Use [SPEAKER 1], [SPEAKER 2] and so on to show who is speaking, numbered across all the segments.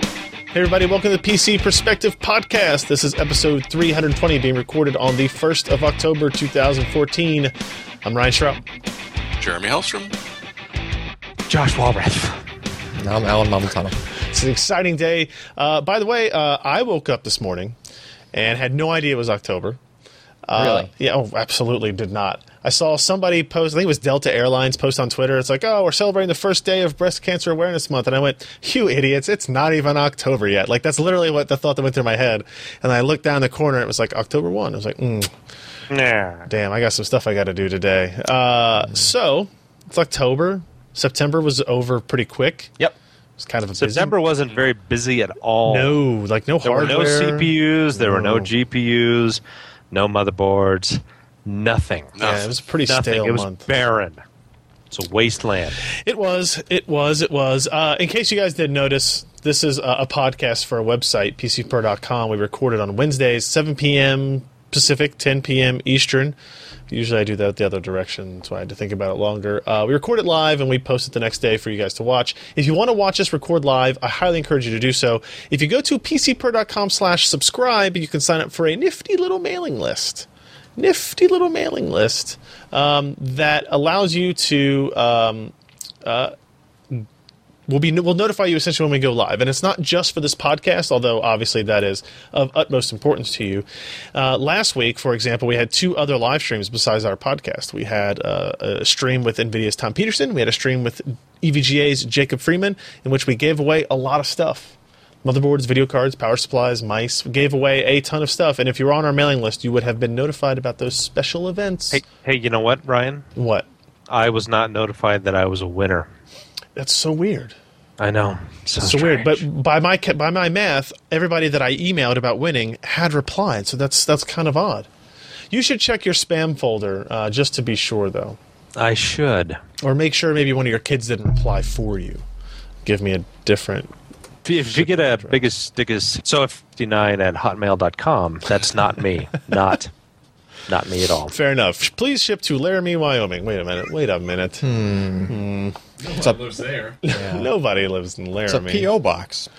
[SPEAKER 1] Hey, everybody, welcome to the PC Perspective Podcast. This is episode 320 being recorded on the 1st of October 2014. I'm Ryan Schraub.
[SPEAKER 2] Jeremy Hellstrom.
[SPEAKER 3] Josh Walrath.
[SPEAKER 4] Now I'm Alan Mamontano.
[SPEAKER 1] It's an exciting day. Uh, by the way, uh, I woke up this morning and had no idea it was October. Uh,
[SPEAKER 4] Really?
[SPEAKER 1] Yeah, oh, absolutely did not. I saw somebody post, I think it was Delta Airlines post on Twitter. It's like, oh, we're celebrating the first day of Breast Cancer Awareness Month. And I went, you idiots, it's not even October yet. Like, that's literally what the thought that went through my head. And I looked down the corner, and it was like October 1. I was like, mm,
[SPEAKER 3] Nah.
[SPEAKER 1] damn, I got some stuff I got to do today. Uh, so, it's October. September was over pretty quick.
[SPEAKER 4] Yep.
[SPEAKER 1] It was kind of a busy-
[SPEAKER 3] September wasn't very busy at all.
[SPEAKER 1] No, like no
[SPEAKER 3] there
[SPEAKER 1] hardware.
[SPEAKER 3] were no CPUs. There were no
[SPEAKER 1] No.
[SPEAKER 3] GPUs. No motherboards. Nothing.
[SPEAKER 1] Yeah, it was a pretty
[SPEAKER 3] Nothing.
[SPEAKER 1] stale
[SPEAKER 3] it was
[SPEAKER 1] month.
[SPEAKER 3] barren. It's a wasteland.
[SPEAKER 1] It was. It was. It was. Uh, in case you guys didn't notice, this is a, a podcast for a website, pcpro.com. We record it on Wednesdays, 7 p.m. Pacific, 10 p.m. Eastern. Usually I do that the other direction, so I had to think about it longer. Uh, we record it live and we post it the next day for you guys to watch. If you want to watch us record live, I highly encourage you to do so. If you go to pcpro.com slash subscribe, you can sign up for a nifty little mailing list nifty little mailing list um, that allows you to. Um, uh, We'll, be, we'll notify you essentially when we go live. And it's not just for this podcast, although obviously that is of utmost importance to you. Uh, last week, for example, we had two other live streams besides our podcast. We had uh, a stream with NVIDIA's Tom Peterson, we had a stream with E EVGA's Jacob Freeman, in which we gave away a lot of stuff motherboards, video cards, power supplies, mice. We gave away a ton of stuff, and if you were on our mailing list, you would have been notified about those special events.
[SPEAKER 3] Hey, hey, you know what, Ryan?
[SPEAKER 1] What?
[SPEAKER 3] I was not notified that I was a winner.
[SPEAKER 1] That's so weird.
[SPEAKER 3] I know. So,
[SPEAKER 1] So weird.
[SPEAKER 3] strange.
[SPEAKER 1] But by my ca- by my math, everybody that I emailed about winning had replied. So that's that's kind of odd. You should check your spam folder uh, just to be sure, though,
[SPEAKER 3] I should.
[SPEAKER 1] or make sure maybe one of your kids didn't reply for you. Give me a different.
[SPEAKER 3] If, if you get a biggest biggest so fifty nine at hotmail.com, that's not me. not not me at all.
[SPEAKER 1] Fair enough. Please ship to Laramie, Wyoming. Wait a minute. Wait a minute.
[SPEAKER 4] Hmm. It's a,
[SPEAKER 2] Lives there.
[SPEAKER 1] Nobody lives in
[SPEAKER 4] it's a
[SPEAKER 1] Laramie.
[SPEAKER 4] PO box.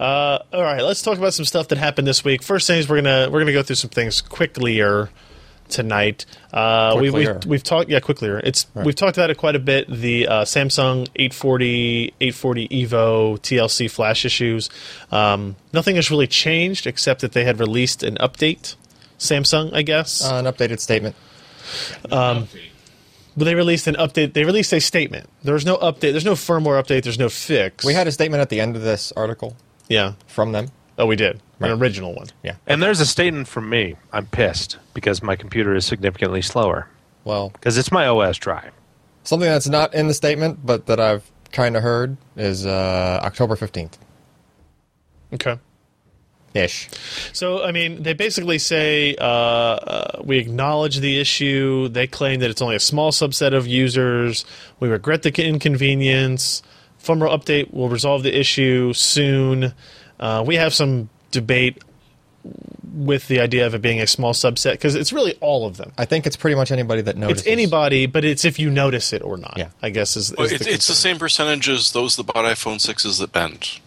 [SPEAKER 1] Uh, all right, let's talk about some stuff that happened this week. First things we're gonna we're gonna go through some things quicklier tonight. Uh, we,
[SPEAKER 4] Quicklier.
[SPEAKER 1] we've, we've talked yeah quicklier. It's we've talked about it quite a bit. The uh, Samsung 840 840 Evo TLC flash issues. Um, nothing has really changed except that they had released an update. Samsung, I guess.
[SPEAKER 4] Uh, an updated statement.
[SPEAKER 1] but they released an update. They released a statement. There's no update. There's no firmware update. There's no fix.
[SPEAKER 4] We had a statement at the end of this article
[SPEAKER 1] yeah.
[SPEAKER 4] from them.
[SPEAKER 1] Oh, we did
[SPEAKER 4] Right.
[SPEAKER 1] an original one.
[SPEAKER 4] Yeah.
[SPEAKER 3] And there's a statement from me. I'm pissed because my computer is significantly slower
[SPEAKER 4] Well,
[SPEAKER 3] because it's my OS drive.
[SPEAKER 4] something that's not in the statement, but that I've kind of heard is uh, October 15th
[SPEAKER 1] Okay.
[SPEAKER 4] ish.
[SPEAKER 1] So, I mean, they basically say uh, uh, we acknowledge the issue. They claim that it's only a small subset of users. We regret the inconvenience. Firmware update will resolve the issue soon. Uh, we have some debate with the idea of it being a small subset because it's really all of them.
[SPEAKER 4] I think it's pretty much anybody that notices.
[SPEAKER 1] It's anybody, but it's if you notice it or not.
[SPEAKER 4] Yeah.
[SPEAKER 1] I guess is, is
[SPEAKER 2] Well, it's,
[SPEAKER 1] the
[SPEAKER 2] it's the same percentage as those that bought iPhone sixes that bent.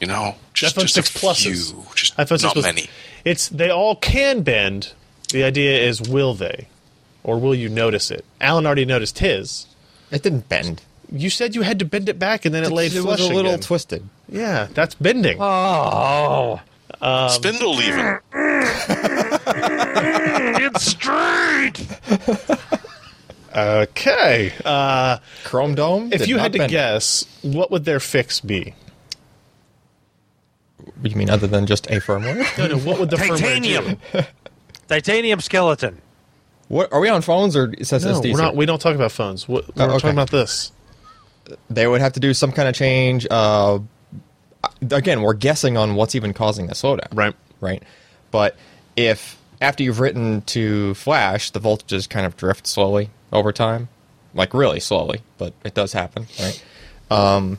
[SPEAKER 2] You know, just,
[SPEAKER 1] iPhone
[SPEAKER 2] just
[SPEAKER 1] 6
[SPEAKER 2] a
[SPEAKER 1] pluses.
[SPEAKER 2] few, just
[SPEAKER 1] iPhone 6
[SPEAKER 2] not
[SPEAKER 1] plus-
[SPEAKER 2] many.
[SPEAKER 1] It's they all can bend. The idea is will they, or will you notice it? Alan already noticed his.
[SPEAKER 4] It didn't bend.
[SPEAKER 1] You said you had to bend it back, and then it laid
[SPEAKER 4] it
[SPEAKER 1] flush
[SPEAKER 4] was a little
[SPEAKER 1] again.
[SPEAKER 4] twisted.
[SPEAKER 1] yeah, that's bending.
[SPEAKER 3] Oh,
[SPEAKER 1] um,
[SPEAKER 2] Spindle even.
[SPEAKER 3] it's straight.
[SPEAKER 1] okay. Uh,
[SPEAKER 4] Chrome Dome.
[SPEAKER 1] if
[SPEAKER 4] did
[SPEAKER 1] you
[SPEAKER 4] not
[SPEAKER 1] had to
[SPEAKER 4] bend.
[SPEAKER 1] guess, what would their fix be?
[SPEAKER 4] you mean other than just a firmware?
[SPEAKER 1] No, no. What would the firmware
[SPEAKER 3] Titanium.
[SPEAKER 1] do?
[SPEAKER 3] Titanium skeleton.
[SPEAKER 4] what are we on phones or
[SPEAKER 1] No,
[SPEAKER 4] SSDs?
[SPEAKER 1] we're
[SPEAKER 4] here?
[SPEAKER 1] not. We don't talk about phones. We're, we're
[SPEAKER 4] Oh, okay.
[SPEAKER 1] talking about this.
[SPEAKER 4] they would have to do some kind of change. Uh, again, we're guessing on what's even causing the slowdown.
[SPEAKER 1] Right.
[SPEAKER 4] Right. But if after you've written to flash, the voltages kind of drift slowly over time, like really slowly, but it does happen. Right. Um,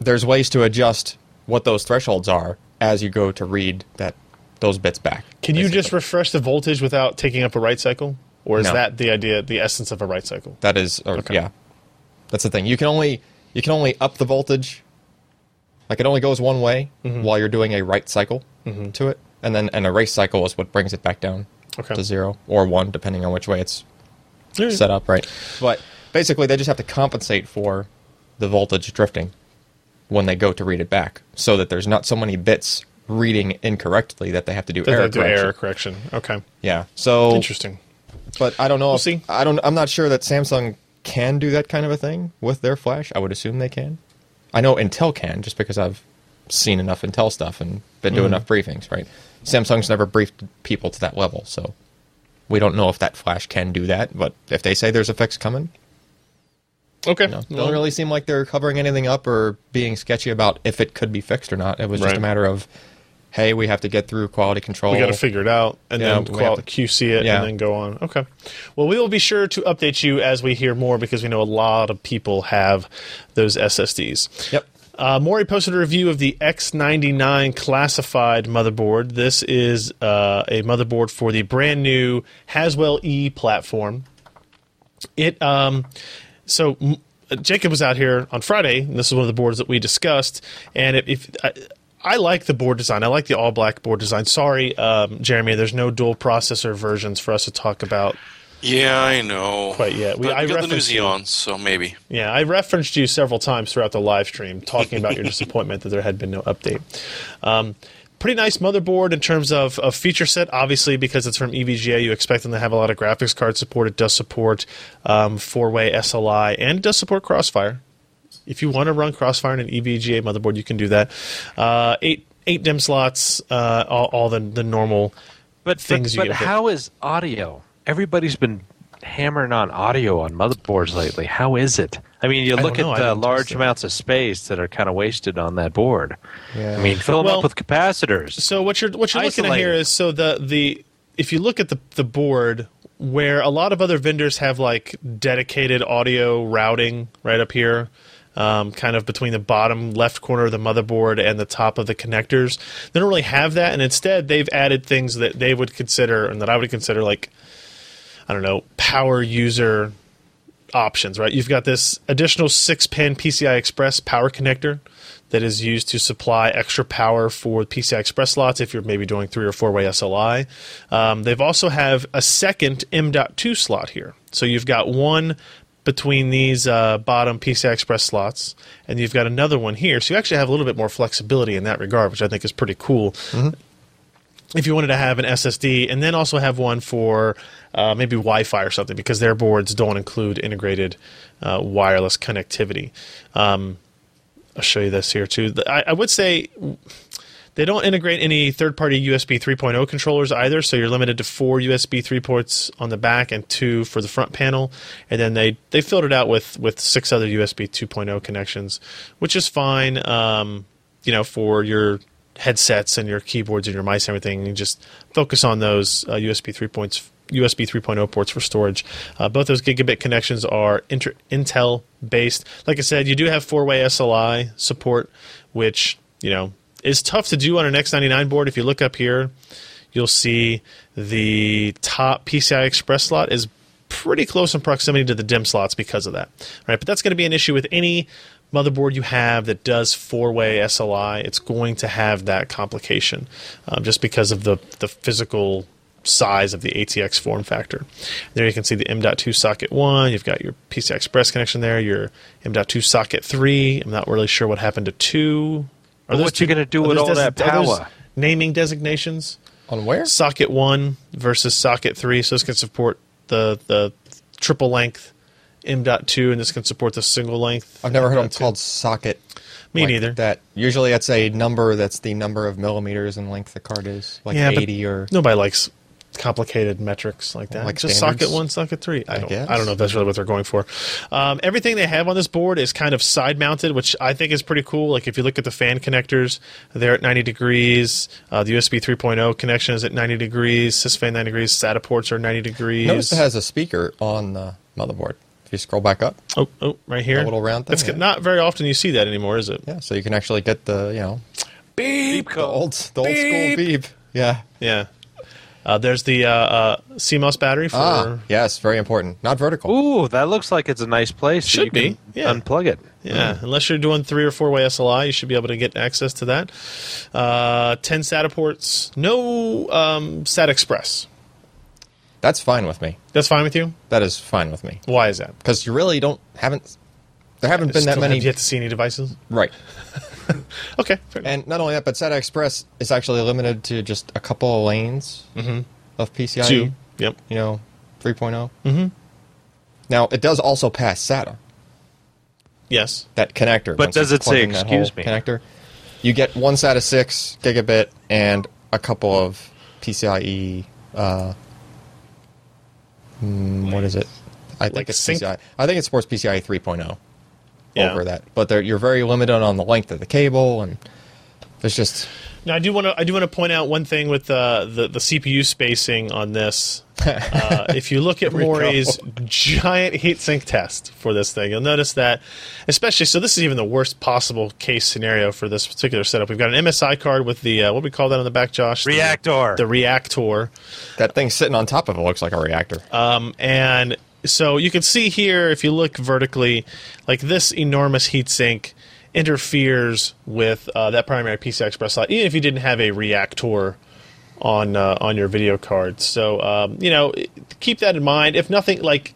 [SPEAKER 4] there's ways to adjust what those thresholds are as you go to read that those bits back.
[SPEAKER 1] Can you just
[SPEAKER 4] basically.
[SPEAKER 1] refresh the voltage without taking up a write cycle, or is
[SPEAKER 4] No.
[SPEAKER 1] that the idea, the essence of a write cycle?
[SPEAKER 4] That is, or, yeah, that's the thing. You can only you can only up the voltage Like it only goes one way
[SPEAKER 1] Mm-hmm.
[SPEAKER 4] while you're doing a write cycle to it, and then an erase cycle is what brings it back down
[SPEAKER 1] Okay.
[SPEAKER 4] to zero or one, depending on which way it's
[SPEAKER 1] Yeah.
[SPEAKER 4] set up, right? But basically, they just have to compensate for the voltage drifting when they go to read it back, so that there's not so many bits reading incorrectly that they have to do
[SPEAKER 1] That
[SPEAKER 4] error
[SPEAKER 1] they do
[SPEAKER 4] correction.
[SPEAKER 1] error correction. Okay.
[SPEAKER 4] Yeah. So
[SPEAKER 1] Interesting.
[SPEAKER 4] but I don't know. if,
[SPEAKER 1] see.
[SPEAKER 4] I don't. I'm not sure that Samsung can do that kind of a thing with their flash. I would assume they can. I know Intel can, just because I've seen enough Intel stuff and been
[SPEAKER 1] Mm-hmm.
[SPEAKER 4] to enough briefings. Right. Samsung's never briefed people to that level, so we don't know if that flash can do that. But if they say there's a fix coming,
[SPEAKER 1] Okay.
[SPEAKER 4] you know, it
[SPEAKER 1] Well,
[SPEAKER 4] don't really seem like they're covering anything up or being sketchy about if it could be fixed or not. It was just
[SPEAKER 1] Right.
[SPEAKER 4] a matter of, hey, we have to get through quality control.
[SPEAKER 1] we got to figure it out and
[SPEAKER 4] Yeah,
[SPEAKER 1] then
[SPEAKER 4] we
[SPEAKER 1] go out
[SPEAKER 4] have to-
[SPEAKER 1] QC it
[SPEAKER 4] Yeah.
[SPEAKER 1] and then go on. Okay. Well, we will be sure to update you as we hear more because we know a lot of people have those SSDs.
[SPEAKER 4] Yep.
[SPEAKER 1] Uh, Maury posted a review of the X99 classified motherboard. This is uh, a motherboard for the brand new Haswell E platform. It um, so m- Jacob was out here on Friday, and this is one of the boards that we discussed. And if, if I, I like the board design, I like the all black board design. Sorry, um, Jeremy, there's no dual processor versions for us to talk about
[SPEAKER 2] Yeah, I know.
[SPEAKER 1] quite yet. We,
[SPEAKER 2] But
[SPEAKER 1] I
[SPEAKER 2] we got the new
[SPEAKER 1] referenced you.
[SPEAKER 2] Xeon, so maybe.
[SPEAKER 1] Yeah, I referenced you several times throughout the live stream talking about your disappointment that there had been no update. Um, pretty nice motherboard in terms of, of feature set, obviously, because it's from EVGA. You expect them to have a lot of graphics card support. It does support um, four way SLI and it does support Crossfire. If you want to run Crossfire in an E EVGA motherboard, you can do that. Uh, eight eight DIMM slots, uh, all, all the, the normal.
[SPEAKER 3] But
[SPEAKER 1] Things you
[SPEAKER 3] but, but
[SPEAKER 1] get with it.
[SPEAKER 3] how is audio? Everybody's been hammering on audio on motherboards lately. How is it? I mean, you
[SPEAKER 1] don't
[SPEAKER 3] look
[SPEAKER 1] know. I
[SPEAKER 3] at the
[SPEAKER 1] haven't
[SPEAKER 3] large
[SPEAKER 1] tested it.
[SPEAKER 3] amounts of space that are kind of wasted on that board.
[SPEAKER 4] Yeah.
[SPEAKER 3] I mean, fill them
[SPEAKER 1] Well-
[SPEAKER 3] up with capacitors.
[SPEAKER 1] So what you're what you're looking at
[SPEAKER 3] Isolated.
[SPEAKER 1] here is so the the if you look at the the board where a lot of other vendors have like dedicated audio routing right up here. Um, kind of between the bottom left corner of the motherboard and the top of the connectors, they don't really have that, and instead they've added things that they would consider and that I would consider like, I don't know, power user options, right? You've got this additional six pin PCI Express power connector that is used to supply extra power for PCI Express slots if you're maybe doing three or four way SLI. Um, they've also have a second M.2 slot here. So you've got one between these uh, bottom PCI Express slots, and you've got another one here. So you actually have a little bit more flexibility in that regard, which I think is pretty cool if you wanted to have an SSD and then also have one for uh, maybe Wi Fi or something, because their boards don't include integrated uh, wireless connectivity. Um, I'll show you this here too. The- I, I would say they don't integrate any third party USB 3.0 controllers either, so you're limited to four USB 3 ports on the back and two for the front panel. And then they, they filled it out with, with six other USB 2.0 connections, which is fine, um, you know, for your headsets and your keyboards and your mice and everything. You just focus on those uh, USB 3 points, USB 3.0 ports for storage. Uh, both those gigabit connections are inter- Intel based. Like I said, you do have four way SLI support, which, you know, is tough to do on an X99 board. If you look up here, you'll see the top PCI Express slot is pretty close in proximity to the DIMM slots because of that. Right, but that's going to be an issue with any motherboard you have that does four-way SLI. It's going to have that complication um, just because of the the physical size of the ATX form factor. There you can see the M.2 socket 1, you've got your PCI Express connection there, your M.2 socket 3. I'm not really sure what happened to 2. Are
[SPEAKER 3] Well,
[SPEAKER 1] those
[SPEAKER 3] what you
[SPEAKER 1] two-
[SPEAKER 3] gonna do
[SPEAKER 1] are
[SPEAKER 3] with
[SPEAKER 1] those
[SPEAKER 3] all that
[SPEAKER 1] are those
[SPEAKER 3] power?
[SPEAKER 1] Naming designations?
[SPEAKER 4] On where?
[SPEAKER 1] socket one versus socket three. So this can support the the triple length M dot two, and this can support the single length.
[SPEAKER 4] I've never heard them
[SPEAKER 1] M.2.
[SPEAKER 4] called socket.
[SPEAKER 1] Me
[SPEAKER 4] like
[SPEAKER 1] neither.
[SPEAKER 4] That usually that's a number that's the number of millimeters in length the card is, like
[SPEAKER 1] Yeah, but
[SPEAKER 4] eighty or
[SPEAKER 1] Nobody likes complicated metrics like that.
[SPEAKER 4] Like
[SPEAKER 1] Just
[SPEAKER 4] standards?
[SPEAKER 1] socket one, socket three. I don't.
[SPEAKER 4] guess.
[SPEAKER 1] I, don't know if that's really what they're going for. Um, everything they have on this board is kind of side mounted, which I think is pretty cool. Like if you look at the fan connectors, they're at 90 degrees. Uh, the USB 3.0 connection is at 90 degrees. Sysfan 90 degrees. SATA ports are 90 degrees.
[SPEAKER 4] Notice it has a speaker on the motherboard. If you scroll back up,
[SPEAKER 1] Oh, oh, right here.
[SPEAKER 4] A little round thing,
[SPEAKER 1] That's
[SPEAKER 4] yeah.
[SPEAKER 1] not very often you see that anymore, is it?
[SPEAKER 4] yeah, so you can actually get the you know
[SPEAKER 3] Beep
[SPEAKER 4] the old the old school beep. Yeah,
[SPEAKER 1] Yeah. Uh, there's the uh, uh, CMOS battery for.
[SPEAKER 4] Ah, yes, very important. Not vertical.
[SPEAKER 3] Ooh, that looks like it's a nice place. that
[SPEAKER 1] Should
[SPEAKER 3] you can
[SPEAKER 1] be, yeah.
[SPEAKER 3] Unplug it.
[SPEAKER 1] Yeah, unless you're doing three or four way SLI, you should be able to get access to that. Uh, 10 SATA ports, no um, SAT Express.
[SPEAKER 4] That's fine with me.
[SPEAKER 1] That's fine with you?
[SPEAKER 4] That is fine with me
[SPEAKER 1] Why is that?
[SPEAKER 4] because you really don't haven't. There haven't been that
[SPEAKER 1] Still
[SPEAKER 4] many.
[SPEAKER 1] Have yet to see any devices?
[SPEAKER 4] Right.
[SPEAKER 1] Okay, fair enough.
[SPEAKER 4] And not only that, but SATA Express is actually limited to just a couple of lanes of PCIe.
[SPEAKER 1] Mm-hmm. Two. Yep.
[SPEAKER 4] You know, 3.0. Mm-hmm. Now, it does also pass SATA,
[SPEAKER 1] Yes.
[SPEAKER 4] that connector.
[SPEAKER 3] But
[SPEAKER 4] once you
[SPEAKER 3] does it
[SPEAKER 4] plug
[SPEAKER 3] say,
[SPEAKER 4] in that
[SPEAKER 3] "Excuse
[SPEAKER 4] whole
[SPEAKER 3] me"?
[SPEAKER 4] Connector. You get one SATA 6 gigabit and a couple of PCIe. Uh, mm, what is it? I think
[SPEAKER 1] Like
[SPEAKER 4] it's
[SPEAKER 1] sync?
[SPEAKER 4] PCIe. I E think it supports PCIe 3.0
[SPEAKER 1] Yeah.
[SPEAKER 4] over that. But they're- you're very limited on the length of the cable, and there's just.
[SPEAKER 1] Now I do want to I do want to point out one thing with uh, the the CPU spacing on this. Uh, if you look at
[SPEAKER 4] we go.
[SPEAKER 1] Mori's giant heatsink test for this thing, you'll notice that, especially so, this is even the worst possible case scenario for this particular setup. We've got an MSI card with the uh, what do we call that on the back, Josh? The-
[SPEAKER 3] Reactor.
[SPEAKER 1] the reactor.
[SPEAKER 4] That thing sitting on top of it looks like a reactor.
[SPEAKER 3] Uh,
[SPEAKER 1] Um, and so you can see here, if you look vertically, like this enormous heatsink interferes with uh, that primary PCI Express slot, even if you didn't have a reactor on uh, on your video card. So um, you know, i- keep that in mind. If nothing, like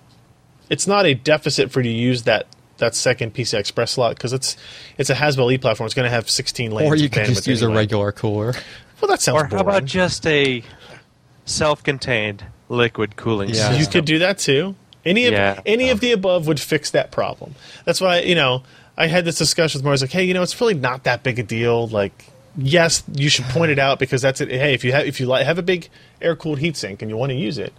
[SPEAKER 1] it's not a deficit for you to use that. That second PCI Express slot because it's it's a Haswell E platform. It's going to have 16 lanes.
[SPEAKER 4] Or you
[SPEAKER 1] of
[SPEAKER 4] could just
[SPEAKER 1] bandwidth
[SPEAKER 4] use
[SPEAKER 1] anyway.
[SPEAKER 4] a regular cooler.
[SPEAKER 1] Well, that sounds
[SPEAKER 3] or how
[SPEAKER 1] boring.
[SPEAKER 3] about just a self-contained liquid cooling
[SPEAKER 4] Yeah.
[SPEAKER 3] system?
[SPEAKER 1] You could do that too. Any of
[SPEAKER 3] Yeah.
[SPEAKER 1] any of the above would fix that problem. That's why you know I had this discussion with Mars like, hey, you know, it's really not that big a deal. Like, yes, you should point it out because that's it. Hey, if you have if you li- have a big air cooled heatsink and you want to use it,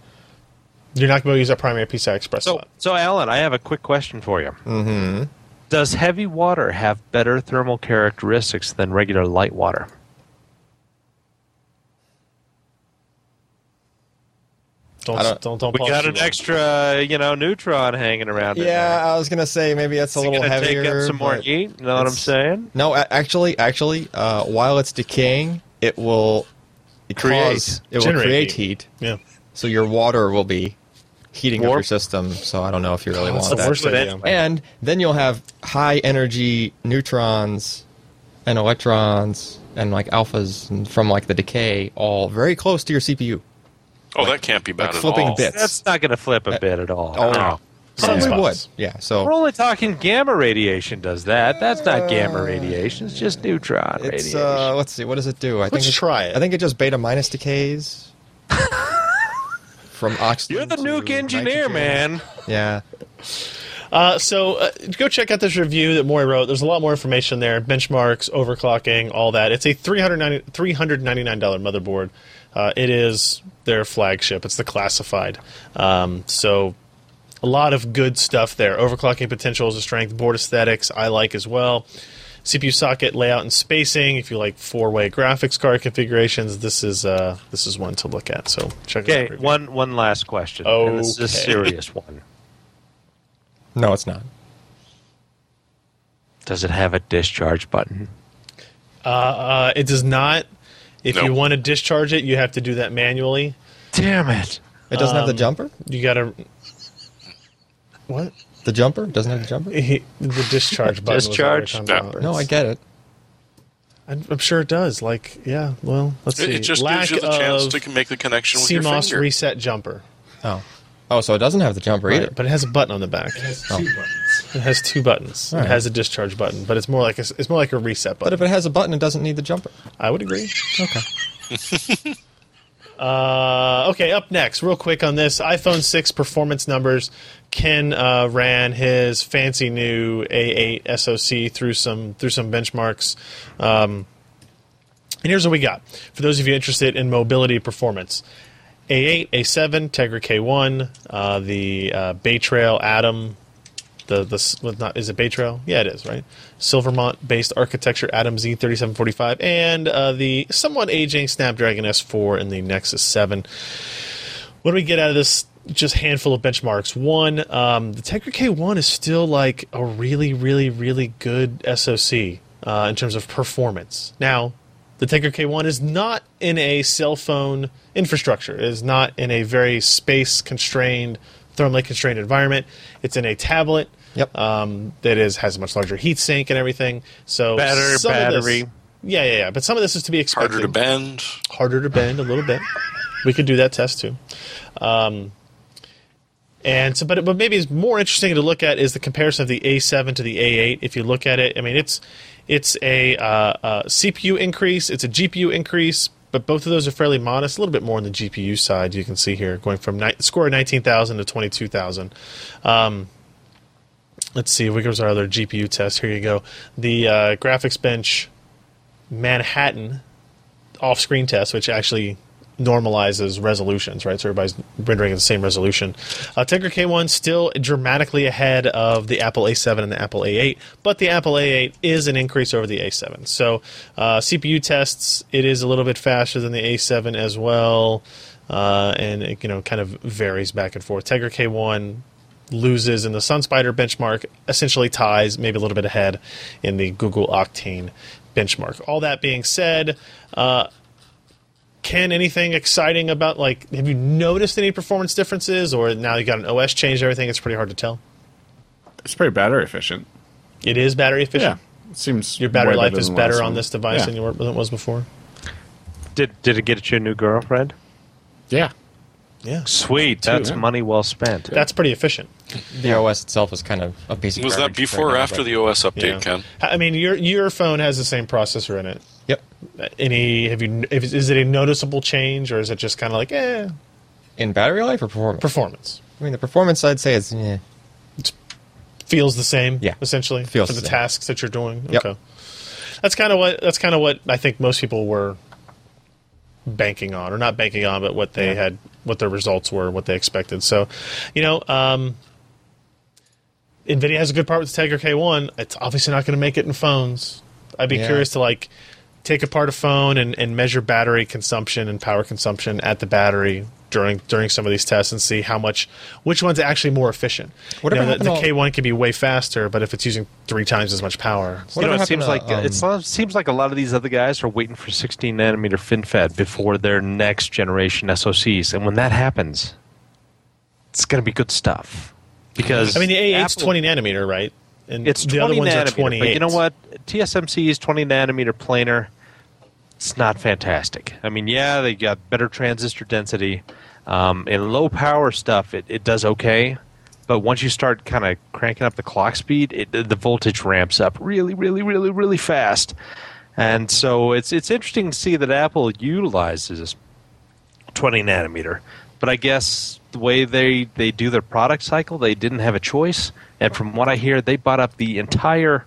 [SPEAKER 1] you're not going to use that primary PCI Express
[SPEAKER 3] So,
[SPEAKER 1] slot.
[SPEAKER 3] so Alan, I have a quick question for you. Mm-hmm. Does heavy water have better thermal characteristics than regular light water?
[SPEAKER 1] Don't
[SPEAKER 4] I
[SPEAKER 1] don't
[SPEAKER 4] don't-
[SPEAKER 1] don't, don't
[SPEAKER 3] We
[SPEAKER 1] pause
[SPEAKER 3] got
[SPEAKER 1] too
[SPEAKER 3] an
[SPEAKER 1] long.
[SPEAKER 3] extra, you know, neutron hanging around. in there.
[SPEAKER 4] Yeah, I was gonna say maybe that's a
[SPEAKER 3] Is it
[SPEAKER 4] little
[SPEAKER 3] gonna
[SPEAKER 4] heavier.
[SPEAKER 3] Take up some more
[SPEAKER 4] but-
[SPEAKER 3] heat. You know what I'm
[SPEAKER 4] it's-
[SPEAKER 3] saying?
[SPEAKER 4] No, a- actually, actually, uh, while it's decaying, it will
[SPEAKER 3] Create.
[SPEAKER 4] cause- it will
[SPEAKER 1] Generate
[SPEAKER 4] create
[SPEAKER 1] heat.
[SPEAKER 4] heat.
[SPEAKER 1] Yeah,
[SPEAKER 4] So your water will be heating up
[SPEAKER 3] Warm.
[SPEAKER 4] your system. So I don't know if you really
[SPEAKER 1] that's
[SPEAKER 4] want
[SPEAKER 1] the
[SPEAKER 4] that.
[SPEAKER 1] worst
[SPEAKER 3] But
[SPEAKER 1] idea.
[SPEAKER 4] And then you'll have high energy neutrons and electrons and like alphas and from like the decay, all very close to your CPU.
[SPEAKER 2] Oh, that can't be bad
[SPEAKER 4] Like
[SPEAKER 2] at
[SPEAKER 4] flipping
[SPEAKER 2] all.
[SPEAKER 4] bits.
[SPEAKER 3] That's not going to flip a bit at all.
[SPEAKER 4] Oh,
[SPEAKER 3] No.
[SPEAKER 4] Probably
[SPEAKER 1] Yeah.
[SPEAKER 4] would. Yeah. So
[SPEAKER 3] We're only talking gamma radiation. Does that? That's not gamma radiation. It's just neutron
[SPEAKER 4] It's
[SPEAKER 3] radiation.
[SPEAKER 4] uh, let's see, what does it do? I
[SPEAKER 1] Let's
[SPEAKER 4] think
[SPEAKER 1] try it.
[SPEAKER 4] I think it just beta minus decays from oxygen.
[SPEAKER 3] You're the
[SPEAKER 4] to
[SPEAKER 3] nuke engineer,
[SPEAKER 4] nitrogen.
[SPEAKER 3] man.
[SPEAKER 4] Yeah,
[SPEAKER 1] Uh, so uh, go check out this review that Maury wrote. There's a lot more information there: benchmarks, overclocking, all that. It's a 390 $399 motherboard. Uh, it is their flagship. It's the classified. Um, so a lot of good stuff there. Overclocking potential is a strength. Board aesthetics I like as well. CPU socket layout and spacing. If you like four-way graphics card configurations, this is uh, this is one to look at. So check out. that
[SPEAKER 3] Okay,
[SPEAKER 1] review.
[SPEAKER 3] one one last question. and this is a
[SPEAKER 1] Okay.
[SPEAKER 3] serious one.
[SPEAKER 4] no, it's not.
[SPEAKER 3] Does it have a discharge button?
[SPEAKER 1] Uh, it does not. If
[SPEAKER 2] No.
[SPEAKER 1] you want to discharge it, you have to do that manually.
[SPEAKER 3] Damn it!
[SPEAKER 4] It doesn't have
[SPEAKER 3] Um,
[SPEAKER 4] the jumper.
[SPEAKER 1] You got to. What?
[SPEAKER 4] The jumper doesn't have the jumper.
[SPEAKER 1] the discharge button. was what we were
[SPEAKER 3] Discharge?
[SPEAKER 1] talking about.
[SPEAKER 2] No.
[SPEAKER 4] No, I get it.
[SPEAKER 1] I'm, I'm sure it does. Like, yeah. Well, let's
[SPEAKER 2] It,
[SPEAKER 1] see.
[SPEAKER 2] it just
[SPEAKER 1] Lack
[SPEAKER 2] gives you the chance
[SPEAKER 1] of
[SPEAKER 2] to make the connection with your
[SPEAKER 1] CMOS
[SPEAKER 2] finger.
[SPEAKER 1] reset jumper,
[SPEAKER 4] Oh, oh, so it doesn't have the jumper either.
[SPEAKER 1] but it has a button on the back.
[SPEAKER 5] It has
[SPEAKER 4] Oh.
[SPEAKER 5] two buttons.
[SPEAKER 1] It has two buttons. It
[SPEAKER 4] Alright.
[SPEAKER 1] has a discharge button, but it's more like a, it's more like a reset
[SPEAKER 4] But
[SPEAKER 1] button.
[SPEAKER 4] if it has a button, it doesn't need the jumper.
[SPEAKER 1] I would agree.
[SPEAKER 4] Okay.
[SPEAKER 1] Uh, okay, up next, real quick on this iPhone 6 performance numbers. Ken uh, ran his fancy new A8 SoC through some through some benchmarks. Um, and here's what we got for those of you interested in mobility performance: A8, A7, Tegra K1, uh, the uh, Bay Trail Atom. The the s- well, not is it Bay Trail? Yeah, it is right. Silvermont based architecture Atom Z3745 and uh, the somewhat aging Snapdragon S4 and the Nexus 7 what do we get out of this just handful of benchmarks? One, um, the Tegra K1 is still like a really, really, really good SoC uh, in terms of performance. Now, The Tegra K1 is not in a cell phone infrastructure. It is not in a very space constrained, thermally constrained environment. It's in a tablet
[SPEAKER 4] Yep.
[SPEAKER 3] Uh,
[SPEAKER 1] um, that is has a much larger heat sink and everything. So
[SPEAKER 3] Better
[SPEAKER 1] some of this-
[SPEAKER 3] battery.
[SPEAKER 1] yeah, yeah, yeah. But some of this is to be expected.
[SPEAKER 2] Harder to bend.
[SPEAKER 1] Harder to bend a little bit. We could do that test too. Um, and so, but but maybe it's more interesting to look at is the comparison of the A7 to the A8. If you look at it, I mean, it's it's a uh, uh, CPU increase, it's a GPU increase, but both of those are fairly modest. A little bit more on the GPU side, you can see here, going from ni- score of 19,000 to 22,000. Let's see. Here goes our other GPU test. Here you go. The uh, graphics bench Manhattan off screen test, which actually normalizes resolutions, right? So everybody's rendering at the same resolution. Uh, Tegra K1 still dramatically ahead of the Apple A7 and the Apple A8, but the Apple A8 is an increase over the A7. So uh, CPU tests, it is a little bit faster than the A7 as well, uh, and it you know kind of varies back and forth. Tegra K1 loses in the SunSpider benchmark, essentially ties, maybe a little bit ahead in the Google Octane benchmark. All that being said, uh, can anything exciting about like have you noticed any performance differences or now you got an OS change and everything? It's pretty hard to tell.
[SPEAKER 5] It's pretty battery efficient.
[SPEAKER 1] It is battery efficient.
[SPEAKER 5] Yeah, it seems
[SPEAKER 1] Your battery
[SPEAKER 5] way
[SPEAKER 1] life is
[SPEAKER 5] than the last
[SPEAKER 1] better on
[SPEAKER 5] one.
[SPEAKER 1] this device
[SPEAKER 5] Yeah.
[SPEAKER 1] than you were, than it was before.
[SPEAKER 3] Did did it get you a new girlfriend?
[SPEAKER 5] yeah.
[SPEAKER 1] Yeah,
[SPEAKER 3] Sweet. That's
[SPEAKER 5] yeah.
[SPEAKER 3] money well spent.
[SPEAKER 1] that's pretty efficient.
[SPEAKER 4] The OS itself is kind of a piece of
[SPEAKER 2] Was that
[SPEAKER 4] garbage
[SPEAKER 2] before
[SPEAKER 4] right
[SPEAKER 2] or
[SPEAKER 4] now,
[SPEAKER 2] after
[SPEAKER 4] but-
[SPEAKER 2] the OS update,
[SPEAKER 1] Yeah.
[SPEAKER 2] Ken?
[SPEAKER 1] I mean, your your phone has the same processor in it.
[SPEAKER 4] Yep.
[SPEAKER 1] Any have you? if- Is it a noticeable change or is it just kind of like eh
[SPEAKER 4] In battery life or performance?
[SPEAKER 1] performance?
[SPEAKER 4] I mean, the performance I'd say is eh.
[SPEAKER 1] feels the same
[SPEAKER 4] Yeah.
[SPEAKER 1] essentially
[SPEAKER 4] Feels
[SPEAKER 1] for the
[SPEAKER 4] the same.
[SPEAKER 1] tasks that you're doing
[SPEAKER 4] Yep.
[SPEAKER 1] okay that's kind of what that's kind of what i think most people were banking on or not banking on but what they had what their results were what they expected so you know um nvidia has a good part with the tiger k1 it's obviously not going to make it in phones i'd be
[SPEAKER 4] Yeah.
[SPEAKER 1] curious to like take apart a phone and, and measure battery consumption and power consumption at the battery during during some of these tests and see how much which one's actually more efficient.
[SPEAKER 4] Whatever
[SPEAKER 1] You know, the, the
[SPEAKER 4] happened to-
[SPEAKER 1] K1 can be way faster, but if it's using three times as much power,
[SPEAKER 3] You know,
[SPEAKER 4] Whatever
[SPEAKER 3] it seems like
[SPEAKER 4] happened to, um,
[SPEAKER 3] uh, it's, it seems like a lot of these other guys are waiting for 16 nanometer FinFET before their next generation SoCs, and when that happens, it's going to be good stuff. Because
[SPEAKER 1] I mean the A8's
[SPEAKER 3] Apple-
[SPEAKER 1] 20 nanometer, right? And
[SPEAKER 3] It's
[SPEAKER 1] the
[SPEAKER 3] 20
[SPEAKER 1] other ones
[SPEAKER 3] nanometer,
[SPEAKER 1] are 28.
[SPEAKER 3] but you know what? TSMC's 20 nanometer planar, it's not fantastic. I mean, yeah, they got better transistor density. Um, in low power stuff, it, it does okay. But once you start kind of cranking up the clock speed, it, the the voltage ramps up really, really, really, really fast. And so it's it's interesting to see that Apple utilizes 20 nanometer. But I guess the way they, they do their product cycle, they didn't have a choice. And from what I hear, they bought up the entire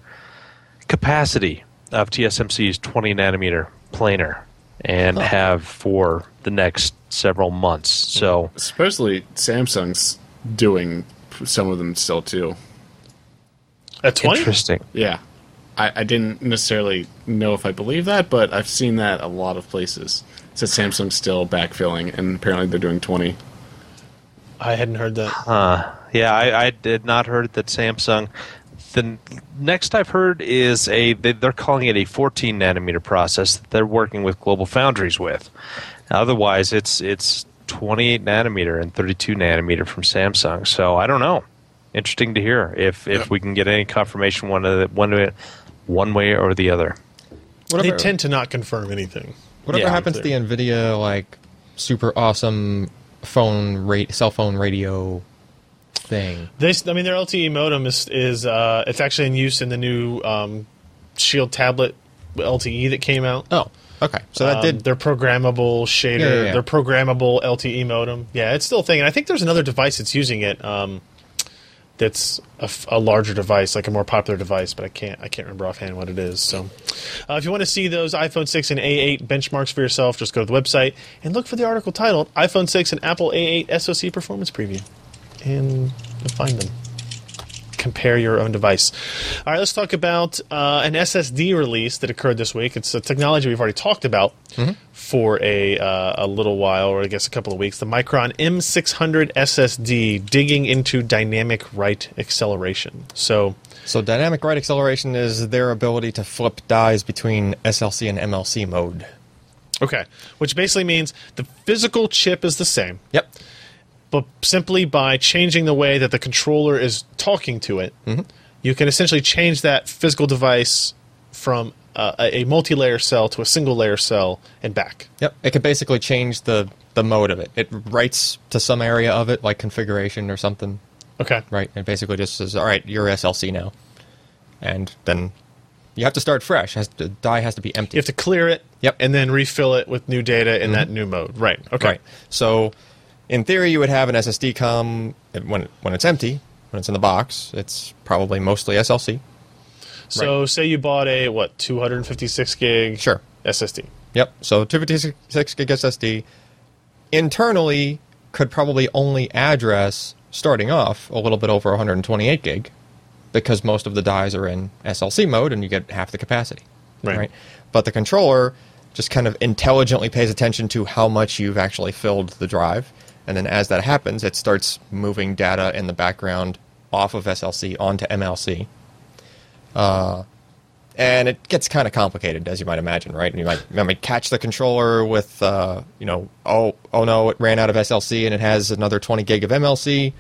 [SPEAKER 3] capacity of TSMC's 20 nanometer planar and have for the next several months. So
[SPEAKER 5] Supposedly Samsung's doing p- some of them still too.
[SPEAKER 1] at 20?
[SPEAKER 3] interesting.
[SPEAKER 5] Yeah, I, I didn't necessarily know if I believe that, but I've seen that a lot of places. It says Samsung's still backfilling, and apparently they're doing twenty.
[SPEAKER 1] I hadn't heard that.
[SPEAKER 3] Yeah, I, I did not heard that Samsung. The next I've heard is a they, they're calling it a 14 nanometer process that they're working with Global Foundries with. Otherwise, it's it's 28 nanometer and 32 nanometer from Samsung. So I don't know. Interesting to hear if if
[SPEAKER 2] Yeah.
[SPEAKER 3] we can get any confirmation one of the, one way, one way or the other.
[SPEAKER 1] They
[SPEAKER 4] whatever,
[SPEAKER 1] tend to not confirm anything.
[SPEAKER 4] whatever
[SPEAKER 3] yeah,
[SPEAKER 4] happened to the NVIDIA like super awesome phone rate cell phone radio thing.
[SPEAKER 1] This, I mean, their LTE modem is is uh, it's actually in use in the new um, Shield tablet LTE that came out.
[SPEAKER 4] Oh, okay. So that
[SPEAKER 1] Um,
[SPEAKER 4] did
[SPEAKER 1] their programmable shader,
[SPEAKER 4] Yeah, yeah, yeah.
[SPEAKER 1] their programmable LTE modem. Yeah, it's still a thing. And I think there's another device that's using it. Um, that's a, f- a larger device, like a more popular device, but I can't I can't remember offhand what it is. So, uh, if you want to see those iPhone 6 and A8 benchmarks for yourself, just go to the website and look for the article titled "iPhone 6 and Apple A8 SoC Performance Preview," and you'll find them. compare your own device. All right, let's talk about uh, an SSD release that occurred this week. It's a technology we've already talked about
[SPEAKER 4] Mm-hmm.
[SPEAKER 1] for a, uh, a little while, or I guess a couple of weeks. The Micron M600 SSD digging into dynamic write acceleration. So,
[SPEAKER 4] So dynamic write acceleration is their ability to flip dies between SLC and MLC mode.
[SPEAKER 1] okay, which basically means the physical chip is the same.
[SPEAKER 4] Yep.
[SPEAKER 1] but simply by changing the way that the controller is talking to it,
[SPEAKER 4] Mm-hmm.
[SPEAKER 1] you can essentially change that physical device from uh, a a multi-layer cell to a single-layer cell and back.
[SPEAKER 4] Yep. It could basically change the the mode of it. It writes to some area of it, like configuration or something,
[SPEAKER 1] Okay.
[SPEAKER 4] right? It basically just says, "All right, you're SLC now," and then you have to start fresh. Has the die has to be empty.
[SPEAKER 1] You have to clear it.
[SPEAKER 4] Yep. Mm-hmm.
[SPEAKER 1] And then refill it with new data in that new mode. Right. Okay.
[SPEAKER 4] Right. So, in theory, you would have an SSD come when when it's empty, when it's in the box. It's probably mostly SLC.
[SPEAKER 1] So say you bought a what 256 gig
[SPEAKER 4] Sure.
[SPEAKER 1] SSD.
[SPEAKER 4] Yep. So 256 gig SSD internally could probably only address starting off a little bit over 128 gig because most of the dies are in SLC mode and you get half the capacity.
[SPEAKER 1] Right.
[SPEAKER 4] But the controller just kind of intelligently pays attention to how much you've actually filled the drive. And then as that happens, it starts moving data in the background off of SLC onto MLC. Uh, and it gets kind of complicated, as you might imagine, right? And you might, you might catch the controller with, uh, you know, oh, oh no, it ran out of SLC and it has another 20 gig of MLC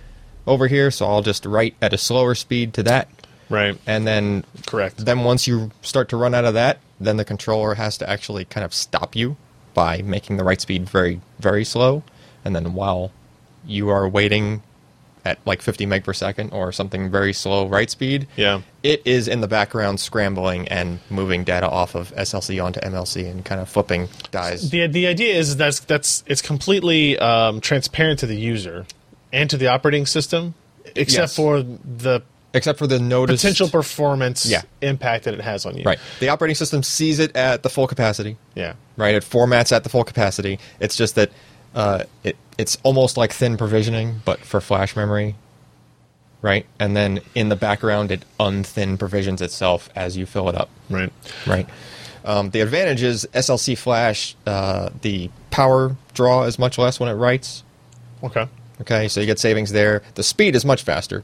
[SPEAKER 4] over here, so I'll just write at a slower speed to that.
[SPEAKER 1] Right.
[SPEAKER 4] And then
[SPEAKER 1] Correct.
[SPEAKER 4] then once you start to run out of that, then the controller has to actually kind of stop you by making the write speed very, very slow. And then while you are waiting at like 50 meg per second or something very slow write speed,
[SPEAKER 1] Yeah.
[SPEAKER 4] it is in the background scrambling and moving data off of SLC onto MLC and kind of flipping dies.
[SPEAKER 1] the the idea is that's that's it's completely um, transparent to the user and to the operating system, except
[SPEAKER 4] Yes.
[SPEAKER 1] for the
[SPEAKER 4] Except for the notice.
[SPEAKER 1] potential performance
[SPEAKER 4] Yeah.
[SPEAKER 1] impact that it has on you.
[SPEAKER 4] Right. The operating system sees it at the full capacity.
[SPEAKER 1] Yeah.
[SPEAKER 4] right? It formats at the full capacity. It's just that uh, it it's almost like thin provisioning, but for flash memory, right? And then in the background, it unthin provisions itself as you fill it up,
[SPEAKER 1] Right.
[SPEAKER 4] right? Um, the advantage is SLC flash. Uh, the power draw is much less when it writes.
[SPEAKER 1] Okay.
[SPEAKER 4] Okay, so you get savings there. The speed is much faster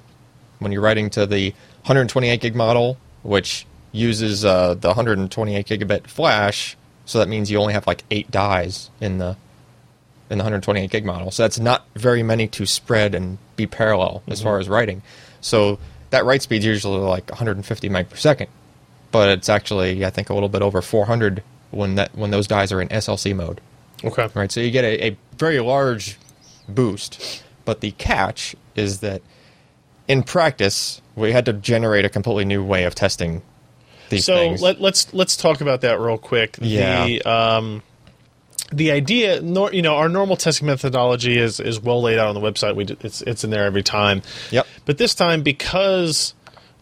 [SPEAKER 4] when you're writing to the 128 gig model, which uses uh, the 128 gigabit flash. So that means you only have like eight dies in the in the 128 gig model. So that's not very many to spread and be parallel as far as writing. So that write speed is usually like 150 meg per second, but it's actually I think a little bit over 400 when that when those dies are in SLC mode
[SPEAKER 1] Okay.
[SPEAKER 4] right? So you get a, a very large boost, but the catch is that in practice, we had to generate a completely new way of testing these
[SPEAKER 1] So
[SPEAKER 4] things.
[SPEAKER 1] let, let's let's talk about that real quick.
[SPEAKER 4] Yeah.
[SPEAKER 1] The um, the idea, nor, you know, our normal testing methodology is is well laid out on the website. We d- it's it's in there every time.
[SPEAKER 4] Yep.
[SPEAKER 1] But this time, because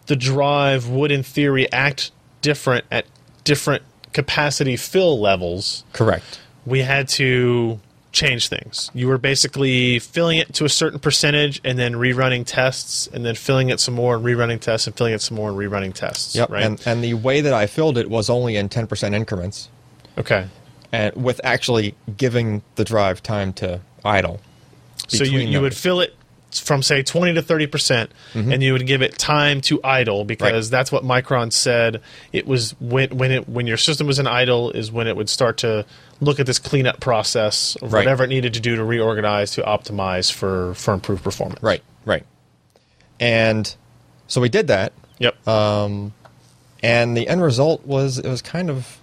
[SPEAKER 1] the drive would, in theory, act different at different capacity fill levels,
[SPEAKER 4] Correct.
[SPEAKER 1] we had to change things. You were basically filling it to a certain percentage and then rerunning tests and then filling it some more and rerunning tests and filling it some more and rerunning tests.
[SPEAKER 4] Yep.
[SPEAKER 1] Right.
[SPEAKER 4] And, and the way that I filled it was only in 10% increments
[SPEAKER 1] okay.
[SPEAKER 4] and with actually giving the drive time to idle.
[SPEAKER 1] So you,
[SPEAKER 4] between
[SPEAKER 1] you would
[SPEAKER 4] those. Mm-hmm.
[SPEAKER 1] fill it from say 20 to 30 percent and you would give it time to idle because that's what micron said it was when when it when your system was in idle is when it would start to look at this cleanup process of
[SPEAKER 4] Right.
[SPEAKER 1] whatever it needed to do to reorganize to optimize for for improved performance
[SPEAKER 4] Right, right. And so we did that,
[SPEAKER 1] yep
[SPEAKER 4] Uh, and the end result was it was kind of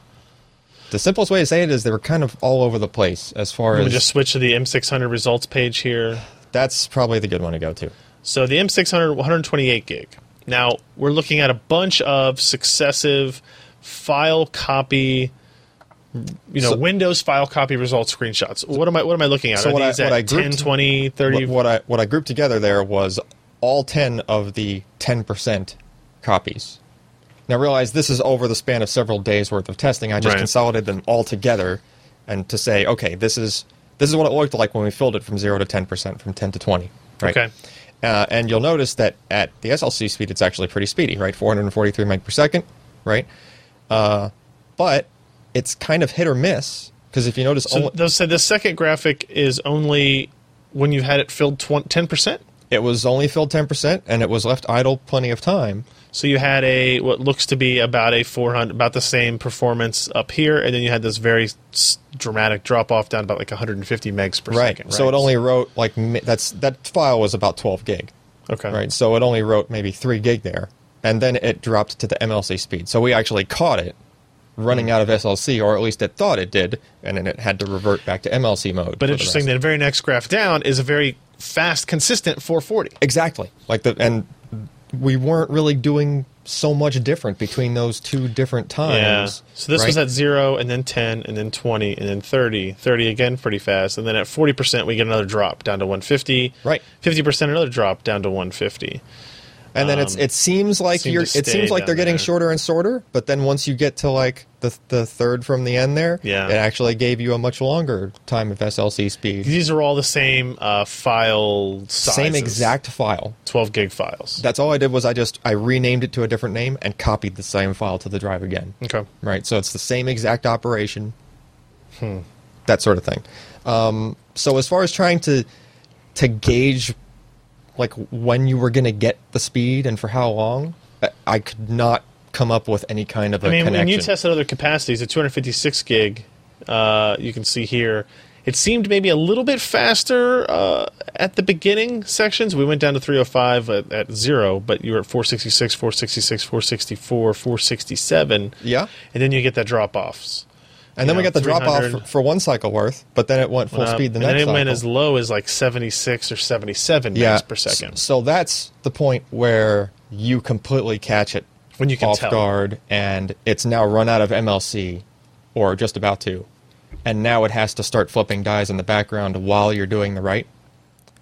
[SPEAKER 4] the simplest way to say it is they were kind of all over the place as far
[SPEAKER 1] Let
[SPEAKER 4] as
[SPEAKER 1] me just switch to the M600 results page here.
[SPEAKER 4] That's probably the good one to go to.
[SPEAKER 1] So the M600 128 gig. Now we're looking at a bunch of successive file copy, you know,
[SPEAKER 4] So-
[SPEAKER 1] Windows file copy results screenshots. What am I? What am I looking at?
[SPEAKER 4] So
[SPEAKER 1] Are
[SPEAKER 4] what I-
[SPEAKER 1] these
[SPEAKER 4] what
[SPEAKER 1] at
[SPEAKER 4] I
[SPEAKER 1] 10,
[SPEAKER 4] grouped-
[SPEAKER 1] 20, 30?
[SPEAKER 4] What, what I what I grouped together there was all ten of the ten percent copies. Now realize this is over the span of several days worth of testing. I just
[SPEAKER 1] Right.
[SPEAKER 4] consolidated them all together and to say, okay, this is this is what it looked like when we filled it from zero to ten percent, from ten to twenty. Right?
[SPEAKER 1] Okay.
[SPEAKER 4] Uh, and you'll notice that at the SLC speed, it's actually pretty speedy, right? 443 meg per second, right? Uh, but it's kind of hit or miss because if you notice,
[SPEAKER 1] So
[SPEAKER 4] only,
[SPEAKER 1] they'll say the second graphic is only when you've had it filled ten percent.
[SPEAKER 4] it was only filled 10% and it was left idle plenty of time.
[SPEAKER 1] So you had a what looks to be about a 400, about the same performance up here, and then you had this very s- dramatic drop off down about like 150 megs per
[SPEAKER 4] Right.
[SPEAKER 1] second.
[SPEAKER 4] So it only wrote like mi- that's that file was about 12 gig.
[SPEAKER 1] okay.
[SPEAKER 4] right? So it only wrote maybe three gig there, and then it dropped to the MLC speed. So we actually caught it
[SPEAKER 1] Hmm.
[SPEAKER 4] running out of SLC, or at least it thought it did, and then it had to revert back to MLC mode. for
[SPEAKER 1] But
[SPEAKER 4] the
[SPEAKER 1] interesting.
[SPEAKER 4] rest.
[SPEAKER 1] The very next graph down is a very fast, consistent 440.
[SPEAKER 4] exactly like the and we weren't really doing so much different between those two different times.
[SPEAKER 1] So this was
[SPEAKER 4] right?
[SPEAKER 1] at zero, and then 10, and then 20, and then 30. 30 again, pretty fast. And then at 40%, we get another drop down to 150.
[SPEAKER 4] Right.
[SPEAKER 1] 50%, another drop down to 150.
[SPEAKER 4] and then it's
[SPEAKER 1] um,
[SPEAKER 4] it seems like
[SPEAKER 1] seemed
[SPEAKER 4] you're
[SPEAKER 1] to
[SPEAKER 4] it
[SPEAKER 1] stay
[SPEAKER 4] seems like
[SPEAKER 1] down
[SPEAKER 4] they're getting
[SPEAKER 1] there.
[SPEAKER 4] shorter and shorter, but then once you get to like the the third from the end there,
[SPEAKER 1] Yeah.
[SPEAKER 4] it actually gave you a much longer time of SLC speed.
[SPEAKER 1] These are all the same uh, file sizes.
[SPEAKER 4] Same exact file.
[SPEAKER 1] 12 gig files.
[SPEAKER 4] That's all I did was I just I renamed it to a different name and copied the same file to the drive again.
[SPEAKER 1] okay.
[SPEAKER 4] Right, so it's the same exact operation,
[SPEAKER 1] Hmm.
[SPEAKER 4] that sort of thing. Um, so as far as trying to to gauge like when you were going to get the speed and for how long, I, I could not come up with any kind of a
[SPEAKER 1] I mean, when
[SPEAKER 4] connection.
[SPEAKER 1] you tested other capacities, the 256 gig, uh, you can see here, it seemed maybe a little bit faster uh, at the beginning sections. We went down to 305 at, at zero, but you were at 466, 466, 464, 467.
[SPEAKER 4] yeah,
[SPEAKER 1] And then you get that drop offs.
[SPEAKER 4] and then
[SPEAKER 1] you
[SPEAKER 4] we
[SPEAKER 1] know,
[SPEAKER 4] got the drop off
[SPEAKER 1] 300.
[SPEAKER 4] for, for one cycle worth, but then it went full speed the
[SPEAKER 1] Um, and
[SPEAKER 4] next.
[SPEAKER 1] then it
[SPEAKER 4] cycle.
[SPEAKER 1] went as low as like 76 or 77 megs per
[SPEAKER 4] s-
[SPEAKER 1] second.
[SPEAKER 4] So that's the point where you completely catch it
[SPEAKER 1] When you can
[SPEAKER 4] off
[SPEAKER 1] tell.
[SPEAKER 4] guard, and it's now run out of MLC, or just about to, and now it has to start flipping dies in the background while you're doing the right.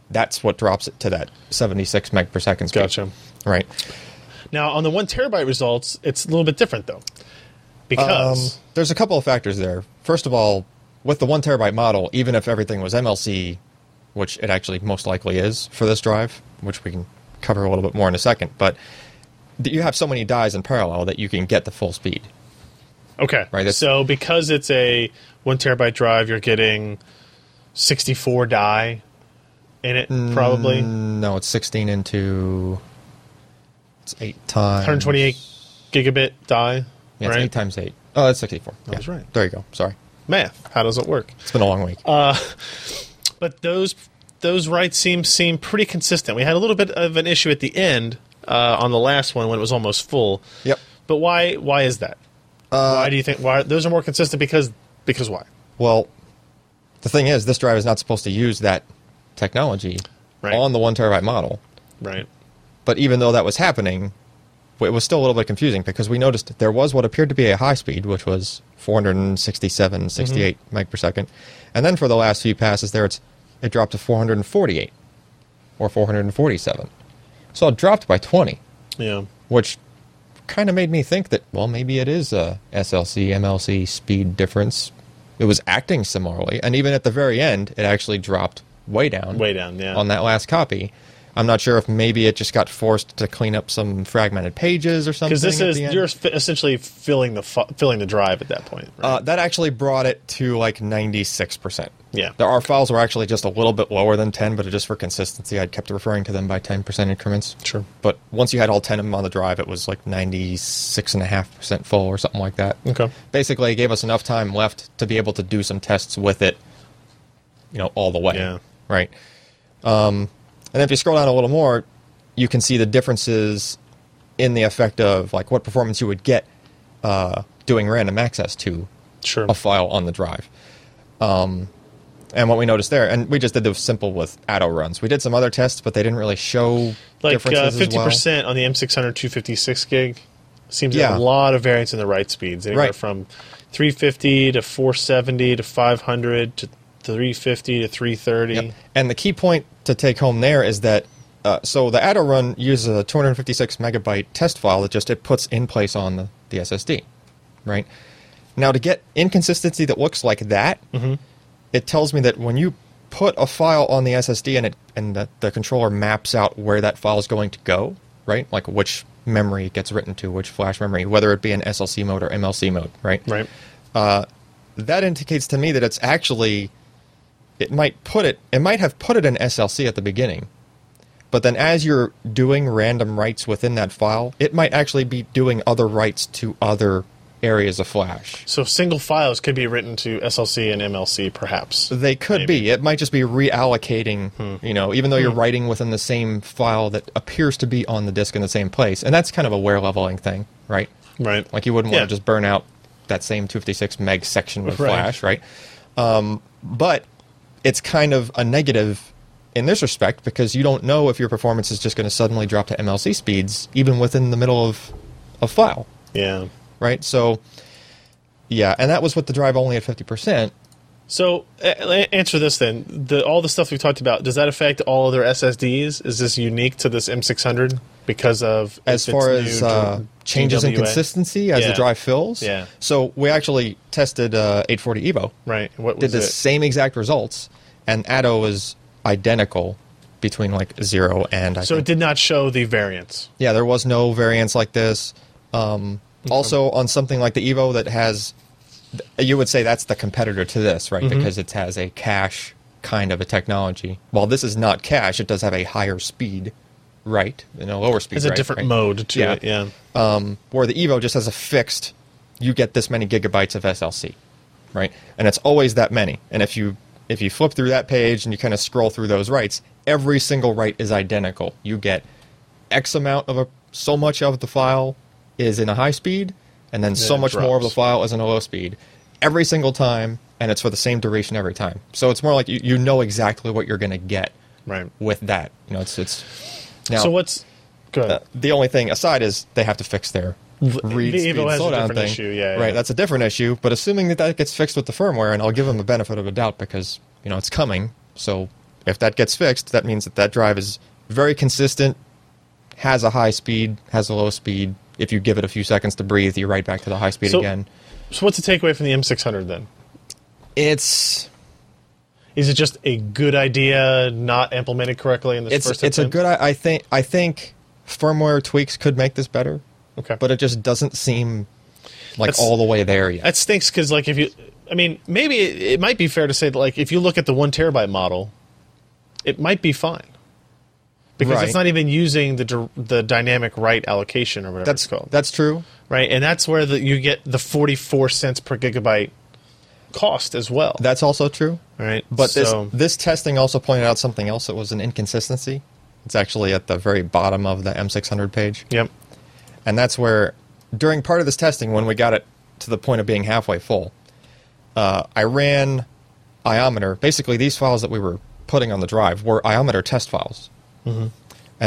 [SPEAKER 4] That's what drops it to that 76 meg per second speed.
[SPEAKER 1] Gotcha.
[SPEAKER 4] Right.
[SPEAKER 1] Now, on the one terabyte results, it's a little bit different, though.
[SPEAKER 4] Um,
[SPEAKER 1] Because.
[SPEAKER 4] there's a couple of factors there. First of all, with the one terabyte model, even if everything was MLC, which it actually most likely is for this drive, which we can cover a little bit more in a second, but th- you have so many dies in parallel that you can get the full speed.
[SPEAKER 1] Okay.
[SPEAKER 4] Right, that's-
[SPEAKER 1] so because it's a one terabyte drive, you're getting 64 die in it,
[SPEAKER 4] Mm.
[SPEAKER 1] probably
[SPEAKER 4] No, it's 16 into it's eight times
[SPEAKER 1] 128 gigabit die.
[SPEAKER 4] Yeah, it's
[SPEAKER 1] right.
[SPEAKER 4] eight times eight. Oh, that's 64.
[SPEAKER 1] I was right. Uh,
[SPEAKER 4] There you go. Sorry,
[SPEAKER 1] Math. How does it work?
[SPEAKER 4] it's been a long week.
[SPEAKER 1] But those those writes seem seem pretty consistent. We had a little bit of an issue at the end uh, on the last one when it was almost full.
[SPEAKER 4] yep.
[SPEAKER 1] But why why is that?
[SPEAKER 4] Uh,
[SPEAKER 1] why do you think why those are more consistent? Because because why?
[SPEAKER 4] Well, the thing is, this drive is not supposed to use that technology
[SPEAKER 1] Right.
[SPEAKER 4] on the one terabyte model.
[SPEAKER 1] Right.
[SPEAKER 4] But even though that was happening, it was still a little bit confusing because we noticed that there was what appeared to be a high speed, which was 467, 68 meg per second. And then for the last few passes there, it's, it dropped to 448 or 447. So it dropped by 20,
[SPEAKER 1] Yeah.
[SPEAKER 4] which kind of made me think that, well, maybe it is a SLC, MLC speed difference. It was acting similarly. And even at the very end, it actually dropped way down
[SPEAKER 1] Way down. Yeah.
[SPEAKER 4] on that last copy. I'm not sure if maybe it just got forced to clean up some fragmented pages or something.
[SPEAKER 1] because this
[SPEAKER 4] at
[SPEAKER 1] is
[SPEAKER 4] the end.
[SPEAKER 1] you're fi- essentially filling the fu- filling the drive at that point. Right?
[SPEAKER 4] Uh, that actually brought it to like 96%.
[SPEAKER 1] Yeah.
[SPEAKER 4] There, our files were actually just a little bit lower than 10, but just for consistency, I kept referring to them by 10% increments.
[SPEAKER 1] Sure.
[SPEAKER 4] But once you had all 10 of them on the drive, it was like 96.5% full or something like that.
[SPEAKER 1] Okay.
[SPEAKER 4] Basically, it gave us enough time left to be able to do some tests with it, you know, all the way.
[SPEAKER 1] Yeah.
[SPEAKER 4] Right. Um, and if you scroll down a little more, you can see the differences in the effect of like what performance you would get uh, doing random access to
[SPEAKER 1] Sure.
[SPEAKER 4] a file on the drive. Um, and what we noticed there, and we just did this simple with Atto runs. We did some other tests, but they didn't really show
[SPEAKER 1] like uh,
[SPEAKER 4] differences as
[SPEAKER 1] fifty
[SPEAKER 4] well.
[SPEAKER 1] percent on the M600 256 gig seems to have
[SPEAKER 4] Yeah.
[SPEAKER 1] a lot of variance in the write speeds. Anywhere
[SPEAKER 4] Right.
[SPEAKER 1] from 350 to 470 to 500 to 350 to 330.
[SPEAKER 4] Yep. And the key point to take home there is that uh, so the Atto run uses a 256 megabyte test file that just it puts in place on the, the SSD, right? Now to get inconsistency that looks like that, it tells me that when you put a file on the SSD and it and the, the controller maps out where that file is going to go, right? Like which memory it gets written to, which flash memory, whether it be in SLC mode or MLC mode, right?
[SPEAKER 1] Right.
[SPEAKER 4] That indicates to me that it's actually it might put it it might have put it in SLC at the beginning. But then as you're doing random writes within that file, it might actually be doing other writes to other areas of flash.
[SPEAKER 1] So single files could be written to SLC and MLC, perhaps.
[SPEAKER 4] They could be. It might just be reallocating, you know, even though you're writing within the same file that appears to be on the disk in the same place. And that's kind of a wear leveling thing, right?
[SPEAKER 1] Right.
[SPEAKER 4] Like you wouldn't
[SPEAKER 1] Yeah.
[SPEAKER 4] want to just burn out that same 256 meg section with
[SPEAKER 1] Right.
[SPEAKER 4] flash, right? Um, but it's kind of a negative in this respect because you don't know if your performance is just going to suddenly drop to MLC speeds even within the middle of a file
[SPEAKER 1] Yeah.
[SPEAKER 4] right? So, yeah, and that was with the drive only at fifty percent.
[SPEAKER 1] So a- a- answer this then: the, all the stuff we've talked about does that affect all other SSDs? Is this unique to this M600 because of
[SPEAKER 4] As
[SPEAKER 1] its
[SPEAKER 4] far
[SPEAKER 1] new
[SPEAKER 4] as
[SPEAKER 1] G-
[SPEAKER 4] uh, changes in
[SPEAKER 1] GWA?
[SPEAKER 4] consistency as
[SPEAKER 1] Yeah.
[SPEAKER 4] the drive fills,
[SPEAKER 1] Yeah.
[SPEAKER 4] So we actually tested uh, eight forty Evo,
[SPEAKER 1] Right. What
[SPEAKER 4] did
[SPEAKER 1] was
[SPEAKER 4] the
[SPEAKER 1] it?
[SPEAKER 4] same exact results, and Atto was identical between like zero and I
[SPEAKER 1] So it
[SPEAKER 4] think-
[SPEAKER 1] did not show the variance.
[SPEAKER 4] yeah, there was no variance like this. Um, Also, on something like the Evo that has, you would say that's the competitor to this, right?
[SPEAKER 1] Mm-hmm.
[SPEAKER 4] Because it has a cache kind of a technology. While this is not cache, it does have a higher speed, right? And a lower speed.
[SPEAKER 1] It's a
[SPEAKER 4] right,
[SPEAKER 1] different
[SPEAKER 4] right?
[SPEAKER 1] mode to
[SPEAKER 4] Yeah.
[SPEAKER 1] it. Yeah.
[SPEAKER 4] Where the Evo just has a fixed, you get this many gigabytes of SLC, right? And it's always that many. And if you if you flip through that page and you kind of scroll through those rights, every single write is identical. You get X amount of a so much of the file is in a high speed, and then so
[SPEAKER 1] it
[SPEAKER 4] much more of the
[SPEAKER 1] drops.
[SPEAKER 4] file is in a low speed. Every single time, and it's for the same duration every time. So it's more like you, you know exactly what you're going to get
[SPEAKER 1] Right.
[SPEAKER 4] with that. You know, it's it's. Now, Uh,
[SPEAKER 1] so what's good?
[SPEAKER 4] the only thing aside is they have to fix their read
[SPEAKER 1] the
[SPEAKER 4] speed
[SPEAKER 1] Evo has a
[SPEAKER 4] slowdown
[SPEAKER 1] different
[SPEAKER 4] thing.
[SPEAKER 1] issue, yeah,
[SPEAKER 4] right,
[SPEAKER 1] yeah.
[SPEAKER 4] that's a different issue. But assuming that that gets fixed with the firmware, and I'll give them the benefit of the doubt because you know it's coming. So if that gets fixed, that means that that drive is very consistent, has a high speed, has a low speed. If you give it a few seconds to breathe, you're right back to the high speed
[SPEAKER 1] So-
[SPEAKER 4] again.
[SPEAKER 1] so what's the takeaway from the M600 then?
[SPEAKER 4] It's
[SPEAKER 1] Is it just a good idea not implemented correctly in this
[SPEAKER 4] it's
[SPEAKER 1] first
[SPEAKER 4] it's a
[SPEAKER 1] attempt?
[SPEAKER 4] good. I I think I think firmware tweaks could make this better,
[SPEAKER 1] Okay.
[SPEAKER 4] but it just doesn't seem like
[SPEAKER 1] That's-
[SPEAKER 4] all the way there yet.
[SPEAKER 1] That stinks because, like, if you, I mean, maybe it, it might be fair to say that, like, if you look at the one terabyte model, it might be fine because
[SPEAKER 4] Right.
[SPEAKER 1] it's not even using the dir- the dynamic write allocation or whatever
[SPEAKER 4] That's
[SPEAKER 1] it's called,
[SPEAKER 4] that's true.
[SPEAKER 1] right? And that's where the, you get the forty four cents per gigabyte cost as well,
[SPEAKER 4] That's also true.
[SPEAKER 1] right?
[SPEAKER 4] But
[SPEAKER 1] So-
[SPEAKER 4] this this testing also pointed out something else that was an inconsistency. It's actually at the very bottom of the M600 page.
[SPEAKER 1] yep,
[SPEAKER 4] And that's where, during part of this testing, when we got it to the point of being halfway full, uh, I ran iometer. Basically, these files that we were putting on the drive were iometer test files. And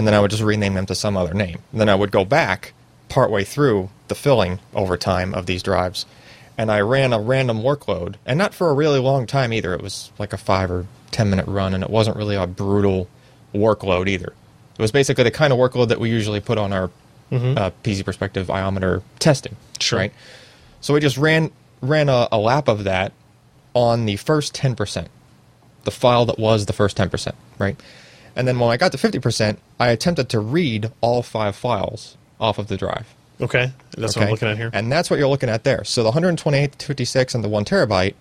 [SPEAKER 4] then I would just rename them to some other name. And then I would go back partway through the filling over time of these drives. And I ran a random workload, and not for a really long time either. It was like a five or 10 minute run, and it wasn't really a brutal workload either. It was basically the kind of workload that we usually put on our uh, PZ Perspective iometer testing.
[SPEAKER 1] Sure.
[SPEAKER 4] Right? So we just ran ran a, a lap of that on the first ten percent, the file that was the first ten percent, right? And then when I got to fifty percent, I attempted to read all five files off of the drive.
[SPEAKER 1] okay, that's what I'm looking at here.
[SPEAKER 4] And that's what you're looking at there. So the 128, 256, and the one terabyte,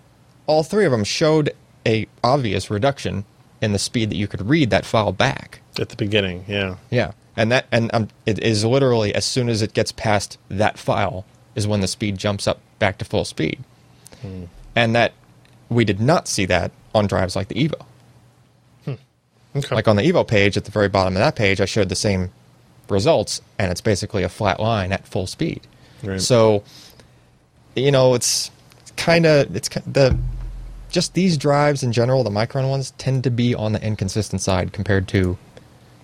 [SPEAKER 4] all three of them showed a obvious reduction in the speed that you could read that file back.
[SPEAKER 1] at the beginning, yeah,
[SPEAKER 4] Yeah, and that and um, it is literally as soon as it gets past that file is when the speed jumps up back to full speed, and that we did not see that on drives like the Evo.
[SPEAKER 1] okay,
[SPEAKER 4] Like on the Evo page at the very bottom of that page, I showed the same results, and it's basically a flat line at full speed.
[SPEAKER 1] Right.
[SPEAKER 4] So, you know, it's kind of it's ki- the just these drives in general, the Micron ones tend to be on the inconsistent side compared to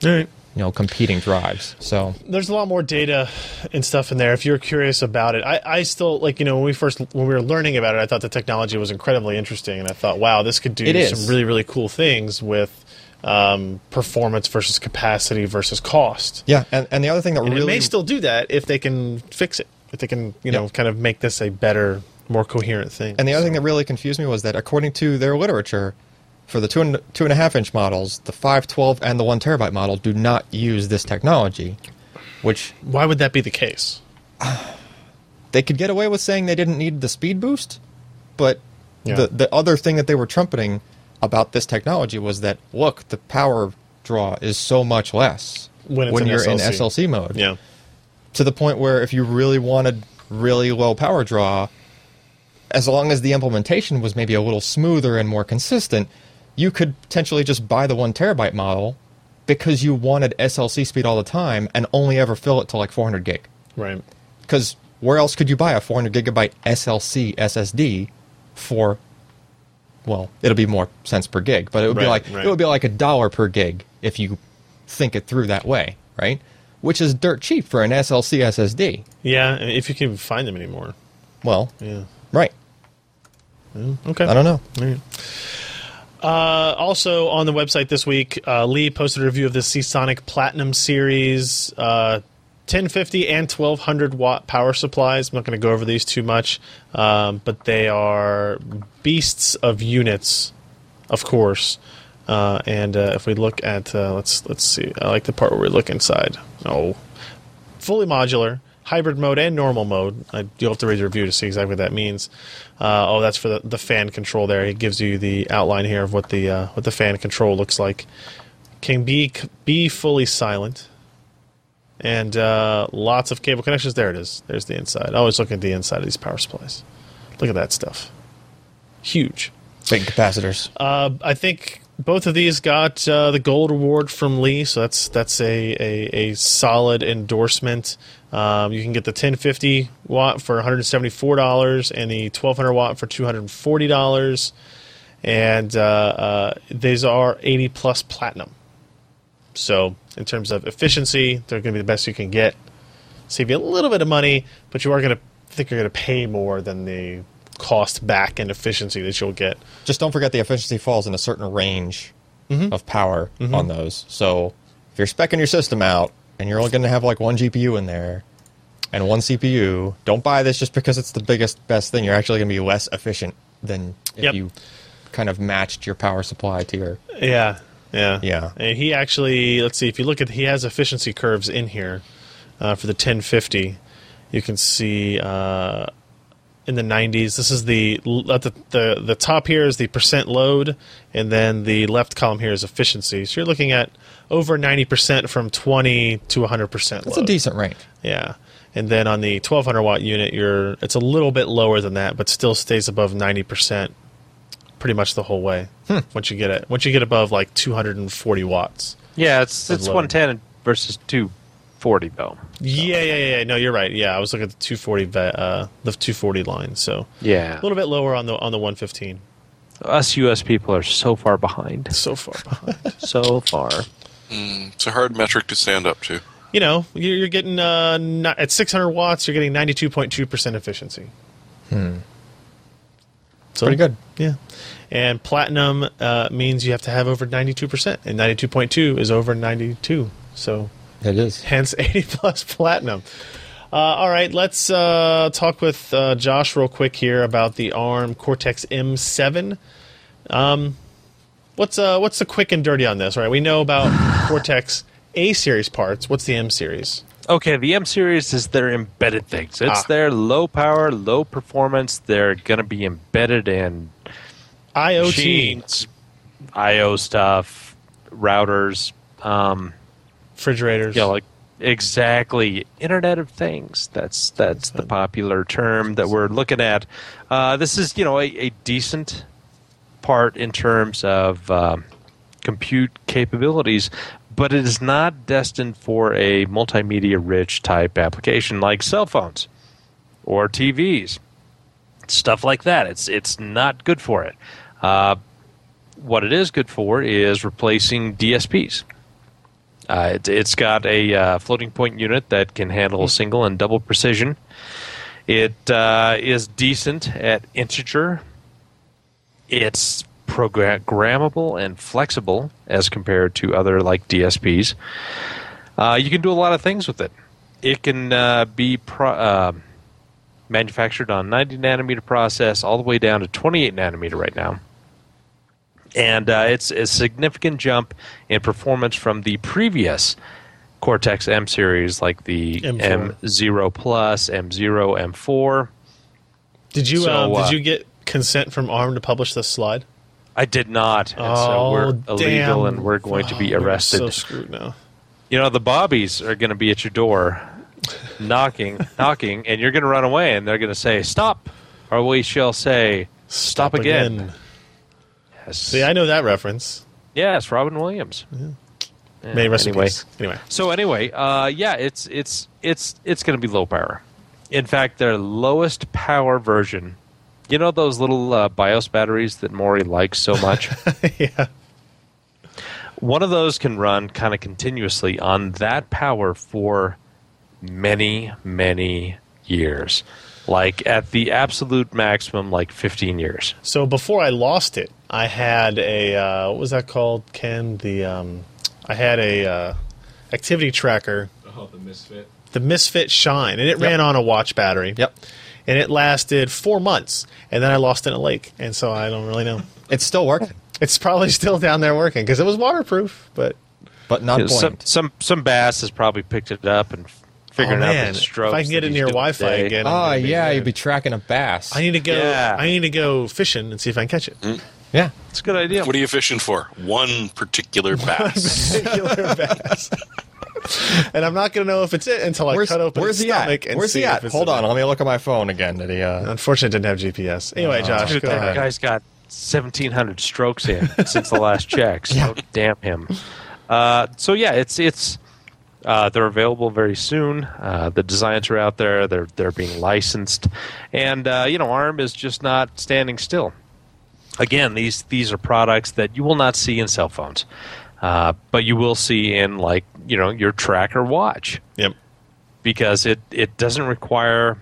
[SPEAKER 4] you
[SPEAKER 1] all right.
[SPEAKER 4] know competing drives. So
[SPEAKER 1] there's a lot more data and stuff in there if you're curious about it I, I still like you know when we first when we were learning about it i thought the technology was incredibly interesting and i thought wow this could do
[SPEAKER 4] It is.
[SPEAKER 1] some really really cool things with um, performance versus capacity versus cost
[SPEAKER 4] Yeah, and, and the other thing that
[SPEAKER 1] and
[SPEAKER 4] really
[SPEAKER 1] it may still do that if they can fix it if they can you know
[SPEAKER 4] Yeah.
[SPEAKER 1] kind of make this a better more coherent thing
[SPEAKER 4] and the other
[SPEAKER 1] So-
[SPEAKER 4] thing that really confused me was that according to their literature, for the two and two and a half inch models, the 512 and the one terabyte model do not use this technology, which
[SPEAKER 1] Why would that be the case?
[SPEAKER 4] they could get away with saying they didn't need the speed boost, but
[SPEAKER 1] Yeah.
[SPEAKER 4] the the other thing that they were trumpeting about this technology was that look, the power draw is so much less
[SPEAKER 1] When it's in
[SPEAKER 4] you're in
[SPEAKER 1] SLC.
[SPEAKER 4] SLC mode.
[SPEAKER 1] Yeah.
[SPEAKER 4] To the point where if you really wanted really low power draw, as long as the implementation was maybe a little smoother and more consistent, you could potentially just buy the one terabyte model because you wanted SLC speed all the time and only ever fill it to like 400 gig
[SPEAKER 1] Right.
[SPEAKER 4] because where else could you buy a 400 gigabyte SLC SSD for? Well, it'll be more cents per gig, but it would be
[SPEAKER 1] Right,
[SPEAKER 4] like
[SPEAKER 1] right.
[SPEAKER 4] it would be like a dollar per gig if you think it through that way, right? Which is dirt cheap for an SLC SSD.
[SPEAKER 1] Yeah. and If you can find them anymore.
[SPEAKER 4] Well,
[SPEAKER 1] Yeah.
[SPEAKER 4] right?
[SPEAKER 1] Okay.
[SPEAKER 4] I don't know.
[SPEAKER 1] Uh, also on the website this week, uh, Lee posted a review of the Seasonic Platinum Series uh, 1050 and 1200 watt power supplies. I'm not going to go over these too much, um, but they are beasts of units, of course. Uh, and uh, if we look at, uh, let's let's see. I like the part where we look inside. Oh, fully modular, hybrid mode, and normal mode. I, you'll have to read the review to see exactly what that means. Uh, oh, that's for the, the fan control there. It gives you the outline here of what the uh, what the fan control looks like. Can be be fully silent, and uh, lots of cable connections. There it is. There's the inside. I always look at the inside of these power supplies. Look at that stuff. Huge.
[SPEAKER 4] Big capacitors.
[SPEAKER 1] Uh, I think both of these got uh, the gold award from Lee, so that's that's a a, a solid endorsement. Um, you can get the 1050 watt for 174 dollars and the 1200 watt for 240 dollars, and uh, uh, these are 80 plus platinum. So in terms of efficiency, they're going to be the best you can get. Save you a little bit of money, but you are going to think you're going to pay more than the cost back and efficiency that you'll get.
[SPEAKER 4] Just don't forget the efficiency falls in a certain range of power on those. So if you're specking your system out and you're only going to have like one GPU in there and one CPU, don't buy this just because it's the biggest, best thing. You're actually going to be less efficient than if
[SPEAKER 1] Yep.
[SPEAKER 4] you kind of matched your power supply to your.
[SPEAKER 1] Yeah, yeah,
[SPEAKER 4] Yeah.
[SPEAKER 1] And he actually, let's see, if you look at, he has efficiency curves in here uh, for the 1050. You can see uh, in the 90s. This is the at the, the the top here is the percent load, and then the left column here is efficiency. So you're looking at over 90 percent from 20 to 100 percent.
[SPEAKER 4] That's a decent range.
[SPEAKER 1] Yeah. And then on the 1200 watt unit, you're it's a little bit lower than that, but still stays above 90% pretty much the whole way. Once you get it, once you get above like 240 watts.
[SPEAKER 3] Yeah, it's it's
[SPEAKER 1] low.
[SPEAKER 3] 110 versus 240 though.
[SPEAKER 1] Yeah, yeah, yeah. yeah. No, you're right. Yeah, I was looking at the 240 ve- uh, the 240 line, so
[SPEAKER 3] Yeah.
[SPEAKER 1] a little bit lower on the on the 115
[SPEAKER 3] Us US people are so far behind.
[SPEAKER 1] so far. behind.
[SPEAKER 3] So far.
[SPEAKER 2] It's a hard metric to stand up to.
[SPEAKER 1] you know, you're, you're getting uh, ni- at 600 watts, you're getting 92.2% efficiency. Hmm. So
[SPEAKER 4] Pretty good.
[SPEAKER 1] Yeah. And platinum uh, means you have to have over 92%, and 92.2 is over 92. So
[SPEAKER 4] It is.
[SPEAKER 1] hence 80 plus platinum. Uh, all right, let's uh, talk with uh, Josh real quick here about the ARM Cortex M7. Um, what's uh, what's the quick and dirty on this? Right, we know about Cortex A series parts. What's the M series?
[SPEAKER 3] Okay, the M series is their embedded things. It's
[SPEAKER 1] Ah.
[SPEAKER 3] their low power, low performance. They're going to be embedded in
[SPEAKER 1] IoT.
[SPEAKER 3] machines, IO stuff, routers, um,
[SPEAKER 1] refrigerators.
[SPEAKER 3] yeah, like exactly Internet of Things. That's that's the popular term that we're looking at. Uh, this is you know a, a decent part in terms of um, compute capabilities, but it is not destined for a multimedia rich type application like cell phones or TVs, stuff like that. It's it's not good for it. Uh, what it is good for is replacing DSPs. Uh, it, it's got a uh, floating point unit that can handle single and double precision. It uh, is decent at integer. It's programmable and flexible as compared to other like DSPs. Uh, you can do a lot of things with it. It can uh, be pro- uh, manufactured on 90 nanometer process all the way down to 28 nanometer right now and uh, it's a significant jump in performance from the previous Cortex M series, like the
[SPEAKER 1] M4.
[SPEAKER 3] M0 Plus, M0, M4.
[SPEAKER 1] Did you
[SPEAKER 3] So,
[SPEAKER 1] um,
[SPEAKER 3] uh,
[SPEAKER 1] did you get consent from ARM to publish this slide?
[SPEAKER 3] I did not, and so Oh, we're illegal, and we're going to be
[SPEAKER 1] Oh, we're
[SPEAKER 3] arrested.
[SPEAKER 1] So screwed now.
[SPEAKER 3] you know the bobbies are going to be at your door knocking knocking and you're going to run away and they're going to say stop or we shall say stop, again, Yes.
[SPEAKER 1] See, I know that reference.
[SPEAKER 3] yes robin williams Yeah,
[SPEAKER 1] May it rest in
[SPEAKER 3] anyway.
[SPEAKER 1] peace. Anyway,
[SPEAKER 3] so anyway uh, yeah it's it's it's it's going to be low power in fact their lowest power version you know those little uh, bios batteries that maury likes so much
[SPEAKER 1] yeah,
[SPEAKER 3] one of those can run kind of continuously on that power for many, many years. Like at the absolute maximum, like 15 years.
[SPEAKER 1] So before I lost it, I had a uh, what was that called, Ken? The um, I had a uh, activity tracker,
[SPEAKER 5] Oh, the misfit.
[SPEAKER 1] the Misfit Shine, and it ran on a watch battery.
[SPEAKER 4] Yep.
[SPEAKER 1] And it lasted four months, and then I lost it in a lake, and so I don't really know.
[SPEAKER 4] It's still working,
[SPEAKER 1] It's probably still down there working because it was waterproof, but
[SPEAKER 4] but not blamed.
[SPEAKER 3] Some, some some bass has probably picked it up and figuring
[SPEAKER 1] oh,
[SPEAKER 3] out
[SPEAKER 1] man,
[SPEAKER 3] the strokes.
[SPEAKER 1] If I can get
[SPEAKER 3] that
[SPEAKER 1] it
[SPEAKER 3] he's
[SPEAKER 1] near
[SPEAKER 3] doing
[SPEAKER 1] Wi-Fi
[SPEAKER 3] today.
[SPEAKER 1] again. I'm
[SPEAKER 4] Oh
[SPEAKER 1] gonna be
[SPEAKER 4] yeah,
[SPEAKER 1] good.
[SPEAKER 4] you'd be tracking a bass.
[SPEAKER 1] I need to go.
[SPEAKER 3] Yeah.
[SPEAKER 1] I need to go fishing and see if I can catch it.
[SPEAKER 4] yeah,
[SPEAKER 3] It's a good idea.
[SPEAKER 2] What are you fishing for? One particular bass.
[SPEAKER 1] Particular bass. and I'm not going to know if it's it until I
[SPEAKER 4] where's,
[SPEAKER 1] cut open
[SPEAKER 4] where's
[SPEAKER 1] its
[SPEAKER 4] he at?
[SPEAKER 1] stomach and
[SPEAKER 4] Where's
[SPEAKER 1] see
[SPEAKER 4] he at?
[SPEAKER 1] if it's
[SPEAKER 4] Hold
[SPEAKER 1] in
[SPEAKER 4] on,
[SPEAKER 1] there.
[SPEAKER 4] let me look at my phone again. Did he? Uh,
[SPEAKER 1] Unfortunately, it didn't have GPS. Anyway, Josh,
[SPEAKER 3] Dude,
[SPEAKER 1] go
[SPEAKER 3] that
[SPEAKER 1] ahead.
[SPEAKER 3] Oh, guy's got 1,700 strokes in since the last check. So damn him. Uh, so yeah, it's it's uh, they're available very soon. Uh, the designs are out there. They're they're being licensed, and uh, you know ARM is just not standing still. Again, these these are products that you will not see in cell phones, uh, but you will see in like you know your tracker watch
[SPEAKER 1] Yep.
[SPEAKER 3] because it, it doesn't require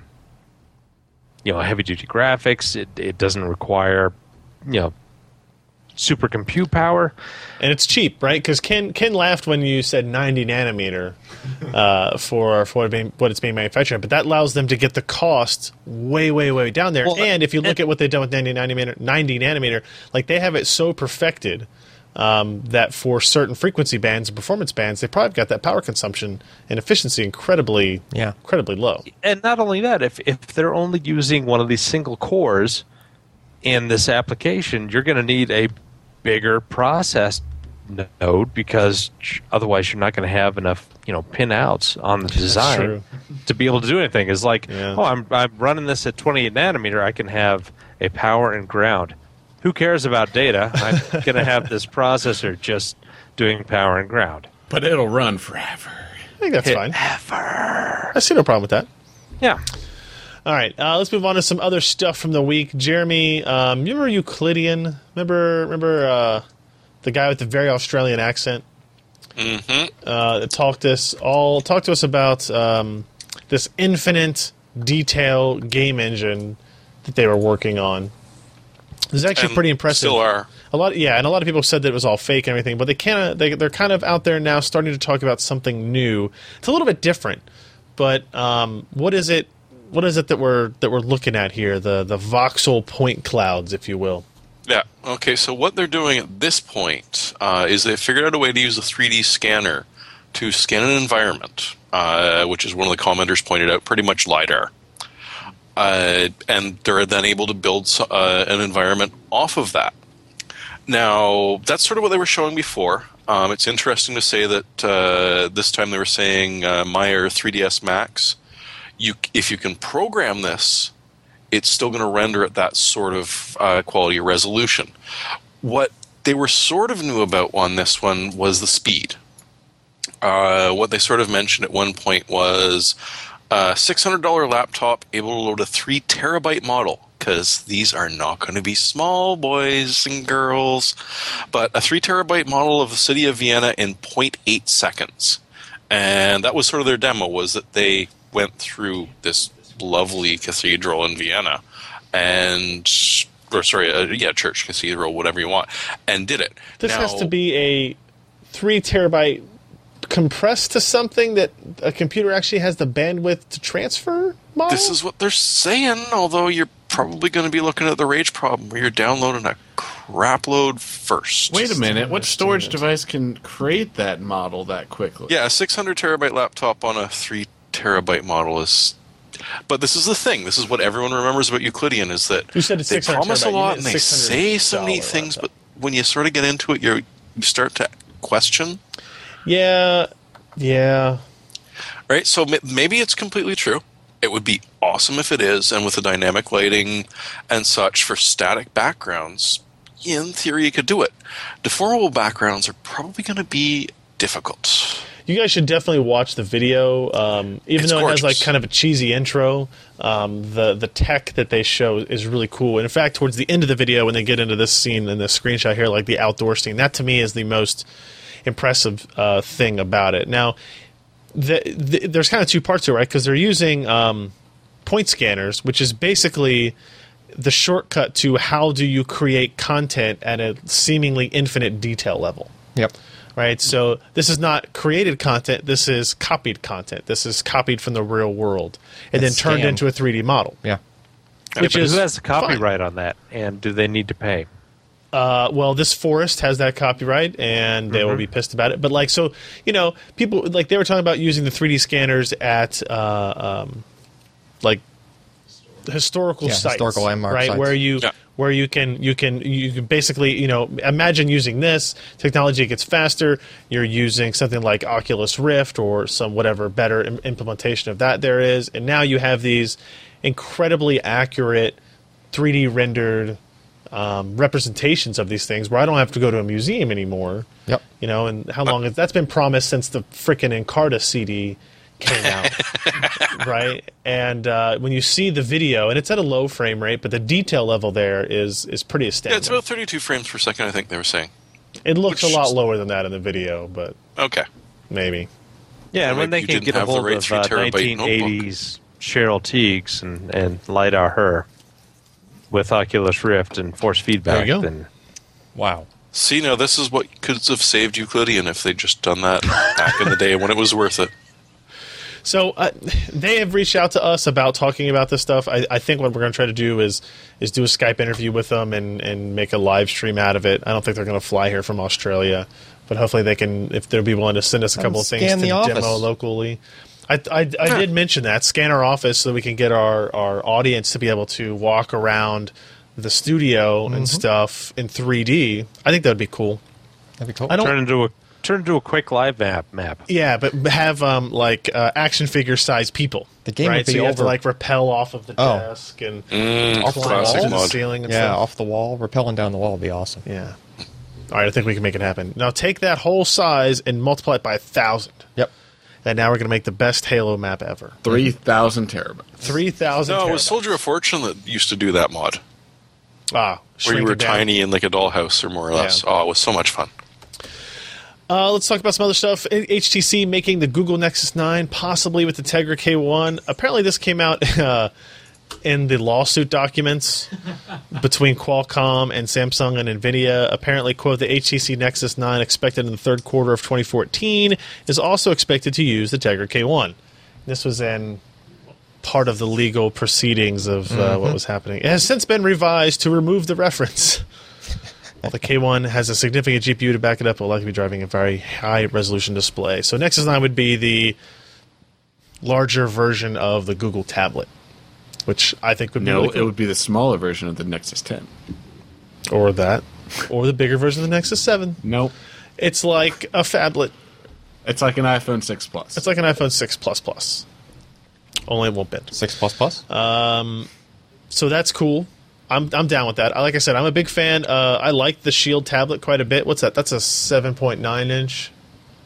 [SPEAKER 3] you know heavy duty graphics it, it doesn't require you know super compute power
[SPEAKER 1] And it's cheap, right? Because Ken Ken laughed when you said 90 nanometer uh, for for what, being, what it's being manufactured, at, but that allows them to get the cost way, way, way down there.
[SPEAKER 3] Well,
[SPEAKER 1] and if you look at what they've done with 90 nanometer, 90 nanometer, like they have it so perfected um, that for certain frequency bands and performance bands, they probably got that power consumption and efficiency incredibly,
[SPEAKER 4] Yeah.
[SPEAKER 1] incredibly low.
[SPEAKER 3] and not only that if, if they're only using one of these single cores in this application you're going to need a bigger process n- node because otherwise you're not going to have enough you know pin outs on the
[SPEAKER 1] true.
[SPEAKER 3] design to be able to do anything it's like
[SPEAKER 1] Yeah.
[SPEAKER 3] oh I'm, I'm running this at 28 nanometer i can have a power and ground who cares about data i'm going to have this processor just doing power and ground
[SPEAKER 5] But it'll run forever.
[SPEAKER 1] I think that's fine. I see no problem with that.
[SPEAKER 3] yeah
[SPEAKER 1] All right, uh, let's move on to some other stuff from the week. Jeremy, um, you remember Euclidean? Remember, remember uh, the guy with the very Australian accent uh, that talked us all talked to us about um, this infinite detail game engine that they were working on. It was actually
[SPEAKER 2] And
[SPEAKER 1] pretty impressive.
[SPEAKER 2] Still are.
[SPEAKER 1] A lot, yeah, and a lot of people said that it was all fake and everything, but they kind of they, they're kind of out there now, starting to talk about something new. It's a little bit different, but um, what is it? What is it that we're that we're looking at here? The the voxel point clouds, if you will.
[SPEAKER 2] Yeah. Okay. So what they're doing at this point uh, is they figured out a way to use a 3D scanner to scan an environment, uh, which is one of the commenters pointed out, pretty much lidar. Uh, and they're then able to build so- uh, an environment off of that. Now, that's sort of what they were showing before. Um, it's interesting to say that uh, this time they were saying uh, Meyer 3ds Max. You, if you can program this, it's still going to render at that sort of uh, quality of resolution. What they were sort of new about on this one was the speed. Uh, what they sort of mentioned at one point was uh, a $600 laptop able to load a 3 terabyte model because these are not going to be small boys and girls but a 3 terabyte model of the city of vienna in 0.8 seconds and that was sort of their demo was that they went through this lovely cathedral in vienna and or sorry uh, yeah church cathedral whatever you want and did it
[SPEAKER 1] This has
[SPEAKER 2] Now-
[SPEAKER 1] to be a three terabyte compressed to something that a computer actually has the bandwidth to transfer. Model?
[SPEAKER 2] This is what they're saying, although you're probably going to be looking at the rage problem where you're downloading a crapload first.
[SPEAKER 5] Wait a minute. What storage device can create that model that quickly?
[SPEAKER 2] Yeah, a 600 terabyte laptop on a 3 terabyte model is. But this is the thing. This is what everyone remembers about Euclidean is that
[SPEAKER 1] You said it's
[SPEAKER 2] they
[SPEAKER 1] 600
[SPEAKER 2] promise
[SPEAKER 1] terabyte,
[SPEAKER 2] a
[SPEAKER 1] you
[SPEAKER 2] lot
[SPEAKER 1] meant
[SPEAKER 2] and they say some neat
[SPEAKER 1] $600
[SPEAKER 2] things,
[SPEAKER 1] laptop.
[SPEAKER 2] but when you sort of get into it, you're, you start to question.
[SPEAKER 1] Yeah, yeah.
[SPEAKER 2] right? So m- maybe it's completely true. It would be awesome if it is, and with the dynamic lighting and such for static backgrounds, in theory, you could do it. Deformable backgrounds are probably going to be difficult.
[SPEAKER 1] You guys should definitely watch the video, um, even
[SPEAKER 2] It's
[SPEAKER 1] though it has like
[SPEAKER 2] gorgeous.
[SPEAKER 1] kind of a cheesy intro. Um, the the tech that they show is really cool. And in fact, towards the end of the video, when they get into this scene and this screenshot here, like the outdoor scene, that to me is the most impressive uh, thing about it. Now, the, the, there's kind of two parts to it, right? Because they're using um, point scanners, which is basically the shortcut to how do you create content at a seemingly infinite detail level
[SPEAKER 4] Yep.
[SPEAKER 1] right? So this is not created content. This is copied content. This is copied from the real world and
[SPEAKER 4] It's
[SPEAKER 1] then turned
[SPEAKER 4] scanned.
[SPEAKER 1] into a 3D model.
[SPEAKER 4] Yeah.
[SPEAKER 1] Which
[SPEAKER 3] But
[SPEAKER 1] is
[SPEAKER 3] who has the
[SPEAKER 1] fine.
[SPEAKER 3] copyright on that, and do they need to pay?
[SPEAKER 1] Uh, well, this forest has that copyright, and they
[SPEAKER 4] Mm-hmm.
[SPEAKER 1] will be pissed about it. But like, so you know, people like they were talking about using the 3D scanners at uh, um, like historical
[SPEAKER 4] Yeah,
[SPEAKER 1] sites,
[SPEAKER 4] historical landmark
[SPEAKER 1] right?
[SPEAKER 4] sites.
[SPEAKER 1] Where you
[SPEAKER 2] Yeah.
[SPEAKER 1] where you can you can you can basically you know imagine using this technology gets faster. You're using something like Oculus Rift or some whatever better im- implementation of that there is, and now you have these incredibly accurate 3D rendered um, representations of these things where I don't have to go to a museum anymore.
[SPEAKER 4] Yep.
[SPEAKER 1] You know, and how long has that's been promised since the frickin' Encarta CD came out, right? And uh, when you see the video, and it's at a low frame rate, but the detail level there is is pretty
[SPEAKER 2] Yeah,
[SPEAKER 1] astounding.
[SPEAKER 2] it's about 32 frames per second, I think they were saying.
[SPEAKER 1] it looks a
[SPEAKER 2] which-
[SPEAKER 1] lot lower than that in the video, but
[SPEAKER 2] Okay.
[SPEAKER 1] maybe.
[SPEAKER 3] Yeah, and
[SPEAKER 2] Like,
[SPEAKER 3] when they
[SPEAKER 2] you
[SPEAKER 3] can
[SPEAKER 2] didn't
[SPEAKER 3] get a
[SPEAKER 2] have the
[SPEAKER 3] hold
[SPEAKER 2] right
[SPEAKER 3] of
[SPEAKER 2] three
[SPEAKER 3] uh,
[SPEAKER 2] terabyte
[SPEAKER 3] 1980s Cheryl Teagues and, and LiDAR her with Oculus Rift and force feedback,
[SPEAKER 1] go.
[SPEAKER 3] then
[SPEAKER 4] Wow.
[SPEAKER 2] See, now this is what could have saved Euclidean if they'd just done that back in the day when it was worth it.
[SPEAKER 1] So uh, they have reached out to us about talking about this stuff. I, I think what we're going to try to do is is do a Skype interview with them and, and make a live stream out of it. I don't think they're going to fly here from Australia, but hopefully they can if they'll be willing to send us a couple of things
[SPEAKER 4] scan
[SPEAKER 1] to
[SPEAKER 4] the office.
[SPEAKER 1] demo locally. I, I, I did mention that scan our office so that we can get our, our audience to be able to walk around the studio
[SPEAKER 4] Mm-hmm.
[SPEAKER 1] and stuff in 3D. I think that would be cool.
[SPEAKER 4] That'd be cool.
[SPEAKER 1] I don't
[SPEAKER 3] turn into a turn into a quick live map map.
[SPEAKER 1] yeah, but have um like uh, action figure size people.
[SPEAKER 4] The game
[SPEAKER 1] right?
[SPEAKER 4] would be
[SPEAKER 1] so you have to
[SPEAKER 4] over.
[SPEAKER 1] like rappel off of the
[SPEAKER 4] Oh.
[SPEAKER 1] desk and
[SPEAKER 4] off
[SPEAKER 1] climb
[SPEAKER 2] Mm, classic
[SPEAKER 1] up to the
[SPEAKER 2] mod.
[SPEAKER 1] ceiling and
[SPEAKER 4] Yeah,
[SPEAKER 1] stuff.
[SPEAKER 4] off the wall, rappelling down the wall would be awesome.
[SPEAKER 1] Yeah. All right, I think we can make it happen. Now take that whole size and multiply it by a thousand.
[SPEAKER 4] Yep.
[SPEAKER 1] And now we're gonna make the best Halo map ever.
[SPEAKER 5] 3,000 terabytes.
[SPEAKER 1] Three thousand.
[SPEAKER 2] No, it was Soldier of Fortune that used to do that mod,
[SPEAKER 1] Ah,
[SPEAKER 2] where
[SPEAKER 1] shrink
[SPEAKER 2] you were
[SPEAKER 1] it down.
[SPEAKER 2] tiny and like a dollhouse or more or less.
[SPEAKER 1] Yeah.
[SPEAKER 2] Oh, it was so much fun.
[SPEAKER 1] Uh, let's talk about some other stuff. H- HTC making the Google Nexus 9, possibly with the Tegra K1. Apparently, this came out uh, in the lawsuit documents between Qualcomm and Samsung and Nvidia. Apparently, quote, the HTC Nexus 9 expected in the third quarter of 2014 is also expected to use the Tegra K1. This was in part of the legal proceedings of uh,
[SPEAKER 5] Mm-hmm.
[SPEAKER 1] what was happening. It has since been revised to remove the reference. While the K1 has a significant GPU to back it up, it will likely be driving a very high resolution display. So Nexus 9 would be the larger version of the Google tablet, which I think would be
[SPEAKER 5] No,
[SPEAKER 1] really
[SPEAKER 5] it
[SPEAKER 1] cool.
[SPEAKER 5] would be the smaller version of the Nexus 10.
[SPEAKER 1] or that, or the bigger version of the Nexus 7.
[SPEAKER 5] Nope.
[SPEAKER 1] It's like a phablet.
[SPEAKER 5] It's like an iPhone 6 Plus.
[SPEAKER 1] It's like an iPhone 6 Plus Plus. Only it won't bend.
[SPEAKER 4] Six plus plus.
[SPEAKER 1] so that's cool. I'm I'm down with that. I- Like I said, I'm a big fan. Uh, I like the Shield tablet quite a bit. What's that? That's a 7.9 inch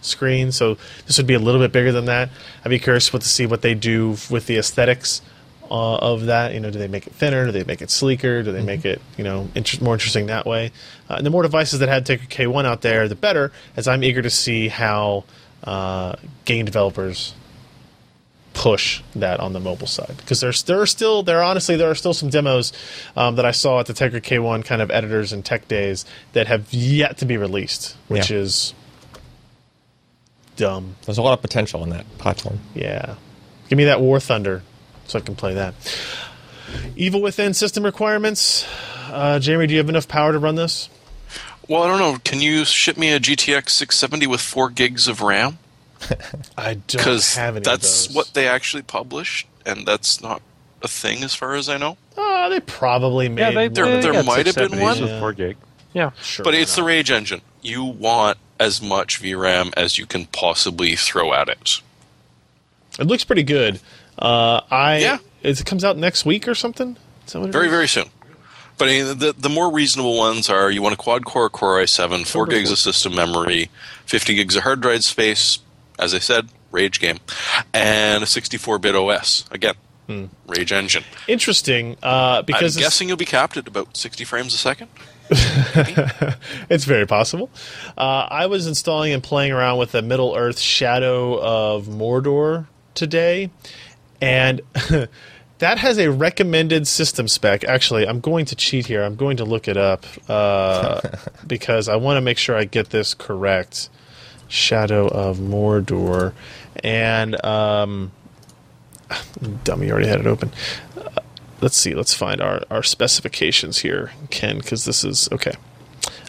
[SPEAKER 1] screen. So this would be a little bit bigger than that. I'd be curious what to see what they do with the aesthetics uh, of that. You know, do they make it thinner? Do they make it sleeker? Do they make it you know inter- more interesting that way? Uh, and the more devices that had Tegra K1 out there, the better. As I'm eager to see how uh, game developers push that on the mobile side because there's there are still there are honestly there are still some demos um, that I saw at the Tegra K1 kind of editors and tech days that have yet to be released, which
[SPEAKER 4] Yeah.
[SPEAKER 1] is dumb.
[SPEAKER 4] There's a lot of potential in that platform.
[SPEAKER 1] Yeah, give me that War Thunder so I can play that. Evil Within system requirements. Uh, Jamie, do you have enough power to run this?
[SPEAKER 2] Well, I don't know. Can you ship me a GTX 670 with four gigs of RAM?
[SPEAKER 1] I don't
[SPEAKER 2] Because
[SPEAKER 1] have any.
[SPEAKER 2] that's
[SPEAKER 1] of those.
[SPEAKER 2] what they actually published, and that's not a thing as far as I know.
[SPEAKER 1] Uh, they probably made.
[SPEAKER 3] Yeah, they,
[SPEAKER 2] There-
[SPEAKER 1] one.
[SPEAKER 3] they
[SPEAKER 2] there
[SPEAKER 3] got
[SPEAKER 2] might have been
[SPEAKER 3] 670s
[SPEAKER 2] one.
[SPEAKER 3] with
[SPEAKER 1] Yeah.
[SPEAKER 3] four gig. Yeah,
[SPEAKER 1] Sure,
[SPEAKER 2] but
[SPEAKER 1] why
[SPEAKER 2] it's the
[SPEAKER 1] not?
[SPEAKER 2] Rage Engine. You want as much VRAM as you can possibly throw at it.
[SPEAKER 1] It looks pretty good. Uh, I
[SPEAKER 2] Yeah.
[SPEAKER 1] It comes out next week or something. Is that what it
[SPEAKER 2] Very,
[SPEAKER 1] is?
[SPEAKER 2] very soon. But I mean, the, the more reasonable ones are you want a quad core Core i7, 4 gigs of system memory, 50 gigs of hard drive space, as I said, Rage game, and a 64 bit OS. Again,
[SPEAKER 1] Hmm.
[SPEAKER 2] Rage Engine.
[SPEAKER 1] interesting uh,
[SPEAKER 2] I'm
[SPEAKER 1] because it's,
[SPEAKER 2] guessing you'll be capped at about 60 frames a second.
[SPEAKER 1] it's very possible. Uh, I was installing and playing around with the Middle Earth Shadow of Mordor today, and that has a recommended system spec. Actually, I'm going to cheat here. I'm going to look it up uh, because I want to make sure I get this correct. Shadow of Mordor, and um, dummy already had it open. Uh, let's see. Let's find our our specifications here, Ken, because this is okay.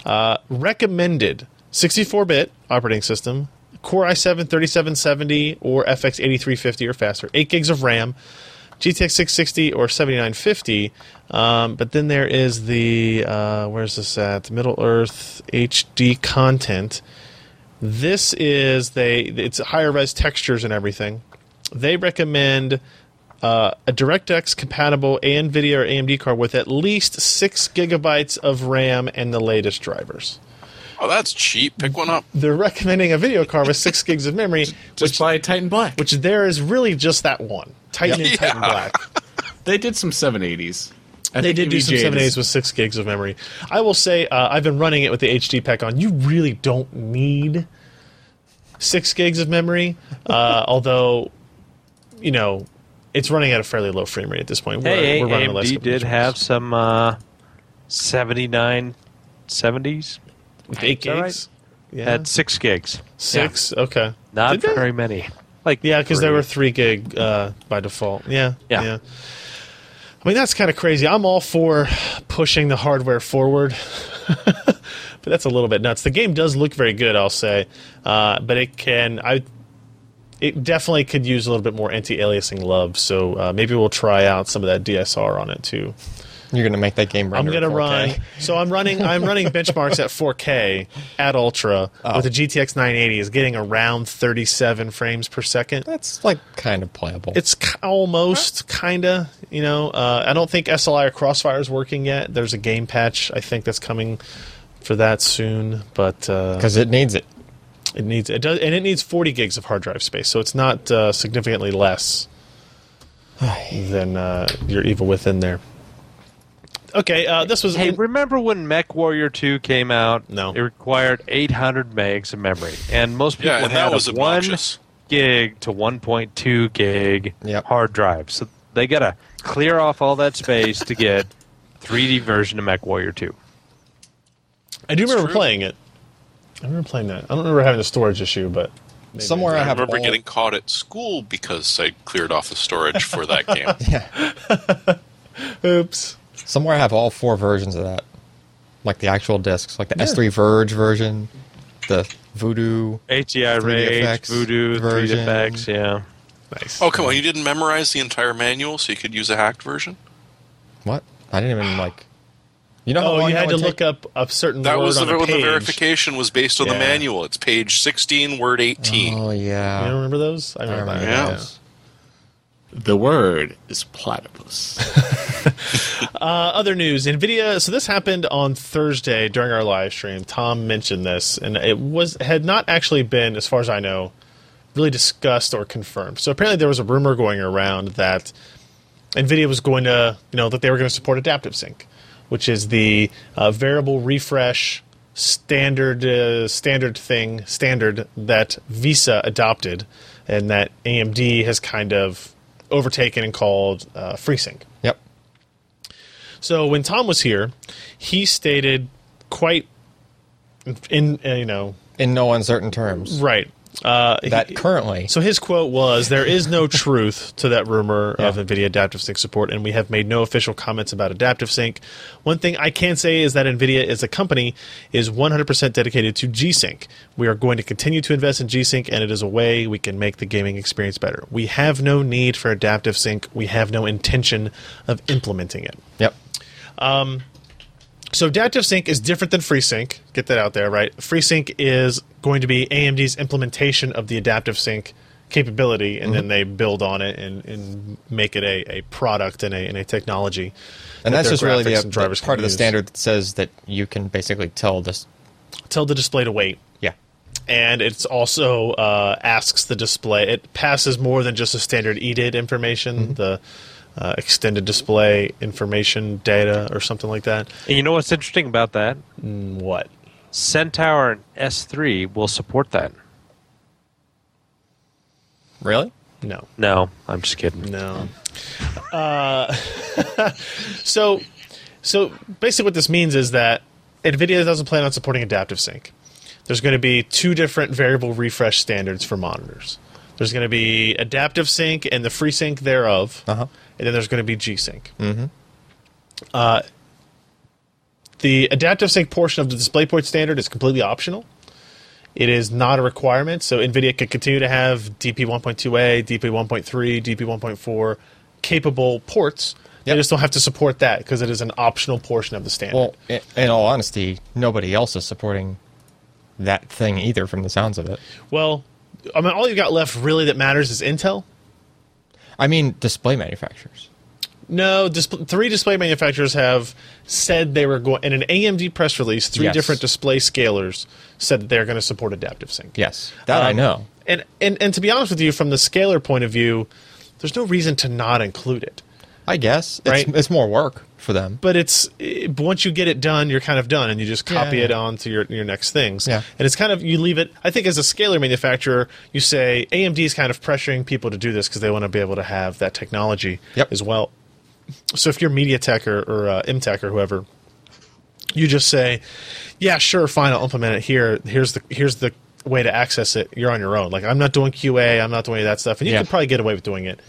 [SPEAKER 1] Uh, recommended 64-bit operating system, Core i7 3770 or FX 8350 or faster, eight gigs of RAM, GTX 660 or 7950. Um, but then there is the uh, where's this at? Middle Earth HD content. This is they. It's higher res textures and everything. They recommend uh, a DirectX compatible NVIDIA or AMD card with at least six gigabytes of RAM and the latest drivers.
[SPEAKER 2] Oh, that's cheap. Pick one up.
[SPEAKER 1] They're recommending a video card with six gigs of memory,
[SPEAKER 5] Just
[SPEAKER 1] which,
[SPEAKER 5] buy Titan Black.
[SPEAKER 1] which there is really just that one Titan and Titan
[SPEAKER 2] Yeah.
[SPEAKER 1] Black.
[SPEAKER 5] They did some 780s. I
[SPEAKER 1] They
[SPEAKER 5] think
[SPEAKER 1] E did do some
[SPEAKER 5] EVGA
[SPEAKER 1] seven A's
[SPEAKER 5] is-
[SPEAKER 1] with six gigs of memory. I will say uh, I've been running it with the HD pack on. You really don't need six gigs of memory, uh, although you know it's running at a fairly low frame rate at this point.
[SPEAKER 3] Hey,
[SPEAKER 1] running the last
[SPEAKER 3] AMD
[SPEAKER 1] couple of
[SPEAKER 3] did
[SPEAKER 1] versions.
[SPEAKER 3] have some uh, 79 70s
[SPEAKER 1] With eight
[SPEAKER 3] that
[SPEAKER 1] gigs.
[SPEAKER 3] right?
[SPEAKER 1] Yeah,
[SPEAKER 3] at six gigs.
[SPEAKER 1] six. Okay,
[SPEAKER 3] Not
[SPEAKER 1] Did they?
[SPEAKER 3] very many. Like
[SPEAKER 1] Yeah, because they
[SPEAKER 3] three.
[SPEAKER 1] were three gig uh, by default. Yeah,
[SPEAKER 3] Yeah.
[SPEAKER 1] I mean that's kind of crazy. I'm all for pushing the hardware forward, but that's a little bit nuts. The game does look very good, I'll say, uh, but it can I. It definitely could use a little bit more anti-aliasing love, so uh, maybe we'll try out some of that DSR on it too.
[SPEAKER 4] You're gonna make that game.
[SPEAKER 1] I'm
[SPEAKER 4] render at
[SPEAKER 1] gonna
[SPEAKER 4] 4K.
[SPEAKER 1] run. So I'm running. I'm running benchmarks at 4K at ultra with a GTX 980 is getting around 37 frames per second
[SPEAKER 4] That's like kind of playable.
[SPEAKER 1] it's k- almost kinda you know uh, i don't think sli or crossfire is working yet there's a game patch i think that's coming for that soon but uh,
[SPEAKER 4] because it needs it.
[SPEAKER 1] it needs it does and it needs 40 gigs of hard drive space so it's not uh, significantly less than uh, your evil within there okay uh, this was
[SPEAKER 3] Hey, remember when Mech Warrior 2 came out?
[SPEAKER 1] No.
[SPEAKER 3] It required 800 megs of memory. And most people
[SPEAKER 2] Yeah, and
[SPEAKER 3] had
[SPEAKER 2] that was
[SPEAKER 3] a 1
[SPEAKER 2] obnoxious.
[SPEAKER 3] gig to 1.2 gig
[SPEAKER 4] Yep.
[SPEAKER 3] hard drive. So they got to clear off all that space to get 3D version of Mech Warrior 2.
[SPEAKER 1] i do remember
[SPEAKER 2] true.
[SPEAKER 1] playing it i remember playing that i don't remember having a storage issue but maybe
[SPEAKER 4] Somewhere I,
[SPEAKER 2] I
[SPEAKER 4] have.
[SPEAKER 2] remember
[SPEAKER 4] all-
[SPEAKER 2] getting caught at school because I cleared off the storage for that game.
[SPEAKER 4] Yeah.
[SPEAKER 1] oops
[SPEAKER 4] Somewhere I have all four versions of that, like the actual discs, like the S3 Verge version, the Voodoo.
[SPEAKER 3] ATI E Rage,
[SPEAKER 4] effects
[SPEAKER 3] Voodoo, 3D
[SPEAKER 4] version.
[SPEAKER 3] effects, yeah.
[SPEAKER 1] nice
[SPEAKER 2] Oh, come on. You didn't memorize the entire manual so you could use a hacked version?
[SPEAKER 4] What? I didn't even like. You know how
[SPEAKER 1] Oh,
[SPEAKER 4] long
[SPEAKER 1] you
[SPEAKER 4] that
[SPEAKER 1] had to
[SPEAKER 4] would
[SPEAKER 1] look
[SPEAKER 4] take?
[SPEAKER 1] up a certain
[SPEAKER 2] That
[SPEAKER 1] word
[SPEAKER 2] was the,
[SPEAKER 1] on a
[SPEAKER 2] when
[SPEAKER 1] page.
[SPEAKER 2] the verification was based on
[SPEAKER 1] Yeah.
[SPEAKER 2] the manual. It's page 16, word 18.
[SPEAKER 4] Oh yeah.
[SPEAKER 1] You don't remember those? I remember,
[SPEAKER 4] remember
[SPEAKER 1] that,
[SPEAKER 2] those.
[SPEAKER 5] The word is platypus.
[SPEAKER 1] Uh, other news, Nvidia. So this happened on Thursday during our live stream. Tom mentioned this, and it was had not actually been, as far as I know, really discussed or confirmed. So apparently there was a rumor going around that NVIDIA was going to, you know, that they were going to support Adaptive Sync, which is the uh, variable refresh standard uh, standard thing standard that Visa adopted, and that AMD has kind of overtaken and called uh, FreeSync.
[SPEAKER 4] Yep.
[SPEAKER 1] So when Tom was here, he stated quite in, uh, you know
[SPEAKER 4] In no uncertain terms.
[SPEAKER 1] right Uh,
[SPEAKER 4] that currently.
[SPEAKER 1] So his quote was, "There is no truth to that rumor of NVIDIA Adaptive Sync support, and we have made no official comments about Adaptive Sync. One thing I can say is that NVIDIA, as a company, is 100% dedicated to G-Sync. We are going to continue to invest in G-Sync, and it is a way we can make the gaming experience better. We have no need for Adaptive Sync. We have no intention of implementing it."
[SPEAKER 4] yep.
[SPEAKER 1] So adaptive sync is different than FreeSync. Get that out there, right? FreeSync is going to be AMD's implementation of the adaptive sync capability, and
[SPEAKER 4] Mm-hmm.
[SPEAKER 1] then they build on it and, and make it a, a product and a, and a technology.
[SPEAKER 4] And
[SPEAKER 1] that
[SPEAKER 4] that's
[SPEAKER 1] their
[SPEAKER 4] just really the,
[SPEAKER 1] graphics and
[SPEAKER 4] the
[SPEAKER 1] drivers
[SPEAKER 4] part
[SPEAKER 1] can
[SPEAKER 4] of the
[SPEAKER 1] use.
[SPEAKER 4] standard that says that you can basically tell this.
[SPEAKER 1] Tell the display to wait.
[SPEAKER 4] Yeah.
[SPEAKER 1] and it's also uh, asks the display. It passes more than just the standard EDID information,
[SPEAKER 4] Mm-hmm.
[SPEAKER 1] the uh, extended display information data, or something like that.
[SPEAKER 3] And you know what's interesting about that?
[SPEAKER 1] What?
[SPEAKER 3] Centaur and S3 will support that.
[SPEAKER 4] Really?
[SPEAKER 1] No,
[SPEAKER 3] No, I'm just kidding.
[SPEAKER 1] no. Uh, so, so basically, what this means is that NVIDIA doesn't plan on supporting adaptive sync. There's going to be two different variable refresh standards for monitors. There's going to be adaptive sync and the free sync thereof,
[SPEAKER 4] Uh huh.
[SPEAKER 1] and then there's going to be G sync. Mm-hmm. Uh, the adaptive sync portion of the DisplayPort standard is completely optional. It is not a requirement, so NVIDIA could continue to have DP 1.2A, DP 1.3, DP 1.4 capable ports. They
[SPEAKER 4] Yep.
[SPEAKER 1] just don't have to support that because it is an optional portion of the standard.
[SPEAKER 4] Well, i- in all honesty, nobody else is supporting that thing either, from the sounds of it.
[SPEAKER 1] well, I mean, all you've got left really that matters is Intel.
[SPEAKER 4] I mean, display manufacturers.
[SPEAKER 1] No, disp- three display manufacturers have said they were going in an AMD press release. Three
[SPEAKER 4] Yes.
[SPEAKER 1] different display scalers said that they're going to support adaptive sync.
[SPEAKER 4] Yes, that I
[SPEAKER 1] Um,
[SPEAKER 4] know.
[SPEAKER 1] And, and and to be honest with you, from the scaler point of view, there's no reason to not include it.
[SPEAKER 4] I guess it's,
[SPEAKER 1] right.
[SPEAKER 4] it's more work for them.
[SPEAKER 1] But it's eh, once you get it done, you're kind of done, and you just copy
[SPEAKER 4] Yeah.
[SPEAKER 1] it on to your your next things.
[SPEAKER 4] Yeah.
[SPEAKER 1] And it's kind of you leave it. I think as a scaler manufacturer, you say AMD is kind of pressuring people to do this because they want to be able to have that technology
[SPEAKER 4] Yep.
[SPEAKER 1] as well. So if you're MediaTek or, or uh, MTech or whoever, you just say, "Yeah, sure, fine, I'll implement it here. Here's the here's the way to access it. You're on your own. Like I'm not doing QA, I'm not doing any of that stuff, and you
[SPEAKER 4] Yeah.
[SPEAKER 1] can probably get away with doing it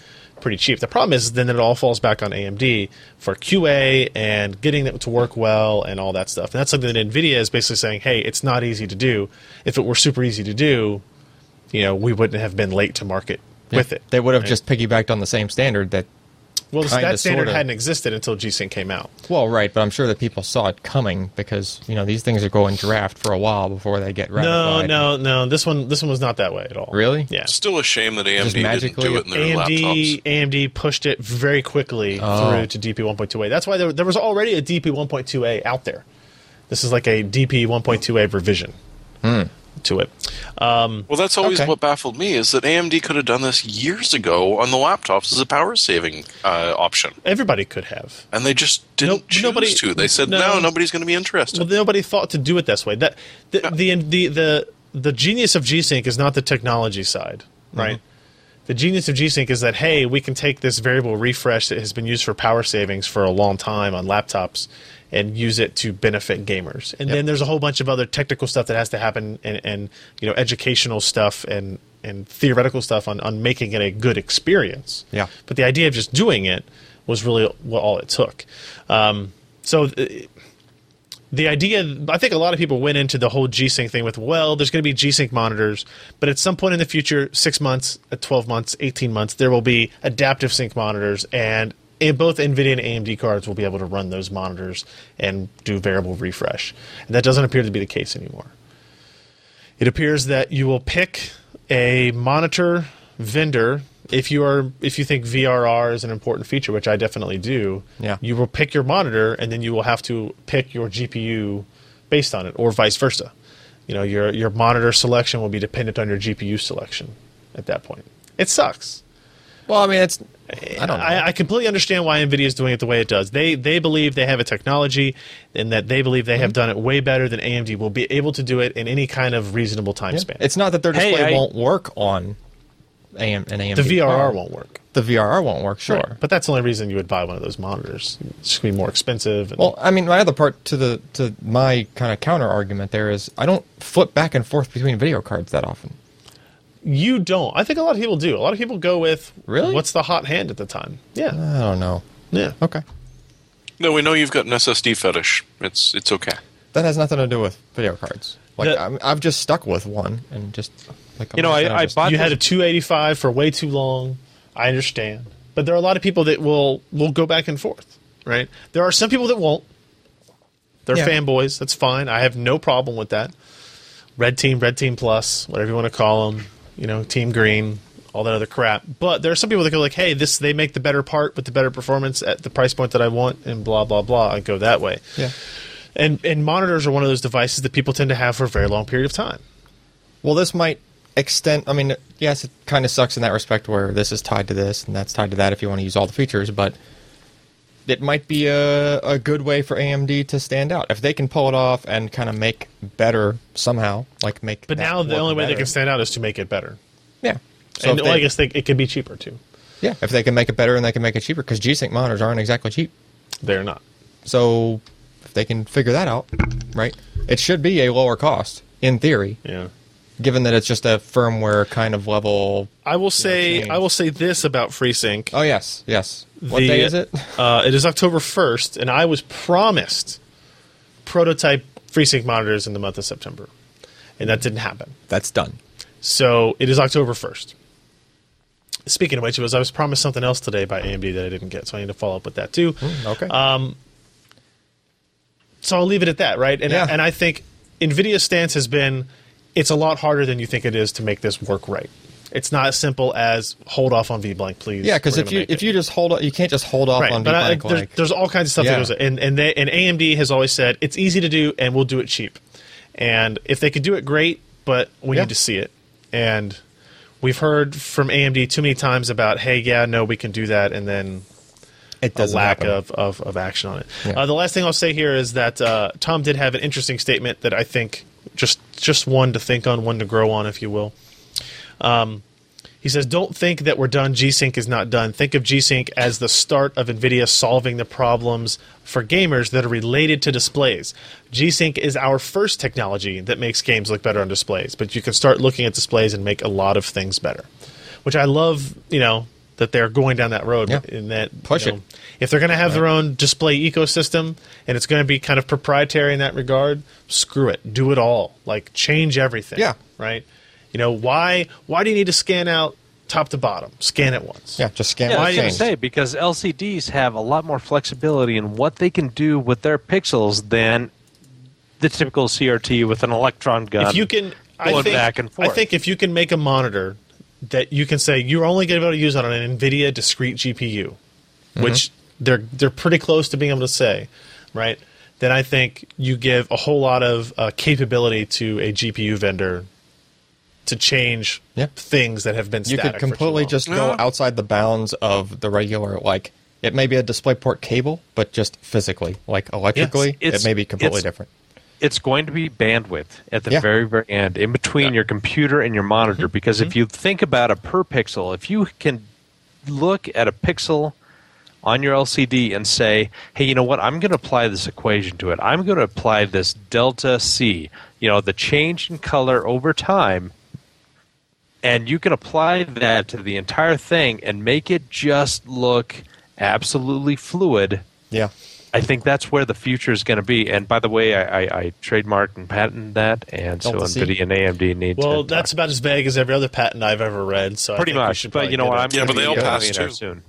[SPEAKER 1] pretty cheap. The problem is then it all falls back on AMD for QA and getting it to work well and all that stuff. And that's something that Nvidia is basically saying, "Hey, it's not easy to do. If it were super easy to do, you know, we wouldn't have been late to market." With it,
[SPEAKER 4] they would have just piggybacked on the same standard that.
[SPEAKER 1] well,
[SPEAKER 4] kinda,
[SPEAKER 1] that standard
[SPEAKER 4] sorta.
[SPEAKER 1] hadn't existed until G-Sync came out.
[SPEAKER 4] Well, right, but I'm sure that people saw it coming because you know these things are going draft for a while before they get
[SPEAKER 1] No,
[SPEAKER 4] ratified.
[SPEAKER 1] no, no. This one, this one was not that way at all.
[SPEAKER 4] Really?
[SPEAKER 1] Yeah.
[SPEAKER 2] Still a shame that AMD didn't
[SPEAKER 4] magically-
[SPEAKER 2] do it in their
[SPEAKER 1] AMD
[SPEAKER 2] laptops.
[SPEAKER 1] AMD pushed it very quickly
[SPEAKER 4] Oh.
[SPEAKER 1] through to DP 1.2a. That's why there, there was already a DP 1.2a out there. This is like a DP 1.2a revision
[SPEAKER 2] Hmm.
[SPEAKER 1] to it.
[SPEAKER 2] Well, that's always
[SPEAKER 4] Okay.
[SPEAKER 2] what baffled me is that AMD could have done this years ago on the laptops as a power saving uh, option,
[SPEAKER 1] Everybody could have.
[SPEAKER 2] and they just didn't
[SPEAKER 1] Nope,
[SPEAKER 2] choose
[SPEAKER 1] nobody-
[SPEAKER 2] to. They said
[SPEAKER 1] no.
[SPEAKER 2] no, nobody's going to be interested.
[SPEAKER 1] Well, nobody thought to do it this way. That the the the the, the genius of G-Sync is not the technology side, right? The genius of G-Sync is that hey, we can take this variable refresh that has been used for power savings for a long time on laptops and use it to benefit gamers. And then there's a whole bunch of other technical stuff that has to happen and, and you know educational stuff and and theoretical stuff on, on making it a good experience.
[SPEAKER 4] Yeah.
[SPEAKER 1] But the idea of just doing it was really what all it took. Um, so uh, the idea i think a lot of people went into the whole g-sync thing with well there's going to be g-sync monitors but at some point in the future six months uh, 12 months 18 months there will be adaptive sync monitors and in both nvidia and amd cards will be able to run those monitors and do variable refresh and that doesn't appear to be the case anymore it appears that you will pick a monitor vendor if you are if you think VRR is an important feature, which I definitely do.
[SPEAKER 4] Yeah.
[SPEAKER 1] You will pick your monitor, and then you will have to pick your GPU based on it, or vice versa. You know, your your monitor selection will be dependent on your GPU selection. At that point, it sucks.
[SPEAKER 4] Well, I mean, it's. I don't know.
[SPEAKER 1] I, I completely understand why Nvidia is doing it the way it does. They they believe they have a technology, and that they believe they
[SPEAKER 4] Mm-hmm.
[SPEAKER 1] have done it way better than AMD will be able to do it in any kind of reasonable time span.
[SPEAKER 4] It's not that their
[SPEAKER 3] Hey,
[SPEAKER 4] display
[SPEAKER 3] I-
[SPEAKER 4] won't work on AM, an AMD.
[SPEAKER 1] the VRR
[SPEAKER 4] car.
[SPEAKER 1] won't work.
[SPEAKER 4] The VRR won't work, sure.
[SPEAKER 1] But that's the only reason you would buy one of those monitors. It's going to be more expensive. And,
[SPEAKER 4] Well, I mean, my other part to the to my kind of counter argument there is I don't flip back and forth between video cards that often.
[SPEAKER 1] You don't. I think a lot of people do. A lot of people go with
[SPEAKER 4] Really? Uh.
[SPEAKER 1] what's the hot hand at the time. Yeah.
[SPEAKER 4] I don't know.
[SPEAKER 1] Yeah.
[SPEAKER 4] Okay.
[SPEAKER 2] No, we know you've got an SSD fetish. It's it's okay.
[SPEAKER 4] That has nothing to do with video cards. Like
[SPEAKER 1] That-
[SPEAKER 4] I'm, I've just stuck with one and just like
[SPEAKER 3] You know,
[SPEAKER 4] I'm
[SPEAKER 3] I- I
[SPEAKER 4] just-
[SPEAKER 3] bought-
[SPEAKER 1] You had a 285 for way too long. I understand. But there are a lot of people that will will go back and forth, right? There are some people that won't. They're
[SPEAKER 4] Yeah.
[SPEAKER 1] fanboys. That's fine. I have no problem with that. Red team, red team plus, whatever you want to call them, you know, team green, all that other crap. But there are some people that go like, "Hey, this they make the better part with the better performance at the price point that I want and blah blah blah." I go that way.
[SPEAKER 4] yeah.
[SPEAKER 1] And and monitors are one of those devices that people tend to have for a very long period of time.
[SPEAKER 4] Well, this might extend. I mean, yes, it kind of sucks in that respect where this is tied to this and that's tied to that if you want to use all the features, but it might be a, a good way for AMD to stand out. If they can pull it off and kind of make better somehow, like make.
[SPEAKER 1] But
[SPEAKER 4] that
[SPEAKER 1] now the
[SPEAKER 4] work
[SPEAKER 1] only way they
[SPEAKER 4] better.
[SPEAKER 1] can stand out is to make it better.
[SPEAKER 4] Yeah. So
[SPEAKER 1] and
[SPEAKER 4] if
[SPEAKER 1] well, I
[SPEAKER 4] they,
[SPEAKER 1] guess they, it could be cheaper too.
[SPEAKER 4] yeah, if they can make it better and they can make it cheaper, because G Sync monitors aren't exactly cheap.
[SPEAKER 1] They're not.
[SPEAKER 4] So if they can figure that out, right, it should be a lower cost in theory,
[SPEAKER 1] Yeah.
[SPEAKER 4] given that it's just a firmware kind of level.
[SPEAKER 1] I will say
[SPEAKER 4] change.
[SPEAKER 1] I will say this about FreeSync.
[SPEAKER 4] Oh yes, yes. What day is it?
[SPEAKER 1] Uh, it Uh, is October first, and I was promised prototype FreeSync monitors in the month of September, and that didn't happen.
[SPEAKER 4] That's done.
[SPEAKER 1] So it is October first. Speaking of which, it was I was promised something else today by AMD that I didn't get, so I need to follow up with that too.
[SPEAKER 4] Okay.
[SPEAKER 1] Um, so I'll leave it at that, right? And
[SPEAKER 4] Yeah.
[SPEAKER 1] and I think Nvidia's stance has been it's a lot harder than you think it is to make this work right. It's not as simple as hold off on VBlank, please.
[SPEAKER 4] yeah, because
[SPEAKER 1] We're
[SPEAKER 4] if
[SPEAKER 1] gonna
[SPEAKER 4] you
[SPEAKER 1] make
[SPEAKER 4] if
[SPEAKER 1] it.
[SPEAKER 4] you just hold, o- you can't just hold off
[SPEAKER 1] right,
[SPEAKER 4] on
[SPEAKER 1] but I,
[SPEAKER 4] VBlank,
[SPEAKER 1] there's,
[SPEAKER 4] like-
[SPEAKER 1] there's all kinds of stuff
[SPEAKER 4] Yeah.
[SPEAKER 1] that goes and and they, and AMD has always said it's easy to do and we'll do it cheap, and if they could do it, great, but we
[SPEAKER 4] Yeah.
[SPEAKER 1] need to see it and. We've heard from AMD too many times about, hey, yeah, no, we can do that, and then
[SPEAKER 4] it
[SPEAKER 1] a
[SPEAKER 4] doesn't
[SPEAKER 1] lack
[SPEAKER 4] happen.
[SPEAKER 1] of, of, of action on it.
[SPEAKER 4] Yeah.
[SPEAKER 1] Uh, the last thing I'll say here is that uh, Tom did have an interesting statement that I think just just one to think on, one to grow on, if you will. Um, he says, "Don't think that we're done. G-Sync is not done. Think of G-Sync as the start of NVIDIA solving the problems for gamers that are related to displays. G-Sync is our first technology that makes games look better on displays, but you can start looking at displays and make a lot of things better." Which I love, you know, that they're going down that road
[SPEAKER 4] Yeah.
[SPEAKER 1] in that
[SPEAKER 4] Push
[SPEAKER 1] you know,
[SPEAKER 4] it.
[SPEAKER 1] if they're going to have their own display ecosystem and it's going to be kind of proprietary in that regard, screw it. Do it all. Like change everything.
[SPEAKER 4] Yeah.
[SPEAKER 1] Right. You know why? Why do you need to scan out top to bottom? Scan it once.
[SPEAKER 4] yeah, just scan.
[SPEAKER 3] Yeah, I
[SPEAKER 4] what
[SPEAKER 3] was going
[SPEAKER 4] changed.
[SPEAKER 3] to say because LCDs have a lot more flexibility in what they can do with their pixels than the typical CRT with an electron gun.
[SPEAKER 1] If you can, I
[SPEAKER 3] Um, Going
[SPEAKER 1] think,
[SPEAKER 3] back and forth.
[SPEAKER 1] I think if you can make a monitor that you can say you're only going to be able to use on an NVIDIA discrete GPU,
[SPEAKER 3] Mm-hmm.
[SPEAKER 1] which they're they're pretty close to being able to say, right? Then I think you give a whole lot of uh, capability to a GPU vendor to change
[SPEAKER 4] Yeah.
[SPEAKER 1] things that have been
[SPEAKER 4] you
[SPEAKER 1] static
[SPEAKER 4] could
[SPEAKER 1] for too
[SPEAKER 4] completely
[SPEAKER 1] long.
[SPEAKER 4] just go
[SPEAKER 2] Yeah.
[SPEAKER 4] outside the bounds of the regular like. It may be a DisplayPort cable, but just physically, like electrically,
[SPEAKER 3] it's-
[SPEAKER 4] it may be completely
[SPEAKER 3] it's-
[SPEAKER 4] different.
[SPEAKER 3] it's going to be bandwidth at the
[SPEAKER 4] Yeah.
[SPEAKER 3] very very end in between your computer and your monitor because if you think about a per pixel if you can look at a pixel on your lcd and say hey you know what i'm going to apply this equation to it i'm going to apply this delta c you know the change in color over time and you can apply that to the entire thing and make it just look absolutely fluid
[SPEAKER 4] Yeah,
[SPEAKER 3] I think that's where the future is going to be. And by the way, I, I, I trademarked and patented that, and so
[SPEAKER 4] Delta C.
[SPEAKER 3] NVIDIA and AMD need to.
[SPEAKER 1] well,
[SPEAKER 3] talk.
[SPEAKER 1] that's about as vague as every other patent I've ever read. So I
[SPEAKER 3] pretty
[SPEAKER 1] think we
[SPEAKER 3] much.
[SPEAKER 1] should
[SPEAKER 3] But
[SPEAKER 1] probably
[SPEAKER 3] you know
[SPEAKER 1] get
[SPEAKER 3] what?
[SPEAKER 1] it.
[SPEAKER 3] I'm
[SPEAKER 2] Yeah, but
[SPEAKER 3] gonna
[SPEAKER 2] they
[SPEAKER 3] be
[SPEAKER 2] all
[SPEAKER 3] a
[SPEAKER 2] pass,
[SPEAKER 3] millionaire
[SPEAKER 2] too.
[SPEAKER 3] soon.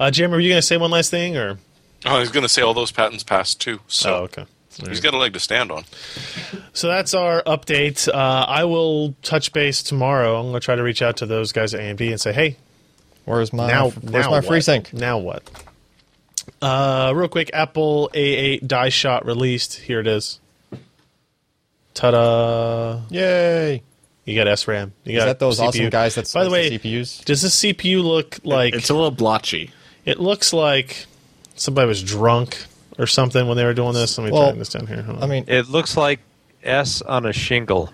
[SPEAKER 1] uh, Jim, are you going to say one last thing or?
[SPEAKER 2] Oh, I was going to say all those patents passed too.
[SPEAKER 1] Oh,
[SPEAKER 2] So
[SPEAKER 1] okay.
[SPEAKER 2] he's got a leg to stand on.
[SPEAKER 1] So that's our update. Uh, I will touch base tomorrow. I'm going to try to reach out to those guys at AMD and say, "Hey,
[SPEAKER 4] where's my
[SPEAKER 1] now,
[SPEAKER 4] Uh, where's
[SPEAKER 1] now
[SPEAKER 4] my
[SPEAKER 1] what?
[SPEAKER 4] FreeSync?
[SPEAKER 1] Now what?" Uh, real quick, Apple A8 die shot released. Here it is. Ta-da!
[SPEAKER 4] Yay!
[SPEAKER 1] You got SRAM. You got
[SPEAKER 4] Is that those
[SPEAKER 1] CPU.
[SPEAKER 4] awesome guys that
[SPEAKER 1] By the way,
[SPEAKER 4] slice the CPUs?
[SPEAKER 1] does this CPU look like
[SPEAKER 5] it's a little blotchy.
[SPEAKER 1] it looks like somebody was drunk or something when they were doing this? Let me
[SPEAKER 4] Well,
[SPEAKER 1] tighten this down here. Hold on.
[SPEAKER 4] I mean,
[SPEAKER 3] It looks like S on a shingle.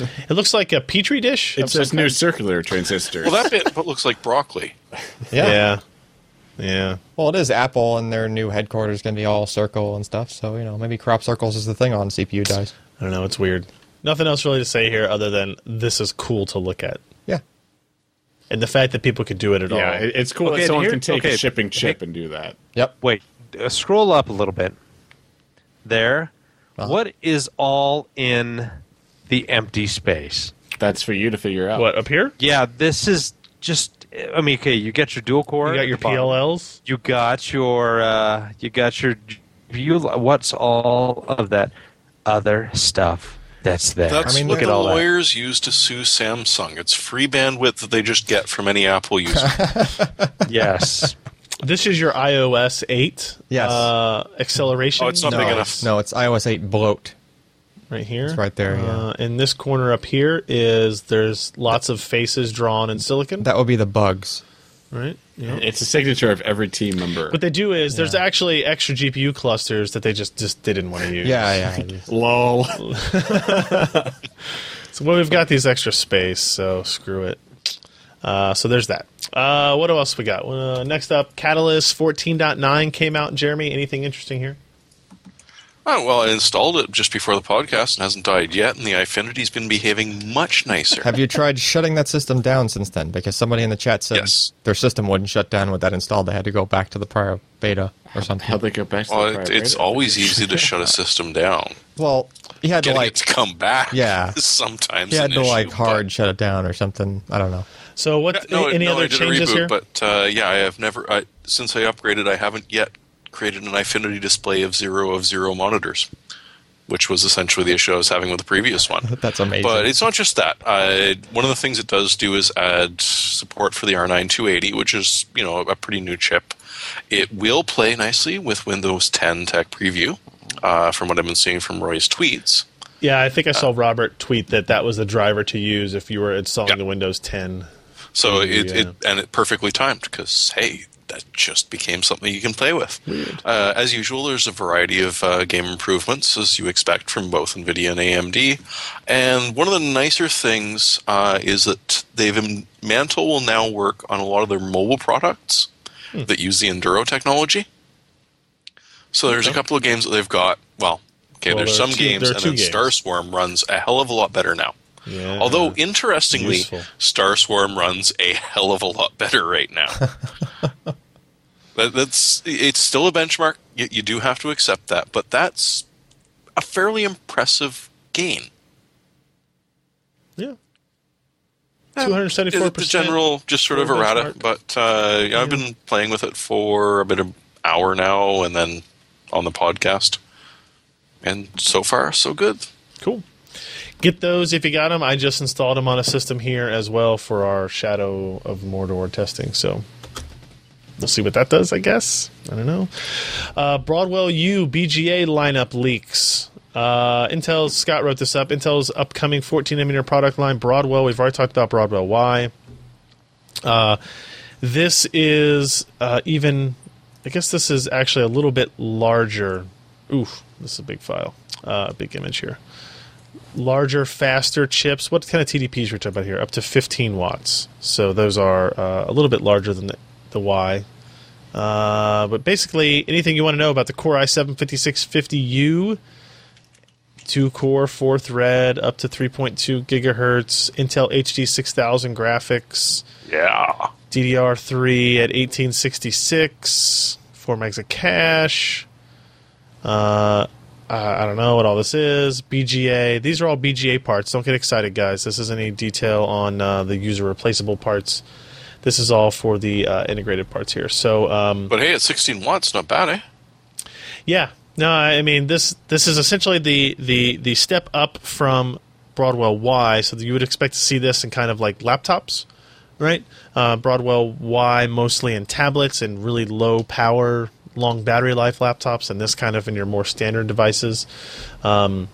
[SPEAKER 1] it looks like a petri dish.
[SPEAKER 5] It's this new circular transistor.
[SPEAKER 2] Well, that bit looks like broccoli.
[SPEAKER 4] yeah.
[SPEAKER 1] yeah, yeah.
[SPEAKER 4] Well, it is Apple, and their new headquarters going to be all circle and stuff. So you know, maybe crop circles is the thing on CPU dies.
[SPEAKER 1] I don't know. It's weird. Nothing else really to say here other than this is cool to look at.
[SPEAKER 4] Yeah.
[SPEAKER 1] And the fact that people could do it at
[SPEAKER 5] Yeah,
[SPEAKER 1] all.
[SPEAKER 5] it, it's cool
[SPEAKER 3] Okay,
[SPEAKER 5] that someone
[SPEAKER 3] here-
[SPEAKER 5] can take
[SPEAKER 3] okay,
[SPEAKER 5] a shipping chip
[SPEAKER 3] okay.
[SPEAKER 5] and do that.
[SPEAKER 4] Yep.
[SPEAKER 3] Wait, uh, scroll up a little bit. There.
[SPEAKER 1] Uh-huh.
[SPEAKER 3] What is all in the empty space?
[SPEAKER 5] That's for you to figure out.
[SPEAKER 1] what, up here?
[SPEAKER 3] Yeah, this is just. I mean, okay, you get your dual core.
[SPEAKER 1] You
[SPEAKER 3] at
[SPEAKER 1] got
[SPEAKER 3] the
[SPEAKER 1] your
[SPEAKER 3] bottom.
[SPEAKER 1] PLLs?
[SPEAKER 3] You got your. Uh, you got your. You, what's all of that other stuff that's there?
[SPEAKER 2] That's
[SPEAKER 4] I mean,
[SPEAKER 2] what
[SPEAKER 4] look at
[SPEAKER 2] the
[SPEAKER 4] all that.
[SPEAKER 2] lawyers use to sue Samsung. It's free bandwidth that they just get from any Apple user.
[SPEAKER 3] yes.
[SPEAKER 1] This is your iOS 8
[SPEAKER 4] Yes.
[SPEAKER 1] uh, acceleration.
[SPEAKER 2] Oh, it's not
[SPEAKER 4] No,
[SPEAKER 2] big enough.
[SPEAKER 4] it's- no, it's iOS 8 bloat.
[SPEAKER 1] right here.
[SPEAKER 4] It's right there,
[SPEAKER 1] Uh, in this corner up here is there's lots of faces drawn in silicon.
[SPEAKER 4] That would be the bugs.
[SPEAKER 1] right? Yeah.
[SPEAKER 5] It's a signature of every team member.
[SPEAKER 1] What they do is there's actually extra GPU clusters that they just just they didn't want to use.
[SPEAKER 4] Yeah, yeah.
[SPEAKER 5] Lol.
[SPEAKER 1] So well, we've got these extra space, so screw it. Uh, so there's that. Uh, what else we got? Uh, next up, Catalyst 14.9 came out. Jeremy, anything interesting here?
[SPEAKER 2] Oh, well, I installed it just before the podcast and hasn't died yet, and the iFinity's been behaving much nicer.
[SPEAKER 4] Have you tried shutting that system down since then? Because somebody in the chat said
[SPEAKER 2] Yes.
[SPEAKER 4] their system wouldn't shut down with that installed. They had to go back to the prior beta or something.
[SPEAKER 5] How'd they go back to the
[SPEAKER 2] well, it,
[SPEAKER 5] prior
[SPEAKER 2] it's
[SPEAKER 5] beta?
[SPEAKER 2] always easy to shut a system down.
[SPEAKER 4] Well, he had to
[SPEAKER 2] Getting
[SPEAKER 4] like
[SPEAKER 2] it to come back
[SPEAKER 4] Yeah.
[SPEAKER 2] is sometimes
[SPEAKER 4] he had
[SPEAKER 2] an
[SPEAKER 4] to
[SPEAKER 2] issue,
[SPEAKER 4] like hard
[SPEAKER 2] but-
[SPEAKER 4] shut it down or something. I don't know.
[SPEAKER 1] So what?
[SPEAKER 2] No,
[SPEAKER 1] any
[SPEAKER 2] no, I
[SPEAKER 1] other
[SPEAKER 2] did
[SPEAKER 1] changes
[SPEAKER 2] a reboot,
[SPEAKER 1] here?
[SPEAKER 2] But uh, yeah, I have never I, since I upgraded. I haven't yet created an iFinity display of zero of zero monitors, which was essentially the issue I was having with the previous one.
[SPEAKER 4] That's amazing.
[SPEAKER 2] But it's not just that. Uh, one of the things it does do is add support for the R9 280, which is you know a pretty new chip. It will play nicely with Windows 10 Tech Preview, uh, from what I've been seeing from Roy's tweets.
[SPEAKER 1] yeah, I think I
[SPEAKER 2] uh,
[SPEAKER 1] saw Robert tweet that that was the driver to use if you were installing
[SPEAKER 2] Yeah.
[SPEAKER 1] the Windows 10.
[SPEAKER 2] So
[SPEAKER 1] Mm,
[SPEAKER 2] it, it
[SPEAKER 1] yeah.
[SPEAKER 2] and it perfectly timed because hey, that just became something you can play with. Uh, as usual, there's a variety of uh, game improvements as you expect from both Nvidia and AMD. And one of the nicer things uh, is that they've im- Mantle will now work on a lot of their mobile products
[SPEAKER 1] Hmm.
[SPEAKER 2] that use the Enduro technology. So there's a couple of games that they've got. Well, okay,
[SPEAKER 1] Well,
[SPEAKER 2] there's
[SPEAKER 1] there are
[SPEAKER 2] some
[SPEAKER 1] two-
[SPEAKER 2] games,
[SPEAKER 1] there are
[SPEAKER 2] and
[SPEAKER 1] two
[SPEAKER 2] then
[SPEAKER 1] games.
[SPEAKER 2] Starswarm runs a hell of a lot better now.
[SPEAKER 1] Yeah.
[SPEAKER 2] Although, interestingly,
[SPEAKER 1] Useful.
[SPEAKER 2] Star Swarm runs a hell of a lot better right now. that, that's it's still a benchmark. You, you do have to accept that, but that's a fairly impressive gain.
[SPEAKER 1] yeah,
[SPEAKER 2] Is
[SPEAKER 1] 274
[SPEAKER 2] it the general just sort of
[SPEAKER 1] for a
[SPEAKER 2] errata?
[SPEAKER 1] benchmark.
[SPEAKER 2] But uh, yeah, I've been playing with it for about an hour now, and then on the podcast, and so far so good.
[SPEAKER 1] Cool. Get those if you got them. I just installed them on a system here as well for our Shadow of Mordor testing. So we'll see what that does, I guess. I don't know. Uh, Broadwell U BGA lineup leaks. Uh, Intel's Scott wrote this up. Intel's upcoming 14 nanometer product line, Broadwell. We've already talked about Broadwell Y. Uh, this is uh, even. I guess this is actually a little bit larger. Oof, this is a big file, uh, big image here larger, faster chips. What kind of TDPs we're talking about here? Up to 15 watts. So those are uh, a little bit larger than the, the Y. Uh, but basically, anything you want to know about the Core i7 5650U, two core, four thread, up to 3.2 gigahertz, Intel HD 6000 graphics,
[SPEAKER 2] Yeah.
[SPEAKER 1] DDR3 at 1866, 4 megs of cache. Uh, I, I don't know what all this is. BGA. These are all BGA parts. Don't get excited, guys. This isn't any detail on uh, the user replaceable parts. This is all for the uh, integrated parts here. So, um,
[SPEAKER 2] But hey, at 16 watts, not bad, eh?
[SPEAKER 1] yeah. No, I mean this. This is essentially the the the step up from Broadwell Y. So you would expect to see this in kind of like laptops, right? Uh, Broadwell Y mostly in tablets and really low power, long battery life laptops, and this kind of in your more standard devices. Um,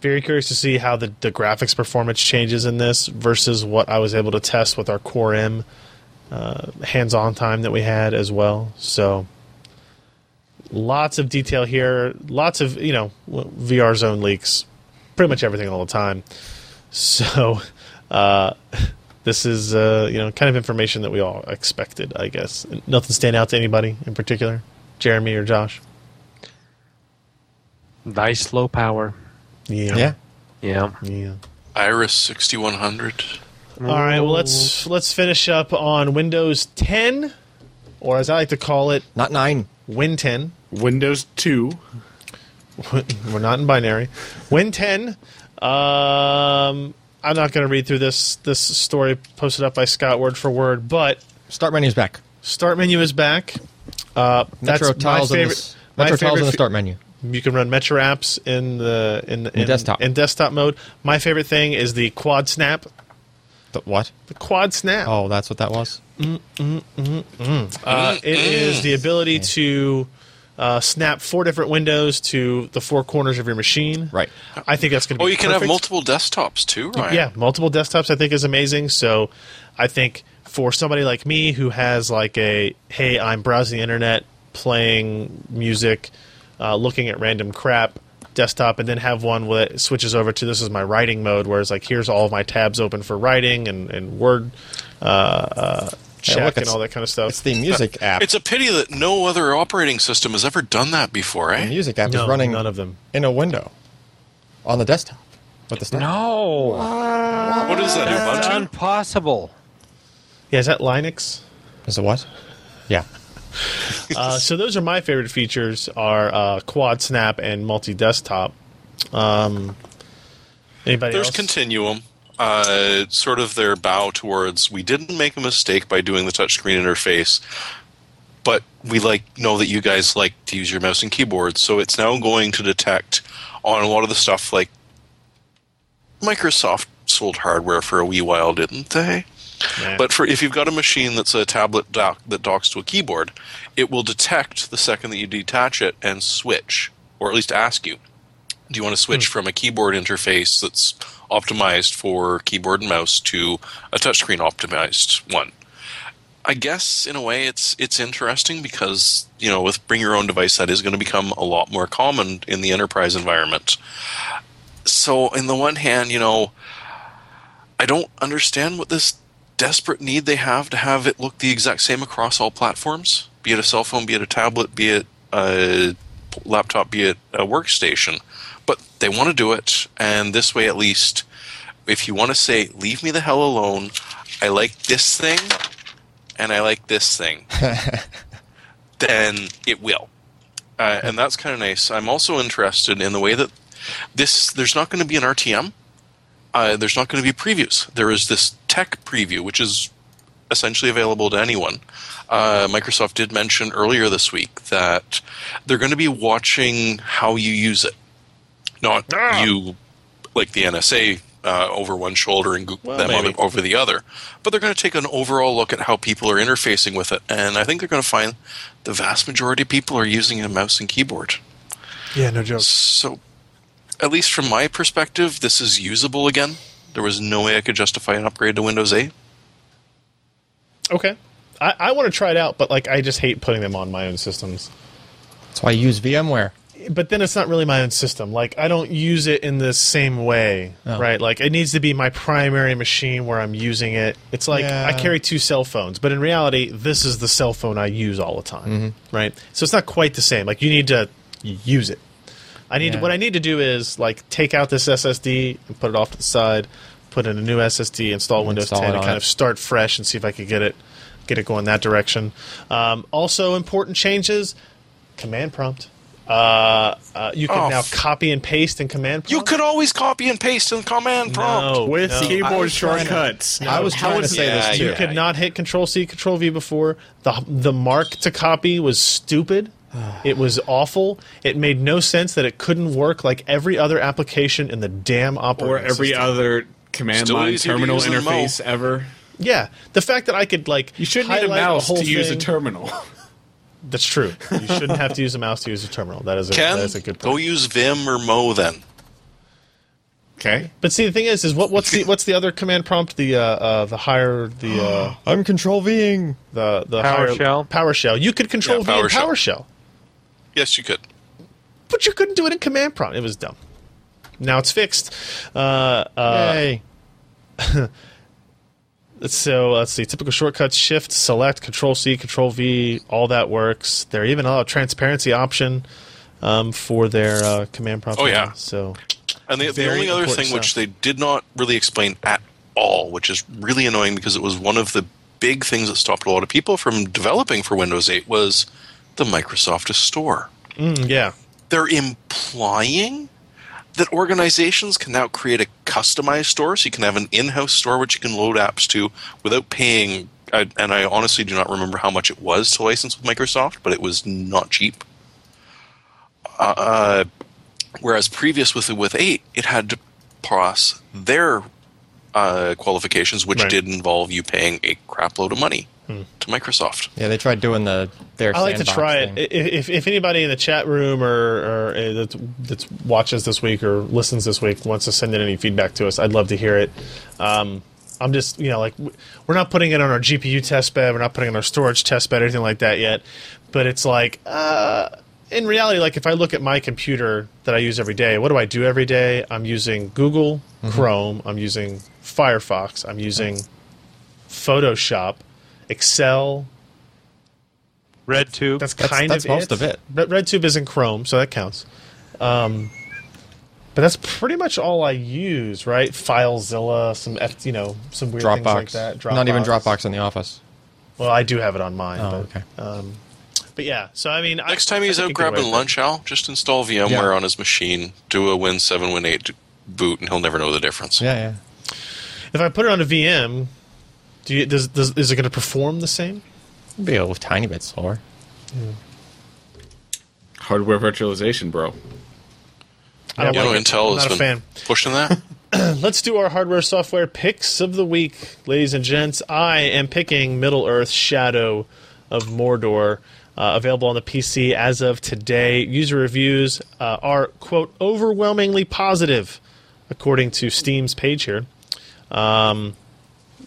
[SPEAKER 1] very curious to see how the, the graphics performance changes in this versus what I was able to test with our Core M uh, hands-on time that we had as well. So lots of detail here, lots of you know w- VR zone leaks, pretty much everything all the time. So uh, this is uh, you know kind of information that we all expected, I guess. Nothing stand out to anybody in particular, Jeremy or Josh.
[SPEAKER 3] Nice low power.
[SPEAKER 1] Yeah,
[SPEAKER 4] yeah.
[SPEAKER 3] Yeah.
[SPEAKER 1] Yeah.
[SPEAKER 2] Iris 6100.
[SPEAKER 1] All right. Well, let's let's finish up on Windows 10, or as I like to call it,
[SPEAKER 4] Not nine.
[SPEAKER 1] Win 10.
[SPEAKER 5] Windows 2.
[SPEAKER 1] We're not in binary. Win 10. Um, I'm not going to read through this this story posted up by Scott word for word, but
[SPEAKER 4] Start menu's back.
[SPEAKER 1] start menu is back. Uh, that's
[SPEAKER 4] Metro
[SPEAKER 1] my
[SPEAKER 4] tiles in
[SPEAKER 1] favorite.
[SPEAKER 4] the, s- Metro tiles in the
[SPEAKER 1] fe-
[SPEAKER 4] start menu.
[SPEAKER 1] You can run Metro apps in the in, in,
[SPEAKER 4] desktop.
[SPEAKER 1] in desktop mode. My favorite thing is the quad snap.
[SPEAKER 4] The, what?
[SPEAKER 1] The quad snap.
[SPEAKER 4] Oh, that's what that was.
[SPEAKER 1] Uh, it is the ability to uh, snap four different windows to the four corners of your machine.
[SPEAKER 4] Right.
[SPEAKER 1] I think that's going to
[SPEAKER 2] Oh,
[SPEAKER 1] be
[SPEAKER 2] you can have
[SPEAKER 1] perfect.
[SPEAKER 2] multiple desktops too, right?
[SPEAKER 1] Yeah, multiple desktops I think is amazing. So I think for somebody like me who has like a hey, I'm browsing the internet, playing music, uh, looking at random crap desktop, and then have one that switches over to this is my writing mode, where it's like here's all of my tabs open for writing and and Word. Uh, uh, Check
[SPEAKER 4] look,
[SPEAKER 1] and
[SPEAKER 4] it's-
[SPEAKER 1] all that kind of stuff.
[SPEAKER 4] It's the music app.
[SPEAKER 2] It's a pity that no other operating system has ever done that before,
[SPEAKER 4] the
[SPEAKER 2] eh?
[SPEAKER 4] music app
[SPEAKER 1] No,
[SPEAKER 4] is running
[SPEAKER 1] none of them.
[SPEAKER 4] in a window on the desktop. With the snap.
[SPEAKER 3] No.
[SPEAKER 2] What is that,
[SPEAKER 3] That's
[SPEAKER 2] Ubuntu?
[SPEAKER 3] impossible.
[SPEAKER 1] Yeah, is that Linux?
[SPEAKER 4] Is it what? Yeah.
[SPEAKER 1] Uh, so those are my favorite features: are uh, quad snap and multi desktop. Um, anybody
[SPEAKER 2] There's
[SPEAKER 1] else?
[SPEAKER 2] Continuum. Uh, sort of their bow towards we didn't make a mistake by doing the touchscreen interface, but we like know that you guys like to use your mouse and keyboard, so it's now going to detect on a lot of the stuff like Microsoft sold hardware for a wee while, didn't they?
[SPEAKER 1] Nah.
[SPEAKER 2] But for if you've got a machine that's a tablet dock that docks to a keyboard, it will detect the second that you detach it and switch, or at least ask you, do you want to switch from a keyboard interface that's optimized for keyboard and mouse to a touchscreen optimized one? I guess in a way it's it's interesting because you know with bring your own device that is going to become a lot more common in the enterprise environment. So in the one hand, you know, I don't understand what this desperate need they have to have it look the exact same across all platforms, be it a cell phone, be it a tablet, be it a laptop, be it a workstation. But they want to do it, and this way at least, if you want to say, leave me the hell alone, I like this thing, and I like this thing, then it will. Uh, and that's kind of nice. I'm also interested in the way that this, there's not going to be an RTM uh, there's not going to be previews. There is this tech preview, which is essentially available to anyone. Uh, Microsoft did mention earlier this week that they're going to be watching how you use it, not you like the NSA uh, over one shoulder and go- them on
[SPEAKER 1] maybe.
[SPEAKER 2] the- over the other. But they're going to take an overall look at how people are interfacing with it, and I think they're going to find the vast majority of people are using a mouse and keyboard.
[SPEAKER 1] yeah, no joke.
[SPEAKER 2] So, at least from my perspective, this is usable again. There was no way I could justify an upgrade to Windows 8.
[SPEAKER 1] Okay, I, I want to try it out, but like I just hate putting them on my own systems.
[SPEAKER 4] That's why I use VMware.
[SPEAKER 1] But then it's not really my own system. Like I don't use it in the same way,
[SPEAKER 4] Oh.
[SPEAKER 1] right? Like it needs to be my primary machine where I'm using it. It's like
[SPEAKER 4] Yeah.
[SPEAKER 1] I carry two cell phones, but in reality, this is the cell phone I use all the time,
[SPEAKER 4] Mm-hmm.
[SPEAKER 1] right? So it's not quite the same. Like you need to use it. I need to,
[SPEAKER 4] Yeah.
[SPEAKER 1] what I need to do is like take out this SSD and put it off to the side, put in a new SSD, install Windows
[SPEAKER 4] Install it
[SPEAKER 1] 10, and
[SPEAKER 4] on
[SPEAKER 1] kind
[SPEAKER 4] it.
[SPEAKER 1] of start fresh and see if I could get it get it going that direction. Um, also, important changes: command prompt. Uh, uh, you can
[SPEAKER 2] Oh,
[SPEAKER 1] now
[SPEAKER 2] f-
[SPEAKER 1] copy and paste in command prompt.
[SPEAKER 2] You could always copy and paste in command prompt.
[SPEAKER 1] no,
[SPEAKER 5] With
[SPEAKER 1] no.
[SPEAKER 4] I
[SPEAKER 5] keyboard
[SPEAKER 4] was trying to-
[SPEAKER 5] shortcuts.
[SPEAKER 4] I was
[SPEAKER 5] How
[SPEAKER 4] trying to
[SPEAKER 5] is-
[SPEAKER 4] say
[SPEAKER 2] yeah,
[SPEAKER 4] this too.
[SPEAKER 1] you could not hit Control C, Control V before. the The mark to copy was stupid. It was awful. It made no sense that it couldn't work like every other application in the damn operating
[SPEAKER 5] Or every
[SPEAKER 1] system.
[SPEAKER 5] other command
[SPEAKER 2] Still
[SPEAKER 5] line
[SPEAKER 2] easier to
[SPEAKER 5] terminal
[SPEAKER 2] use than Mo.
[SPEAKER 5] interface ever.
[SPEAKER 1] Yeah, the fact that I could like
[SPEAKER 5] You should need a
[SPEAKER 1] highlight
[SPEAKER 5] mouse
[SPEAKER 1] whole
[SPEAKER 5] to use a
[SPEAKER 1] thing-
[SPEAKER 5] terminal.
[SPEAKER 1] That's true. You shouldn't have to use a mouse to use a terminal. That is a, that
[SPEAKER 2] Ken,
[SPEAKER 1] is a good
[SPEAKER 2] go
[SPEAKER 1] point.
[SPEAKER 2] use Vim or Mo then.
[SPEAKER 5] Okay.
[SPEAKER 1] But see, the thing is, is what what's the what's the other command prompt? The uh, uh the higher the uh,
[SPEAKER 4] I'm control Ving.
[SPEAKER 1] the the
[SPEAKER 3] PowerShell?
[SPEAKER 1] Higher, PowerShell. You could control
[SPEAKER 2] Yeah,
[SPEAKER 1] V in
[SPEAKER 2] PowerShell.
[SPEAKER 1] PowerShell,
[SPEAKER 2] Yes, you could.
[SPEAKER 1] but you couldn't do it in command prompt. It was dumb. Now it's fixed. Uh, uh,
[SPEAKER 4] Hey.
[SPEAKER 1] so let's see. Typical shortcuts: Shift, Select, Control C, Control V. All that works. They're even allow a transparency option um, for their uh, command prompt.
[SPEAKER 2] Oh,
[SPEAKER 1] now.
[SPEAKER 2] yeah.
[SPEAKER 1] So
[SPEAKER 2] I And the, the
[SPEAKER 4] Very
[SPEAKER 2] only other
[SPEAKER 4] important
[SPEAKER 2] thing which
[SPEAKER 4] stuff.
[SPEAKER 2] they did not really explain at all, which is really annoying because it was one of the big things that stopped a lot of people from developing for Windows 8, was the Microsoft Store.
[SPEAKER 1] Mm, yeah.
[SPEAKER 2] They're implying that organizations can now create a customized store, so you can have an in-house store which you can load apps to without paying. I, and I honestly do not remember how much it was to license with Microsoft, but it was not cheap. Uh, whereas previous with with eight, it had to pass their uh, qualifications, which
[SPEAKER 1] Right.
[SPEAKER 2] did involve you paying a crap load of money to Microsoft.
[SPEAKER 4] Yeah, they tried doing the their.
[SPEAKER 1] I like to
[SPEAKER 4] sandbox
[SPEAKER 1] try
[SPEAKER 4] thing.
[SPEAKER 1] it. I- If, if anybody in the chat room or, or uh, that that's watches this week or listens this week wants to send in any feedback to us, I'd love to hear it. Um, I'm just, you know, like w- we're not putting it on our GPU test bed, we're not putting it on our storage test bed, or anything like that yet. But it's like, uh, in reality, like if I look at my computer that I use every day, what do I do every day? I'm using Google Chrome, I'm using Firefox, I'm using Photoshop, Excel,
[SPEAKER 3] RedTube.
[SPEAKER 1] that's
[SPEAKER 4] That's-
[SPEAKER 1] kind
[SPEAKER 4] that's
[SPEAKER 1] of
[SPEAKER 4] most of it.
[SPEAKER 1] But RedTube is in Chrome, so that counts. Um, but that's pretty much all I use, right? FileZilla, some F, you know, some weird things like
[SPEAKER 4] Dropbox.
[SPEAKER 1] that.
[SPEAKER 4] Not even Dropbox in the office.
[SPEAKER 1] Well, I do have it on mine.
[SPEAKER 4] Oh,
[SPEAKER 1] but,
[SPEAKER 4] okay.
[SPEAKER 1] Um, but yeah, so I mean,
[SPEAKER 2] Next time he's out grabbing lunch, Al, just install VMware
[SPEAKER 4] Yeah.
[SPEAKER 2] on his machine, do a Win 7, Win 8 boot, and he'll never know the difference.
[SPEAKER 4] Yeah, yeah.
[SPEAKER 1] If I put it on a VM, do you, does, does is it going to perform the same?
[SPEAKER 4] It'd be a little tiny bit slower.
[SPEAKER 5] Hardware virtualization, bro.
[SPEAKER 1] I don't
[SPEAKER 2] You know,
[SPEAKER 1] like it.
[SPEAKER 2] Intel
[SPEAKER 1] I'm
[SPEAKER 2] has
[SPEAKER 1] not a
[SPEAKER 2] been
[SPEAKER 1] fan.
[SPEAKER 2] pushing that.
[SPEAKER 1] Let's do our hardware software picks of the week, ladies and gents. I am picking Middle Earth Shadow of Mordor, uh, available on the PC as of today. User reviews uh, are, quote, overwhelmingly positive, according to Steam's page here. Um,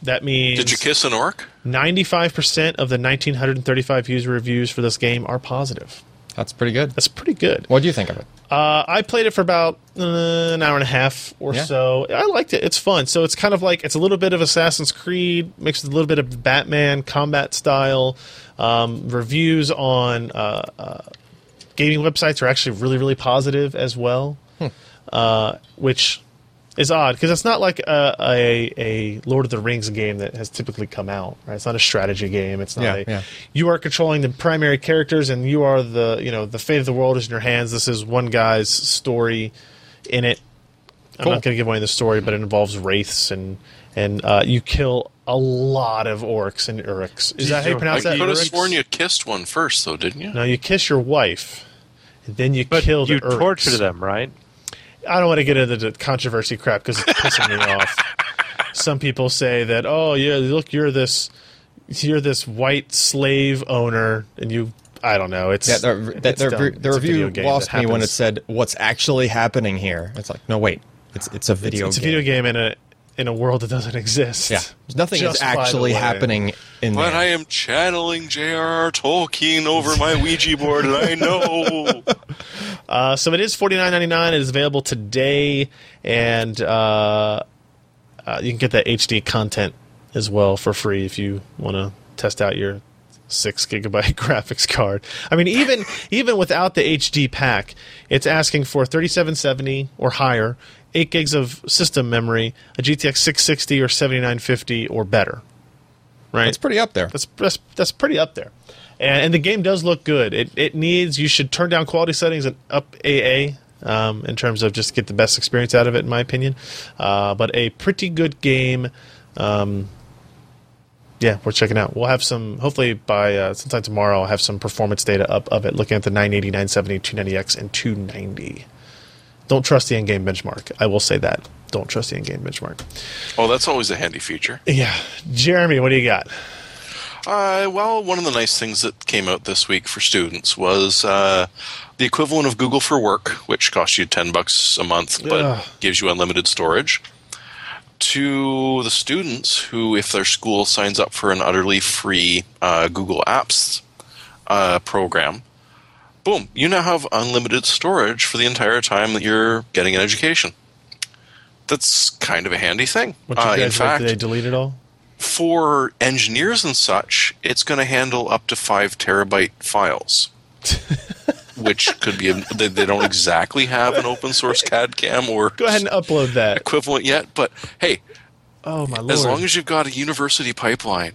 [SPEAKER 1] that means
[SPEAKER 2] Did you kiss an orc?
[SPEAKER 1] 95% of the 1,935 user reviews for this game are positive.
[SPEAKER 4] That's pretty good.
[SPEAKER 1] That's pretty good.
[SPEAKER 4] What do you think of it?
[SPEAKER 1] Uh, I played it for about uh, an hour and a half or
[SPEAKER 4] Yeah.
[SPEAKER 1] so. I liked it. It's fun. So it's kind of like it's a little bit of Assassin's Creed mixed with a little bit of Batman combat style. Um, reviews on uh, uh, gaming websites are actually really, really positive as well, uh, which is odd because it's not like a, a, a Lord of the Rings game that has typically come out. Right? It's not a strategy game. It's not
[SPEAKER 4] Yeah,
[SPEAKER 1] a
[SPEAKER 4] yeah.
[SPEAKER 1] you are controlling the primary characters and you are the you know the fate of the world is in your hands. This is one guy's story in it. I'm
[SPEAKER 4] Cool.
[SPEAKER 1] not going to give away the story, but it involves wraiths and and uh, you kill a lot of orcs and uruks. Is that how you
[SPEAKER 2] I
[SPEAKER 1] pronounce that?
[SPEAKER 2] could have
[SPEAKER 1] Uruks?
[SPEAKER 2] sworn you kissed one first, though, didn't you?
[SPEAKER 1] No, you kiss your wife, and then you
[SPEAKER 3] But
[SPEAKER 1] kill the
[SPEAKER 3] you
[SPEAKER 1] Uruks.
[SPEAKER 3] torture them, right?
[SPEAKER 1] I don't want to get into the controversy crap because it's pissing me off. Some people say that, oh yeah, look, you're this, you're this white slave owner, and you, I don't know, it's
[SPEAKER 4] Yeah, the, the,
[SPEAKER 1] it's
[SPEAKER 4] the,
[SPEAKER 1] dumb.
[SPEAKER 4] the
[SPEAKER 1] It's a video
[SPEAKER 4] review
[SPEAKER 1] game
[SPEAKER 4] lost
[SPEAKER 1] that
[SPEAKER 4] me when it
[SPEAKER 1] happens.
[SPEAKER 4] said, "What's actually happening here?" It's like, no, wait, it's it's a video.
[SPEAKER 1] it's a
[SPEAKER 4] game.
[SPEAKER 1] video game in a in a world that doesn't exist.
[SPEAKER 4] Yeah, nothing is
[SPEAKER 1] Just by the
[SPEAKER 4] actually
[SPEAKER 1] way.
[SPEAKER 4] happening in
[SPEAKER 2] But I
[SPEAKER 4] there.
[SPEAKER 2] am channeling J.R.R. Tolkien over my Ouija board, and I know.
[SPEAKER 1] Uh, so it is forty nine ninety nine. It is available today, and uh, uh, you can get that HD content as well for free if you want to test out your six gigabyte graphics card. I mean, even even without the HD pack, it's asking for thirty seven seventy or higher, eight gigs of system memory, a GTX six sixty or seventy nine fifty or better. Right,
[SPEAKER 4] It's pretty up there.
[SPEAKER 1] that's that's, that's pretty up there. And, and the game does look good. It, it needs you should turn down quality settings and up AA um, in terms of just get the best experience out of it, in my opinion. Uh, but a pretty good game. Um, yeah, we're checking out. We'll have some hopefully by uh, sometime tomorrow. I'll have some performance data up of it, looking at the 980, 970, 290x, and 290. Don't trust the in-game benchmark. I will say that. Don't trust the in-game benchmark.
[SPEAKER 2] Oh, that's always a handy feature.
[SPEAKER 1] Yeah, Jeremy, what do you got?
[SPEAKER 2] Uh, well, one of the nice things that came out this week for students was uh, the equivalent of Google for Work, which costs you ten bucks a month but
[SPEAKER 1] Ugh.
[SPEAKER 2] gives you unlimited storage. To the students who, if their school signs up for an utterly free uh, Google Apps uh, program, boom, you now have unlimited storage for the entire time that you're getting an education. That's kind of a handy thing.
[SPEAKER 1] What you
[SPEAKER 2] Uh, in
[SPEAKER 1] guys like?
[SPEAKER 2] fact,
[SPEAKER 1] Did they delete it all?
[SPEAKER 2] for engineers and such, it's going to handle up to five terabyte files. which could be they, they don't exactly have an open source CAD CAM or
[SPEAKER 1] Go ahead and upload that.
[SPEAKER 2] equivalent yet. But hey,
[SPEAKER 1] Oh my lord!
[SPEAKER 2] as long as you've got a university pipeline,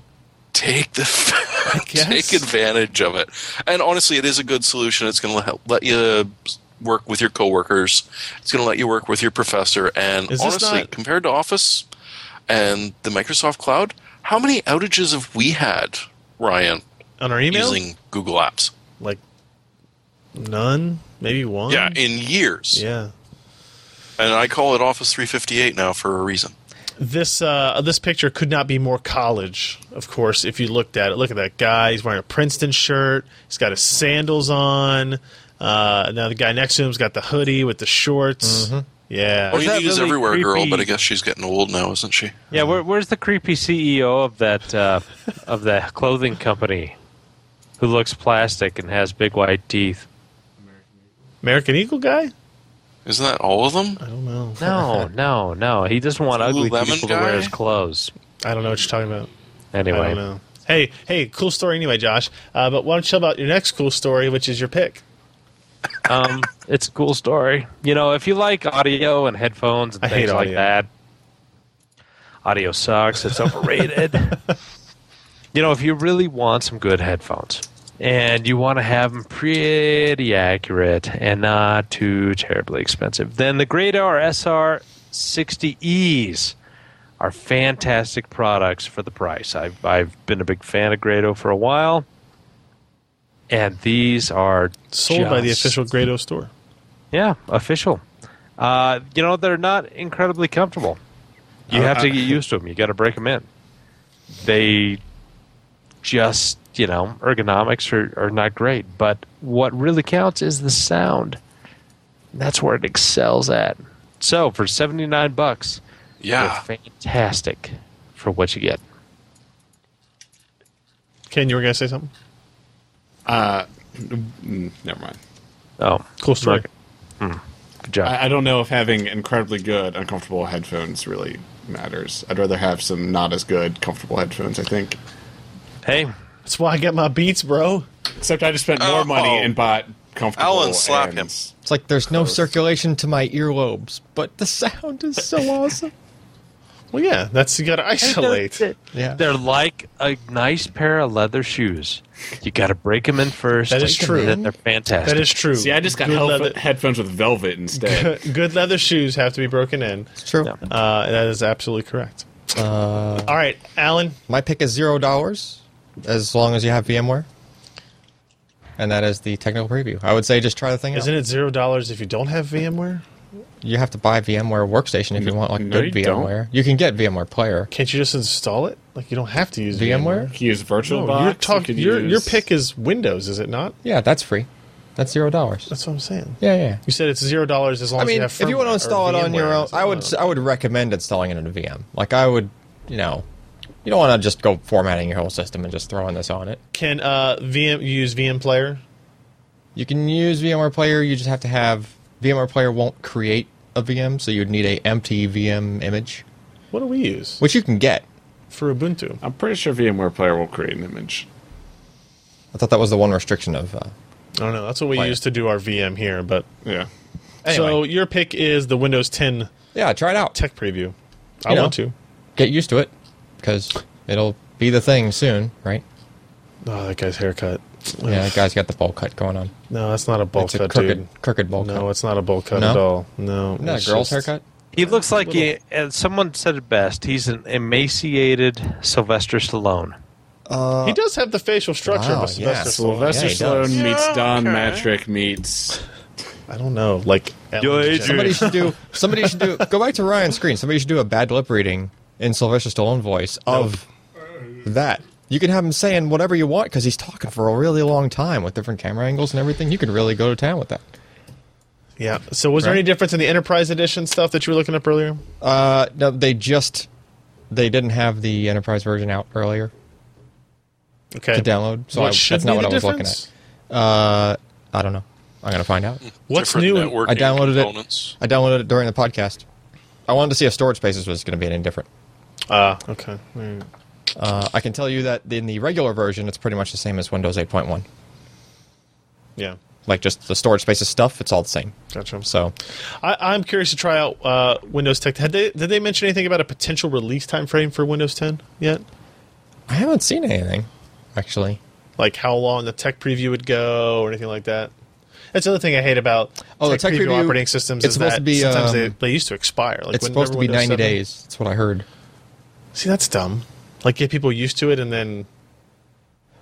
[SPEAKER 2] take the take advantage of it. And honestly, it is a good solution. It's going to help let you work with your coworkers. It's going to let you work with your professor. And
[SPEAKER 1] Is this
[SPEAKER 2] honestly,
[SPEAKER 1] not-
[SPEAKER 2] compared to Office and the Microsoft Cloud, how many outages have we had, Ryan,
[SPEAKER 1] on our email,
[SPEAKER 2] using Google Apps?
[SPEAKER 1] like none, maybe one.
[SPEAKER 2] Yeah, in years.
[SPEAKER 1] yeah.
[SPEAKER 2] And I call it Office 358 now for a reason.
[SPEAKER 1] This uh, this picture could not be more college. Of course, if you looked at it, look at that guy. He's wearing a Princeton shirt. He's got his sandals on. Uh, now the guy next to him's got the hoodie with the shorts. Yeah,
[SPEAKER 2] All you
[SPEAKER 3] that
[SPEAKER 2] need is
[SPEAKER 3] really
[SPEAKER 2] everywhere, girl,
[SPEAKER 3] creepy?
[SPEAKER 2] but I guess she's getting old now, isn't she?
[SPEAKER 3] Yeah, where, where's the creepy CEO of that uh, of that clothing company who looks plastic and has big white teeth?
[SPEAKER 1] American Eagle guy.
[SPEAKER 2] Isn't that all of them?
[SPEAKER 1] I don't know.
[SPEAKER 3] No, no, no. He doesn't want ugly
[SPEAKER 2] Lululemon
[SPEAKER 3] people to wear
[SPEAKER 2] guy?
[SPEAKER 3] his clothes.
[SPEAKER 1] I don't know what you're talking about. I don't
[SPEAKER 3] Anyway,
[SPEAKER 1] know. Hey, hey, cool story anyway, Josh. Uh, but why don't you tell about your next cool story, which is your pick?
[SPEAKER 3] um, it's a cool story. You know, if you like audio and headphones and
[SPEAKER 1] I hate
[SPEAKER 3] things like
[SPEAKER 1] audio.
[SPEAKER 3] that, audio sucks. It's overrated. you know, if you really want some good headphones and you want to have them pretty accurate and not too terribly expensive, then the Grado or SR 60Es are fantastic products for the price. I've, I've been a big fan of Grado for a while. And these are
[SPEAKER 1] Sold by the
[SPEAKER 3] just-
[SPEAKER 1] official Grado store.
[SPEAKER 3] yeah, official. Uh, you know, they're not incredibly comfortable. You
[SPEAKER 1] I-
[SPEAKER 3] have
[SPEAKER 1] Oh, I-
[SPEAKER 3] to get used to them. You got to break them in. They just, you know, ergonomics are, are not great. But what really counts is the sound. That's where it excels at. So for 79 bucks,
[SPEAKER 1] Ah.
[SPEAKER 2] Yeah.
[SPEAKER 3] they're fantastic for what you get.
[SPEAKER 1] Ken, you were gonna say something?
[SPEAKER 5] Mm, never mind.
[SPEAKER 3] Oh,
[SPEAKER 1] Cool story.
[SPEAKER 3] Okay. Hmm, good job.
[SPEAKER 5] I, I don't know if having incredibly good, uncomfortable headphones really matters. I'd rather have some not as good, comfortable headphones, I think.
[SPEAKER 3] hey,
[SPEAKER 1] That's why I get my beats, bro.
[SPEAKER 5] Except I just spent more money
[SPEAKER 2] Oh.
[SPEAKER 5] and bought comfortable
[SPEAKER 2] Alan, slap
[SPEAKER 5] and-
[SPEAKER 2] him.
[SPEAKER 4] It's like there's no circulation to my earlobes, but the sound is so awesome.
[SPEAKER 1] Well, yeah, that's you gotta isolate.
[SPEAKER 4] Yeah.
[SPEAKER 3] They're like a nice pair of leather shoes. You got to break them in first.
[SPEAKER 1] That is
[SPEAKER 3] and
[SPEAKER 1] true.
[SPEAKER 3] Then they're fantastic.
[SPEAKER 1] That is true.
[SPEAKER 5] See, I just got
[SPEAKER 1] good
[SPEAKER 5] headph-
[SPEAKER 1] leather,
[SPEAKER 5] headphones with velvet instead.
[SPEAKER 1] good, good leather shoes have to be broken in.
[SPEAKER 4] True.
[SPEAKER 3] Yeah.
[SPEAKER 1] Uh, that is absolutely correct. All right, Alan.
[SPEAKER 4] My pick is zero dollars, as long as you have VMware. And that is the technical preview. I would say just try the thing
[SPEAKER 1] Isn't
[SPEAKER 4] out.
[SPEAKER 1] it zero dollars if you don't have VMware?
[SPEAKER 4] You have to buy VMware Workstation if you want like
[SPEAKER 5] No,
[SPEAKER 4] good
[SPEAKER 5] you don't.
[SPEAKER 4] VMware. You can get VMware Player.
[SPEAKER 1] Can't you just install it? Like you don't have to use
[SPEAKER 4] VMware?
[SPEAKER 5] You could use virtual
[SPEAKER 1] No,
[SPEAKER 5] box.
[SPEAKER 1] you're
[SPEAKER 5] you
[SPEAKER 1] talking.
[SPEAKER 5] could
[SPEAKER 1] Your your
[SPEAKER 5] use-
[SPEAKER 1] pick is Windows, is it not?
[SPEAKER 4] Yeah, that's free. That's zero dollars.
[SPEAKER 1] That's what I'm saying.
[SPEAKER 4] Yeah, yeah.
[SPEAKER 1] You said it's zero dollars as long
[SPEAKER 4] I
[SPEAKER 1] as you
[SPEAKER 4] mean,
[SPEAKER 1] have.
[SPEAKER 4] if you want
[SPEAKER 1] firmware
[SPEAKER 4] to install
[SPEAKER 1] or
[SPEAKER 4] it on your
[SPEAKER 1] VMware.
[SPEAKER 4] own, I would I would recommend installing it in a VM. Like I would, you know, you don't want to just go formatting your whole system and just throwing this on it.
[SPEAKER 1] Can uh, VM use VM Player?
[SPEAKER 4] You can use VMware Player. You just have to have VMware Player won't create a VM, so you'd need a empty VM image,
[SPEAKER 1] What do we use
[SPEAKER 4] which you can get.
[SPEAKER 1] for Ubuntu?
[SPEAKER 5] I'm pretty sure VMware Player will create an image.
[SPEAKER 4] I thought that was the one restriction of. Uh,
[SPEAKER 1] I don't know. That's what we
[SPEAKER 4] Player.
[SPEAKER 1] use to do our VM here. But
[SPEAKER 5] Yeah.
[SPEAKER 1] so
[SPEAKER 4] anyway,
[SPEAKER 1] your pick is the Windows 10
[SPEAKER 4] yeah, try it out.
[SPEAKER 1] tech preview. I
[SPEAKER 4] You know.
[SPEAKER 1] want to.
[SPEAKER 4] Get used to it because it'll be the thing soon, right?
[SPEAKER 1] Oh, that guy's haircut.
[SPEAKER 4] Yeah, that guy's got the bowl cut going on.
[SPEAKER 1] No, that's not a bowl
[SPEAKER 4] It's a
[SPEAKER 1] cut,
[SPEAKER 4] crooked,
[SPEAKER 1] dude.
[SPEAKER 4] crooked bowl
[SPEAKER 1] No,
[SPEAKER 4] cut.
[SPEAKER 1] it's not a bowl cut
[SPEAKER 4] No?
[SPEAKER 1] at all. No,
[SPEAKER 4] Isn't that
[SPEAKER 1] it's
[SPEAKER 4] a girl's
[SPEAKER 1] just-
[SPEAKER 4] haircut?
[SPEAKER 3] He looks like
[SPEAKER 1] Little.
[SPEAKER 3] he, as someone said it best, he's an emaciated Sylvester Stallone.
[SPEAKER 1] He does have the facial structure of
[SPEAKER 4] Wow,
[SPEAKER 1] a Sylvester
[SPEAKER 4] yes.
[SPEAKER 1] Stallone.
[SPEAKER 5] Sylvester
[SPEAKER 4] Yeah, he
[SPEAKER 5] Stallone
[SPEAKER 4] does.
[SPEAKER 5] meets
[SPEAKER 2] Yeah,
[SPEAKER 5] Don
[SPEAKER 2] okay.
[SPEAKER 5] Matrick meets.
[SPEAKER 1] I don't know. Like,
[SPEAKER 3] Yo,
[SPEAKER 1] Ellen DeGeneres.
[SPEAKER 3] Adrian.
[SPEAKER 4] Somebody should do. Somebody should do. Go back to Ryan's screen. Somebody should do a bad lip reading in Sylvester Stallone voice of that. You can have him saying whatever you want because he's talking for a really long time with different camera angles and everything. You can really go to town with that.
[SPEAKER 1] Yeah. So, was there
[SPEAKER 4] Right.
[SPEAKER 1] any difference in the Enterprise Edition stuff that you were looking up earlier?
[SPEAKER 4] Uh, no, they just they didn't have the enterprise version out earlier
[SPEAKER 1] Okay.
[SPEAKER 4] to download, so
[SPEAKER 1] What
[SPEAKER 4] I,
[SPEAKER 1] should
[SPEAKER 4] that's not
[SPEAKER 1] be
[SPEAKER 4] what
[SPEAKER 1] the
[SPEAKER 4] I was looking
[SPEAKER 1] difference?
[SPEAKER 4] at. Uh, I don't know. I'm gonna find out.
[SPEAKER 1] What's
[SPEAKER 2] Different
[SPEAKER 1] new? in-
[SPEAKER 2] networking
[SPEAKER 4] I downloaded
[SPEAKER 2] components.
[SPEAKER 4] it. I downloaded it during the podcast. I wanted to see if storage spaces was going to be any different.
[SPEAKER 1] Ah, okay. Mm.
[SPEAKER 4] Uh, I can tell you that in the regular version, it's pretty much the same as Windows 8.1.
[SPEAKER 1] Yeah.
[SPEAKER 4] like just the storage space of stuff, it's all the same.
[SPEAKER 1] Gotcha.
[SPEAKER 4] So
[SPEAKER 1] I, I'm curious to try out uh, Windows 10. Had they, did they mention anything about a potential release time frame for Windows 10 yet?
[SPEAKER 4] I haven't seen anything actually.
[SPEAKER 1] Like how long the tech preview would go or anything like that? That's the other thing I hate about
[SPEAKER 4] Oh, the tech preview,
[SPEAKER 1] operating systems
[SPEAKER 4] it's
[SPEAKER 1] is
[SPEAKER 4] supposed
[SPEAKER 1] that
[SPEAKER 4] to be,
[SPEAKER 1] sometimes they,
[SPEAKER 4] um,
[SPEAKER 1] they used to expire. Like
[SPEAKER 4] it's
[SPEAKER 1] when-
[SPEAKER 4] supposed to be
[SPEAKER 1] remember Windows
[SPEAKER 4] 90
[SPEAKER 1] 7?
[SPEAKER 4] days. That's what I heard.
[SPEAKER 1] See, that's dumb. Like get people used to it and then.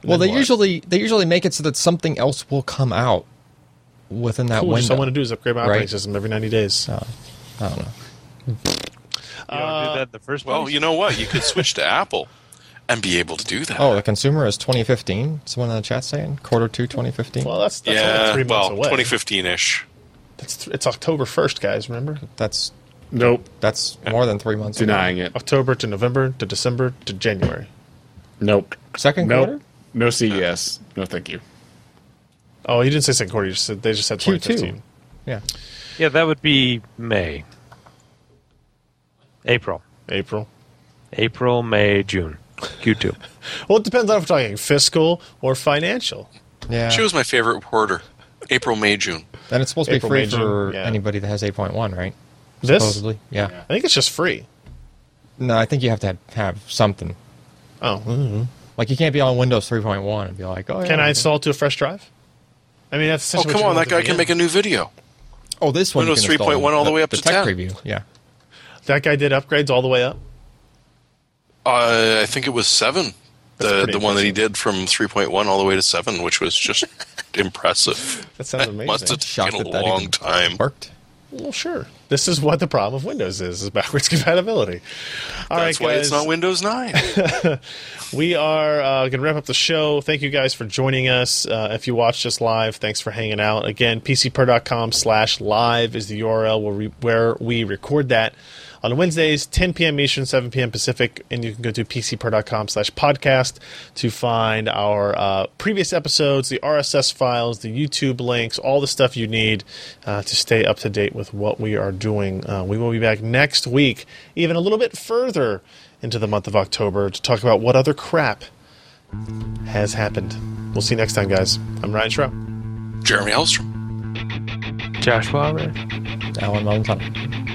[SPEAKER 4] Well,
[SPEAKER 1] then
[SPEAKER 4] they
[SPEAKER 1] what?
[SPEAKER 4] usually they usually make it so that something else will come out within that
[SPEAKER 1] Cool, just
[SPEAKER 4] window.
[SPEAKER 1] all I want to do is upgrade my operating
[SPEAKER 4] right?
[SPEAKER 1] system every 90 days.
[SPEAKER 4] I don't know.
[SPEAKER 3] You don't do that in the first place.
[SPEAKER 2] Uh, Well, you know what? You could switch to Apple and be able to do that.
[SPEAKER 4] Oh, the consumer is 2015. Someone in the chat saying quarter two 2015.
[SPEAKER 1] Well, that's, that's only
[SPEAKER 2] yeah.
[SPEAKER 1] three
[SPEAKER 2] well,
[SPEAKER 1] months away.
[SPEAKER 2] 2015 ish.
[SPEAKER 1] That's th- it's October 1st, guys, remember?
[SPEAKER 4] that's
[SPEAKER 5] Nope.
[SPEAKER 4] that's more than three months. away.
[SPEAKER 5] Denying it.
[SPEAKER 1] October to November to December to January.
[SPEAKER 5] Nope.
[SPEAKER 4] Second
[SPEAKER 5] Nope.
[SPEAKER 4] quarter.
[SPEAKER 5] No CES. No, thank you.
[SPEAKER 1] Oh, you didn't say second quarter. You just said, they just said
[SPEAKER 4] Q2.
[SPEAKER 1] 2015.
[SPEAKER 4] Yeah.
[SPEAKER 3] yeah, that would be May, April,
[SPEAKER 1] April.
[SPEAKER 3] April, May, June, Q2.
[SPEAKER 1] Well, it depends on if we're talking fiscal or financial.
[SPEAKER 4] Yeah.
[SPEAKER 2] She was my favorite reporter. April, May, June. Oh,
[SPEAKER 4] and it's supposed to be
[SPEAKER 1] April,
[SPEAKER 4] free
[SPEAKER 1] May, June,
[SPEAKER 4] for
[SPEAKER 1] yeah.
[SPEAKER 4] anybody that has 8.1, right?
[SPEAKER 1] This,
[SPEAKER 4] Supposedly. Yeah.
[SPEAKER 1] I think it's just free.
[SPEAKER 4] No, I think you have to have, have something. Mm-hmm.
[SPEAKER 1] Oh, mm.
[SPEAKER 4] Like you can't be on Windows 3.1 and be like, oh, yeah,
[SPEAKER 1] can I
[SPEAKER 4] okay.
[SPEAKER 1] install it to a fresh drive? I mean, that's
[SPEAKER 2] Oh,
[SPEAKER 1] essentially
[SPEAKER 2] come on. That guy can make
[SPEAKER 1] a.
[SPEAKER 2] a new video.
[SPEAKER 4] Oh, this one you
[SPEAKER 2] Windows
[SPEAKER 4] can install
[SPEAKER 2] 3.1 all the way up to
[SPEAKER 4] tech
[SPEAKER 2] 10.
[SPEAKER 4] preview. Yeah.
[SPEAKER 1] That guy did upgrades all the way up.
[SPEAKER 2] Uh, I think it was seven.
[SPEAKER 1] That's
[SPEAKER 2] The,
[SPEAKER 1] pretty
[SPEAKER 2] the one that he
[SPEAKER 1] impressive.
[SPEAKER 2] did from 3.1 all the way to 7, which was just impressive.
[SPEAKER 1] That sounds amazing.
[SPEAKER 2] Must have
[SPEAKER 4] Shocked
[SPEAKER 2] taken
[SPEAKER 4] that
[SPEAKER 2] a
[SPEAKER 4] that
[SPEAKER 2] long
[SPEAKER 4] even
[SPEAKER 2] time.
[SPEAKER 4] Worked.
[SPEAKER 1] Well, sure. This is what the problem of Windows is: is backwards compatibility. All right,
[SPEAKER 2] That's why it's
[SPEAKER 1] guys.
[SPEAKER 2] not Windows 9.
[SPEAKER 1] We are uh, going to wrap up the show. Thank you guys for joining us. Uh, if you watched us live, thanks for hanging out. Again, pcper.com slash live is the URL where we, where we record that on Wednesdays, 10 p.m. Eastern, 7 p.m. Pacific. And you can go to pcper.com slash podcast to find our uh, previous episodes, the RSS files, the YouTube links, all the stuff you need uh, to stay up to date with what we are doing. Uh, we will be back next week, even a little bit further into the month of October to talk about what other crap has happened. We'll see you next time, guys. I'm Ryan Schraub.
[SPEAKER 2] Jeremy Hellstrom.
[SPEAKER 3] Joshua.
[SPEAKER 4] Alan Montana.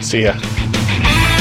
[SPEAKER 1] See ya.